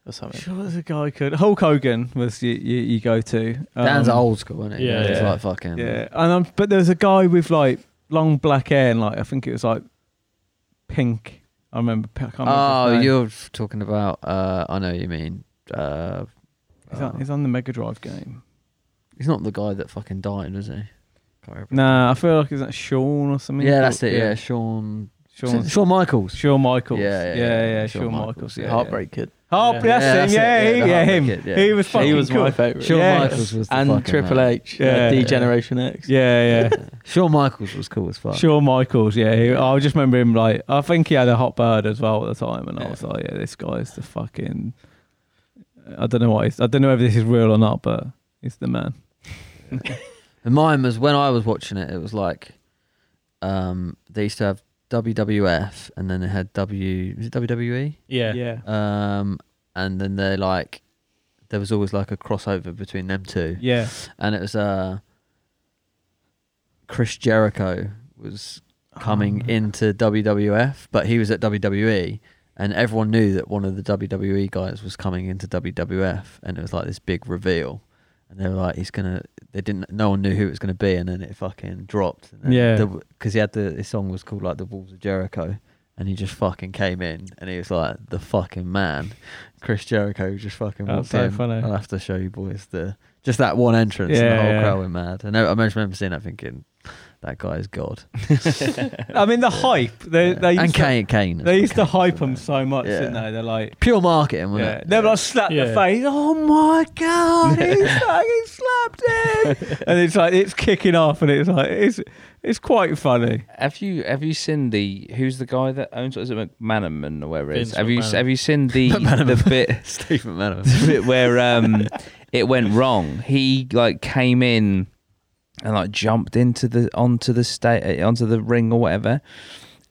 [SPEAKER 6] or something?
[SPEAKER 3] Sure, there's a guy called Hulk Hogan was you you, you go to. Um,
[SPEAKER 4] Dan's old school, isn't it?
[SPEAKER 5] yeah,
[SPEAKER 4] it's
[SPEAKER 2] yeah.
[SPEAKER 4] like fucking.
[SPEAKER 3] Yeah, and um, but there was a guy with like long black hair and like I think it was like pink. I remember. I can't remember
[SPEAKER 4] Oh,
[SPEAKER 3] his name.
[SPEAKER 4] you're f- talking about. Uh, I know what you mean. Uh,
[SPEAKER 3] He's on, he's on the Mega Drive game.
[SPEAKER 4] he's not the guy that fucking died, was he? Can't remember.
[SPEAKER 3] Nah, I feel like is that Sean or something?
[SPEAKER 4] yeah, that's it. Yeah, Sean.
[SPEAKER 3] Sean.
[SPEAKER 4] Shawn Michaels.
[SPEAKER 3] Sean Michaels.
[SPEAKER 4] Yeah, yeah,
[SPEAKER 3] yeah,
[SPEAKER 4] yeah.
[SPEAKER 3] yeah,
[SPEAKER 4] Shawn
[SPEAKER 3] Shawn
[SPEAKER 4] Michaels,
[SPEAKER 3] Michaels.
[SPEAKER 4] yeah.
[SPEAKER 3] yeah.
[SPEAKER 6] Heartbreak Kid.
[SPEAKER 3] Oh,
[SPEAKER 5] Yeah.
[SPEAKER 3] that's
[SPEAKER 4] Yeah, that's
[SPEAKER 3] him. Yeah,
[SPEAKER 4] it, yeah,
[SPEAKER 3] he,
[SPEAKER 4] the
[SPEAKER 3] yeah, him.
[SPEAKER 4] Heartbreak Kid, yeah.
[SPEAKER 3] He was
[SPEAKER 6] He
[SPEAKER 3] fucking
[SPEAKER 6] was
[SPEAKER 3] cool.
[SPEAKER 6] my favourite.
[SPEAKER 4] Shawn
[SPEAKER 3] Yeah.
[SPEAKER 4] Michaels was the
[SPEAKER 6] and
[SPEAKER 4] fucking
[SPEAKER 6] Triple
[SPEAKER 4] man.
[SPEAKER 6] H, yeah,
[SPEAKER 3] Yeah.
[SPEAKER 6] D Generation X.
[SPEAKER 3] Yeah, yeah.
[SPEAKER 4] Shawn Michaels was cool as fuck.
[SPEAKER 3] Shawn Michaels, yeah. He, I just remember him like I think he had a hot bird as well at the time, and
[SPEAKER 6] Yeah.
[SPEAKER 3] I was like, yeah, this guy's the fucking. I don't know what he's, I don't know whether this is real or not, but he's the man.
[SPEAKER 4] And mine was when I was watching it. It was like, um, they used to have WWF, and then they had W. E? Is it WWE?
[SPEAKER 5] Yeah.
[SPEAKER 4] Um, and then they like, there was always like a crossover between them two.
[SPEAKER 3] yeah.
[SPEAKER 4] and it was uh Chris
[SPEAKER 3] Oh.
[SPEAKER 4] Jericho was coming into WWF, but he was at WWE, and E, and everyone knew that one of the WWE guys was coming into WWF, and it was like this big reveal, and they were like, he's gonna. They didn't. No one knew who it was gonna be, and then it fucking dropped. And then
[SPEAKER 3] Yeah.
[SPEAKER 4] Because he had the his song was called like the Walls of Jericho, and he just fucking came in, and he was like the fucking man. Chris Jericho just fucking
[SPEAKER 3] That's
[SPEAKER 4] walked
[SPEAKER 3] so
[SPEAKER 4] in.
[SPEAKER 3] funny.
[SPEAKER 4] I'll have to show you boys the just that one entrance, and
[SPEAKER 3] Yeah,
[SPEAKER 4] the whole
[SPEAKER 3] yeah.
[SPEAKER 4] crowd went mad. And I, I just remember seeing that thinking, that guy is god.
[SPEAKER 3] I mean, the hype. They,
[SPEAKER 4] Yeah.
[SPEAKER 3] they used
[SPEAKER 4] and
[SPEAKER 3] to,
[SPEAKER 4] Kane, Kane.
[SPEAKER 3] they used to
[SPEAKER 4] Kane's
[SPEAKER 3] hype
[SPEAKER 4] in
[SPEAKER 3] them
[SPEAKER 4] there.
[SPEAKER 3] so much,
[SPEAKER 4] Yeah.
[SPEAKER 3] didn't they? They're like,
[SPEAKER 4] Pure marketing, wasn't
[SPEAKER 3] yeah.
[SPEAKER 4] it?
[SPEAKER 3] they were like slap the
[SPEAKER 5] Yeah.
[SPEAKER 3] face. Oh my god, he fucking slapped it, and it's like it's kicking off, and it's like it's it's quite funny.
[SPEAKER 2] Have you have you seen the who's the guy that owns it? Is it McManaman or where it is?
[SPEAKER 5] Vince
[SPEAKER 2] Have you
[SPEAKER 5] McMahon.
[SPEAKER 2] have you seen the the bit
[SPEAKER 4] Steve McManus.
[SPEAKER 2] the bit where um it went wrong? He like came in and like jumped into the onto the state onto the ring or whatever,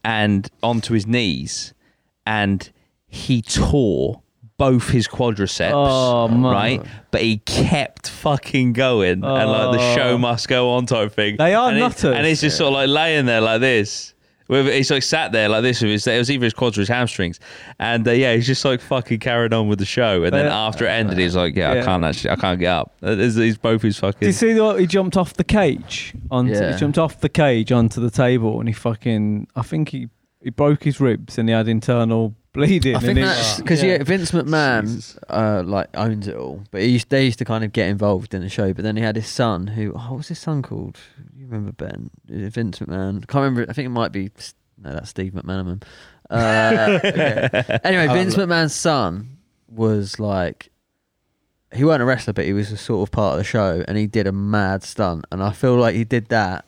[SPEAKER 2] and onto his knees, and he tore both his quadriceps.
[SPEAKER 5] Oh, man.
[SPEAKER 2] right, but he kept fucking going, and like the show
[SPEAKER 3] Oh.
[SPEAKER 2] must go on type thing.
[SPEAKER 3] They are
[SPEAKER 2] and it-
[SPEAKER 3] nutters.
[SPEAKER 2] and it's just sort of like laying there like this. With, he's like sat there like this. With his, it was either his quads or his hamstrings, and uh, yeah, he's just like fucking carried on with the show. And then
[SPEAKER 3] Yeah.
[SPEAKER 2] after it ended, he's like, "Yeah,
[SPEAKER 3] Yeah.
[SPEAKER 2] I can't actually, I can't get up." He's, he's both his
[SPEAKER 3] Did you
[SPEAKER 2] fucking.
[SPEAKER 3] see what he jumped off the cage? Onto,
[SPEAKER 4] Yeah.
[SPEAKER 3] He jumped off the cage onto the table, and he fucking I think he he broke his ribs, and he had internal bleeding.
[SPEAKER 4] I think
[SPEAKER 3] and it-
[SPEAKER 4] that's because yeah.
[SPEAKER 5] Yeah.
[SPEAKER 4] Vince McMahon uh, like owns it all, but he used, they used to kind of get involved in the show. But then he had his son, who oh, what was his son called? You remember Ben? Is it Vince McMahon? Can't remember. I think it might be S- no, that's Steve McManaman. Uh, okay. Anyway, Vince McMahon's son was like he weren't a wrestler, but he was a sort of part of the show, and he did a mad stunt, and I feel like he did that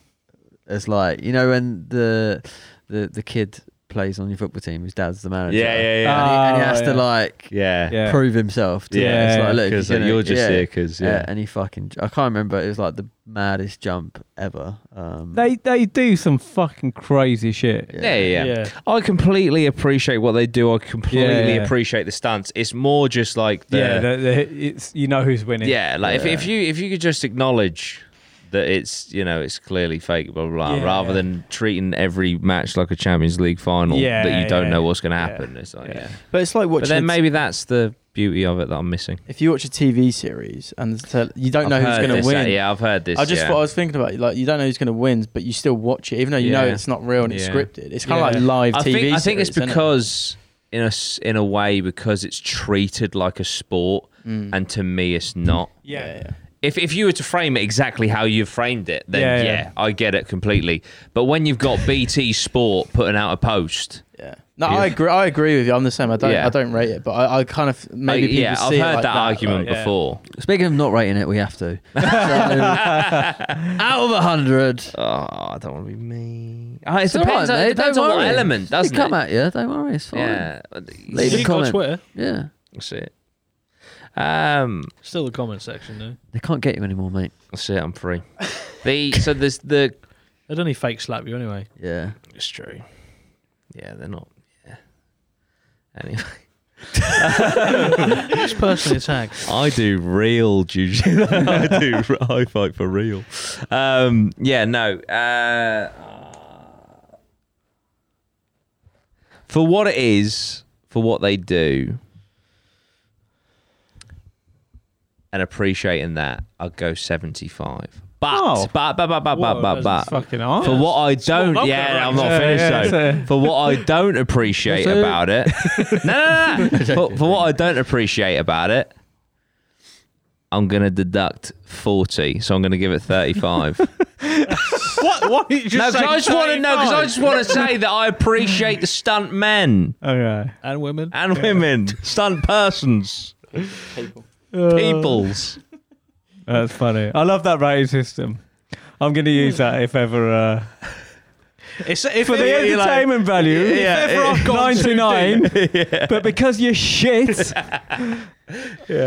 [SPEAKER 4] as like you know when the the the kid plays on your football team, his dad's the manager.
[SPEAKER 2] Yeah, yeah, yeah,
[SPEAKER 3] Ah.
[SPEAKER 4] And, he, and he
[SPEAKER 3] Oh,
[SPEAKER 4] has to
[SPEAKER 3] yeah.
[SPEAKER 4] like
[SPEAKER 2] yeah, yeah.
[SPEAKER 3] Yeah.
[SPEAKER 4] prove himself. To
[SPEAKER 3] Yeah,
[SPEAKER 4] yeah, like, look,
[SPEAKER 2] Because
[SPEAKER 4] you're,
[SPEAKER 2] like,
[SPEAKER 4] gonna-
[SPEAKER 2] you're just
[SPEAKER 4] yeah.
[SPEAKER 2] here 'cause
[SPEAKER 4] Yeah.
[SPEAKER 2] yeah.
[SPEAKER 4] and he fucking. I can't remember. It was like the maddest jump ever. Um,
[SPEAKER 3] they they do some fucking crazy shit.
[SPEAKER 2] Yeah, yeah, yeah. I completely appreciate what they do. I completely
[SPEAKER 3] Yeah.
[SPEAKER 2] appreciate the stunts. It's more just like the
[SPEAKER 3] Yeah, the, the, it's you know who's winning.
[SPEAKER 2] Yeah, like If, if
[SPEAKER 4] Yeah.
[SPEAKER 2] you if you could just acknowledge that it's you know it's clearly fake, blah blah, blah
[SPEAKER 3] Yeah,
[SPEAKER 2] rather
[SPEAKER 3] yeah.
[SPEAKER 2] than treating every match like a Champions League final
[SPEAKER 3] Yeah,
[SPEAKER 2] that you don't
[SPEAKER 3] yeah,
[SPEAKER 2] know what's going to
[SPEAKER 3] yeah,
[SPEAKER 2] happen. It's like, yeah.
[SPEAKER 3] yeah.
[SPEAKER 6] But it's like
[SPEAKER 2] But
[SPEAKER 6] watching.
[SPEAKER 2] then
[SPEAKER 6] a t-
[SPEAKER 2] maybe that's the beauty of it that I'm missing.
[SPEAKER 6] if you watch a TV series and the tele- you don't know
[SPEAKER 2] I've
[SPEAKER 6] who's
[SPEAKER 2] heard
[SPEAKER 6] going
[SPEAKER 2] this,
[SPEAKER 6] to
[SPEAKER 2] uh,
[SPEAKER 6] win.
[SPEAKER 2] Yeah, I've heard this.
[SPEAKER 6] I just
[SPEAKER 2] yeah.
[SPEAKER 6] thought I was thinking about it, like you don't know who's going to win, but you still watch it, even though you know
[SPEAKER 2] Yeah.
[SPEAKER 6] it's not real and it's
[SPEAKER 2] Yeah.
[SPEAKER 6] scripted. It's kind
[SPEAKER 3] Yeah.
[SPEAKER 6] of like live
[SPEAKER 2] I
[SPEAKER 6] TV.
[SPEAKER 2] think, I think it's
[SPEAKER 6] series, isn't it?
[SPEAKER 2] because in a s- in a way because it's treated like a sport,
[SPEAKER 6] Mm.
[SPEAKER 2] and to me it's not.
[SPEAKER 3] yeah.
[SPEAKER 2] If, if you were to frame it exactly how you framed it, then
[SPEAKER 3] Yeah,
[SPEAKER 2] yeah,
[SPEAKER 3] yeah.
[SPEAKER 2] I get it completely. But when you've got BT Sport putting out a post,
[SPEAKER 6] Yeah. No,
[SPEAKER 2] Yeah.
[SPEAKER 6] I agree. I agree with you. I'm the same. I don't.
[SPEAKER 2] Yeah.
[SPEAKER 6] I don't rate it, but I, I kind of maybe
[SPEAKER 2] I-
[SPEAKER 6] people
[SPEAKER 2] yeah,
[SPEAKER 6] see
[SPEAKER 2] I've
[SPEAKER 6] it
[SPEAKER 2] heard
[SPEAKER 6] like
[SPEAKER 2] that, argument
[SPEAKER 3] like- Yeah.
[SPEAKER 2] before.
[SPEAKER 4] Speaking of not rating it, we have to. So, out of a hundred,
[SPEAKER 2] Oh, I don't want to be mean. Ah, it
[SPEAKER 4] It's
[SPEAKER 2] depends,
[SPEAKER 4] alright,
[SPEAKER 2] on,
[SPEAKER 4] mate,
[SPEAKER 2] it depends
[SPEAKER 4] don't
[SPEAKER 2] on what
[SPEAKER 4] worry.
[SPEAKER 2] element,
[SPEAKER 4] they
[SPEAKER 2] doesn't
[SPEAKER 4] come
[SPEAKER 2] it?
[SPEAKER 4] at you. Don't worry, it's fine. Yeah,
[SPEAKER 2] Yeah,
[SPEAKER 4] Leave
[SPEAKER 5] If
[SPEAKER 4] a
[SPEAKER 5] you go
[SPEAKER 4] comment.
[SPEAKER 5] Twitter,
[SPEAKER 2] that's it. Um,
[SPEAKER 5] still the comment section though.
[SPEAKER 4] they can't get you anymore, mate.
[SPEAKER 2] that's it. I'm free. The so there's the.
[SPEAKER 5] They'd only fake slap you anyway.
[SPEAKER 4] Yeah,
[SPEAKER 2] It's true. Yeah, they're not. Yeah. Anyway,
[SPEAKER 5] It's personally attacked.
[SPEAKER 2] I do real jujitsu. I do. I fight for real. Um, yeah. No. Uh, for what it is, for what they do, and appreciating that, I'll go seventy-five. But
[SPEAKER 3] Oh.
[SPEAKER 2] but but but but but
[SPEAKER 5] Whoa,
[SPEAKER 2] but
[SPEAKER 5] that's
[SPEAKER 2] but.
[SPEAKER 3] Fucking hard.
[SPEAKER 2] For what I don't,
[SPEAKER 5] number,
[SPEAKER 2] yeah,
[SPEAKER 5] right?
[SPEAKER 2] I'm not
[SPEAKER 3] Yeah,
[SPEAKER 2] finished
[SPEAKER 3] yeah,
[SPEAKER 2] though.
[SPEAKER 3] it's a-
[SPEAKER 2] For what I don't appreciate
[SPEAKER 4] That's it.
[SPEAKER 2] about it, no, no, no. no. for, for what I don't appreciate about it, I'm gonna deduct forty, so I'm gonna give it thirty-five. no, 'cause
[SPEAKER 5] what? What? You just
[SPEAKER 2] I just want to know, because I just want to say that I appreciate the stunt men
[SPEAKER 3] okay.
[SPEAKER 5] and women.
[SPEAKER 2] and women, stunt persons,
[SPEAKER 3] Uh,
[SPEAKER 2] peoples.
[SPEAKER 3] That's funny. I love that rating system. I'm going to use that if ever uh,
[SPEAKER 5] It's, if
[SPEAKER 3] for the entertainment value.
[SPEAKER 2] Yeah,
[SPEAKER 3] if ever I've got 99, but because you're shit,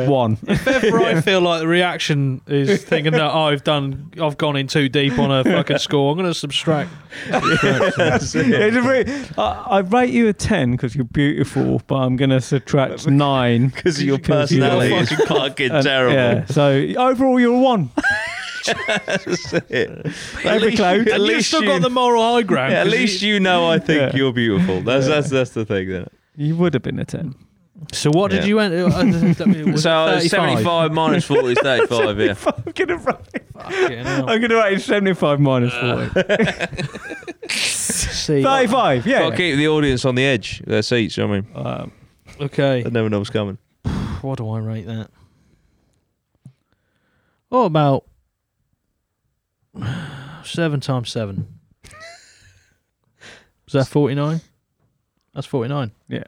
[SPEAKER 3] one.
[SPEAKER 5] Whenever I feel like the reaction is thinking that oh, I've done, I've gone in too deep on a fucking score, I'm going to subtract.
[SPEAKER 3] It's a re- I, I rate you a 10 because you're beautiful, but I'm going to subtract nine.
[SPEAKER 2] Because your
[SPEAKER 3] Because you're
[SPEAKER 2] personality is fucking
[SPEAKER 3] And-
[SPEAKER 2] terrible.
[SPEAKER 3] Yeah, so overall, you're a one. Every cloud.
[SPEAKER 2] At
[SPEAKER 5] and you've
[SPEAKER 2] least
[SPEAKER 5] still
[SPEAKER 2] you-
[SPEAKER 5] got the moral high ground.
[SPEAKER 2] Yeah, at
[SPEAKER 5] 'cause
[SPEAKER 2] least you know I think
[SPEAKER 3] Yeah.
[SPEAKER 2] you're beautiful. That's that's that's the thing. Then
[SPEAKER 3] You would have been a 10.
[SPEAKER 5] So what
[SPEAKER 2] Yeah.
[SPEAKER 5] did you enter? uh, let me- was it
[SPEAKER 2] So it's
[SPEAKER 5] 35?
[SPEAKER 2] 75 minus 40 is 35, yeah.
[SPEAKER 3] I'm going to write,
[SPEAKER 5] Fucking hell.
[SPEAKER 3] I'm gonna write 75 minus 40.
[SPEAKER 2] Uh,
[SPEAKER 5] See.
[SPEAKER 3] 35, yeah.
[SPEAKER 2] Got to keep the audience on the edge of their seats, you know what I mean?
[SPEAKER 3] Um,
[SPEAKER 5] Okay.
[SPEAKER 2] They never know what's coming.
[SPEAKER 5] What do I rate that? What about seven times seven? Is that forty nine? That's forty nine.
[SPEAKER 3] Yeah.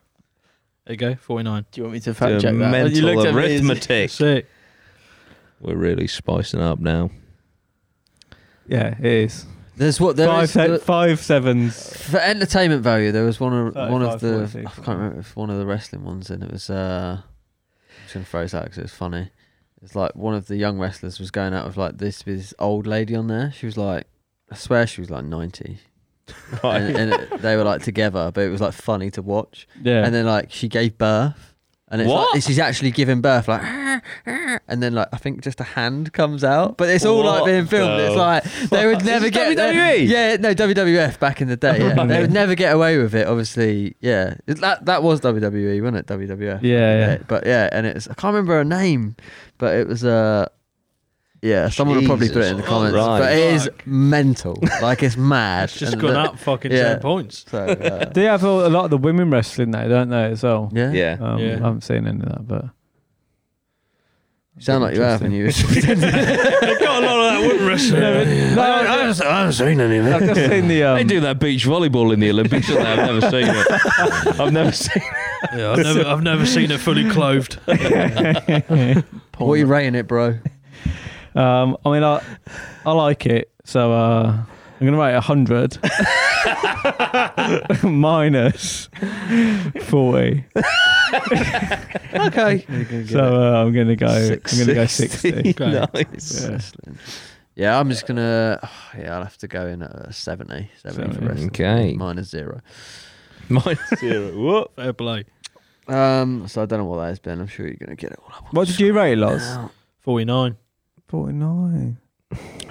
[SPEAKER 5] There you go, forty nine.
[SPEAKER 6] Do you want me to fact
[SPEAKER 2] It's a
[SPEAKER 6] check that? You
[SPEAKER 2] mental
[SPEAKER 6] looked at me as-
[SPEAKER 2] arithmetic.
[SPEAKER 5] Sick.
[SPEAKER 2] We're really spicing up now.
[SPEAKER 3] yeah, it is.
[SPEAKER 4] There's what there is.
[SPEAKER 3] Five, se-
[SPEAKER 4] the-
[SPEAKER 3] five sevens.
[SPEAKER 4] for entertainment value, there was one of one of
[SPEAKER 3] 35,
[SPEAKER 4] the
[SPEAKER 3] 46,
[SPEAKER 4] I can't remember if one of the wrestling ones, and it was uh, I'm just gonna phrase that because it's funny. It's like one of the young wrestlers was going out with like this this old lady on there. She was like, I swear she was like ninety, and, and it, they were like together, but it was like funny to watch.
[SPEAKER 3] Yeah.
[SPEAKER 4] And then like she gave birth, and it's
[SPEAKER 2] What?
[SPEAKER 4] like she's actually giving birth, like, and then like I think just a hand comes out, but it's all like
[SPEAKER 2] What
[SPEAKER 4] being filmed. It's
[SPEAKER 2] the
[SPEAKER 4] like they would
[SPEAKER 2] fuck?
[SPEAKER 4] never
[SPEAKER 2] Is
[SPEAKER 4] get
[SPEAKER 2] this
[SPEAKER 4] they-
[SPEAKER 2] WWE?
[SPEAKER 4] yeah, no WWF back in the day. Yeah. they would never get away with it. Obviously, yeah, It- that that was WWE, wasn't it? WWF.
[SPEAKER 3] yeah, yeah.
[SPEAKER 4] but yeah, and it's I can't remember her name, but it was uh yeah, someone will probably put it in the
[SPEAKER 2] Jesus
[SPEAKER 4] comments.
[SPEAKER 2] Christ.
[SPEAKER 4] But it is
[SPEAKER 5] Fuck.
[SPEAKER 4] mental, like it's mad.
[SPEAKER 5] It's just
[SPEAKER 4] And
[SPEAKER 5] gone
[SPEAKER 4] the-
[SPEAKER 5] up fucking
[SPEAKER 4] yeah.
[SPEAKER 5] ten points.
[SPEAKER 4] So, uh,
[SPEAKER 3] They have a, a lot of the women wrestling now, don't they, as well?
[SPEAKER 4] yeah.
[SPEAKER 2] Yeah.
[SPEAKER 3] Um,
[SPEAKER 5] Yeah.
[SPEAKER 3] I haven't seen any of that, but.
[SPEAKER 4] You sound like you have, and you.
[SPEAKER 5] Got a lot of that wooden wrestling.
[SPEAKER 1] haven't seen any of
[SPEAKER 3] I've just seen the. Um,
[SPEAKER 2] They do that beach volleyball in the Olympics, don't they? I've never seen it. I've never seen
[SPEAKER 5] Yeah, I've never, I've never seen it fully clothed.
[SPEAKER 4] What are you rating it, bro?
[SPEAKER 3] Um, I mean, I, I like it, so uh, I'm gonna rate hundred minus forty.
[SPEAKER 4] Okay.
[SPEAKER 3] So uh, I'm gonna go. I'm gonna go sixty.
[SPEAKER 2] Nice.
[SPEAKER 3] Yeah.
[SPEAKER 4] Yeah, I'm just gonna. oh, yeah, I'll have to go in at a 70. 70 for
[SPEAKER 3] Seventy.
[SPEAKER 4] wrestling.
[SPEAKER 2] Okay.
[SPEAKER 4] Minus zero.
[SPEAKER 2] Minus zero. What?
[SPEAKER 5] Fair play.
[SPEAKER 4] Um, so I don't know what that is, Ben. I'm sure you're gonna get it all up.
[SPEAKER 3] What did you rate, Loz?
[SPEAKER 4] now.
[SPEAKER 5] Forty nine.
[SPEAKER 3] Forty nine.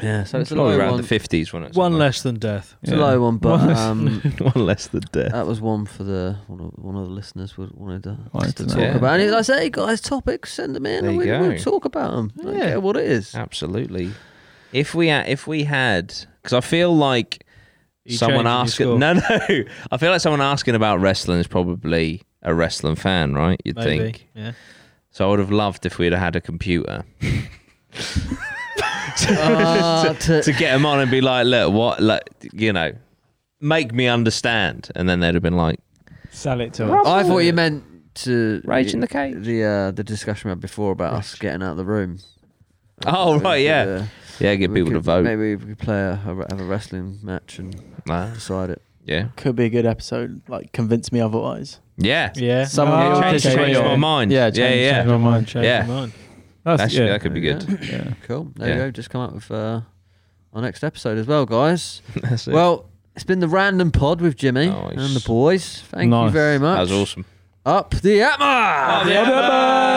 [SPEAKER 4] Yeah, so it's a
[SPEAKER 2] Probably
[SPEAKER 4] low
[SPEAKER 2] around
[SPEAKER 4] one.
[SPEAKER 2] the 50s, wasn't it?
[SPEAKER 5] One less than death.
[SPEAKER 4] It's a low one, but um,
[SPEAKER 2] one less than death.
[SPEAKER 4] that was one for the one of, one of the listeners would wanted to,
[SPEAKER 3] Wanted
[SPEAKER 4] to
[SPEAKER 3] to know.
[SPEAKER 4] talk
[SPEAKER 2] Yeah.
[SPEAKER 4] about. And as I say, guys, topics, send them in,
[SPEAKER 2] There
[SPEAKER 4] and
[SPEAKER 2] you
[SPEAKER 4] we,
[SPEAKER 2] go.
[SPEAKER 4] we'll talk about them. I don't
[SPEAKER 2] Yeah.
[SPEAKER 4] care what it is.
[SPEAKER 2] Absolutely. If we had, if we had, because I feel like
[SPEAKER 5] You
[SPEAKER 2] someone
[SPEAKER 5] changed and you
[SPEAKER 2] asking, no, no, I feel like someone asking about wrestling is probably a wrestling fan, right? You'd
[SPEAKER 5] Maybe.
[SPEAKER 2] think.
[SPEAKER 5] Yeah.
[SPEAKER 2] So I would have loved if we'd have had a computer
[SPEAKER 4] Uh, to-
[SPEAKER 2] to get them on and be like, look, what, like, you know, make me understand, and then they'd have been like,
[SPEAKER 3] Sell it to us.
[SPEAKER 4] I thought you meant to
[SPEAKER 2] Rage in the cage.
[SPEAKER 4] The uh, the discussion we had before about us getting out of the room.
[SPEAKER 2] Oh,
[SPEAKER 4] We
[SPEAKER 2] right,
[SPEAKER 4] could,
[SPEAKER 2] yeah.
[SPEAKER 4] uh,
[SPEAKER 2] yeah, get
[SPEAKER 4] we
[SPEAKER 2] people to
[SPEAKER 4] could-
[SPEAKER 2] vote.
[SPEAKER 4] Maybe we could play a have a wrestling match and
[SPEAKER 2] Ah,
[SPEAKER 4] decide it.
[SPEAKER 2] yeah,
[SPEAKER 6] Could be a good episode. Like, convince me otherwise.
[SPEAKER 2] yeah.
[SPEAKER 5] Yeah.
[SPEAKER 4] Someone
[SPEAKER 3] Oh,
[SPEAKER 2] It
[SPEAKER 3] okay.
[SPEAKER 2] changed, changed my mind.
[SPEAKER 6] Yeah,
[SPEAKER 2] Yeah,
[SPEAKER 6] change-
[SPEAKER 2] yeah, yeah.
[SPEAKER 5] Change my mind. Change
[SPEAKER 2] Yeah.
[SPEAKER 5] my mind.
[SPEAKER 3] That's,
[SPEAKER 2] Actually,
[SPEAKER 3] yeah.
[SPEAKER 2] that could be
[SPEAKER 4] There
[SPEAKER 2] good.
[SPEAKER 4] you go.
[SPEAKER 3] yeah.
[SPEAKER 4] Cool. There you
[SPEAKER 2] Yeah.
[SPEAKER 4] go. Just come up with uh, our next episode as well, guys.
[SPEAKER 2] That's it.
[SPEAKER 4] Well, it's been the random pod with Jimmy
[SPEAKER 2] Nice.
[SPEAKER 4] and the boys. Thank you
[SPEAKER 3] Nice.
[SPEAKER 4] very much.
[SPEAKER 2] that was awesome.
[SPEAKER 4] Up the Atma!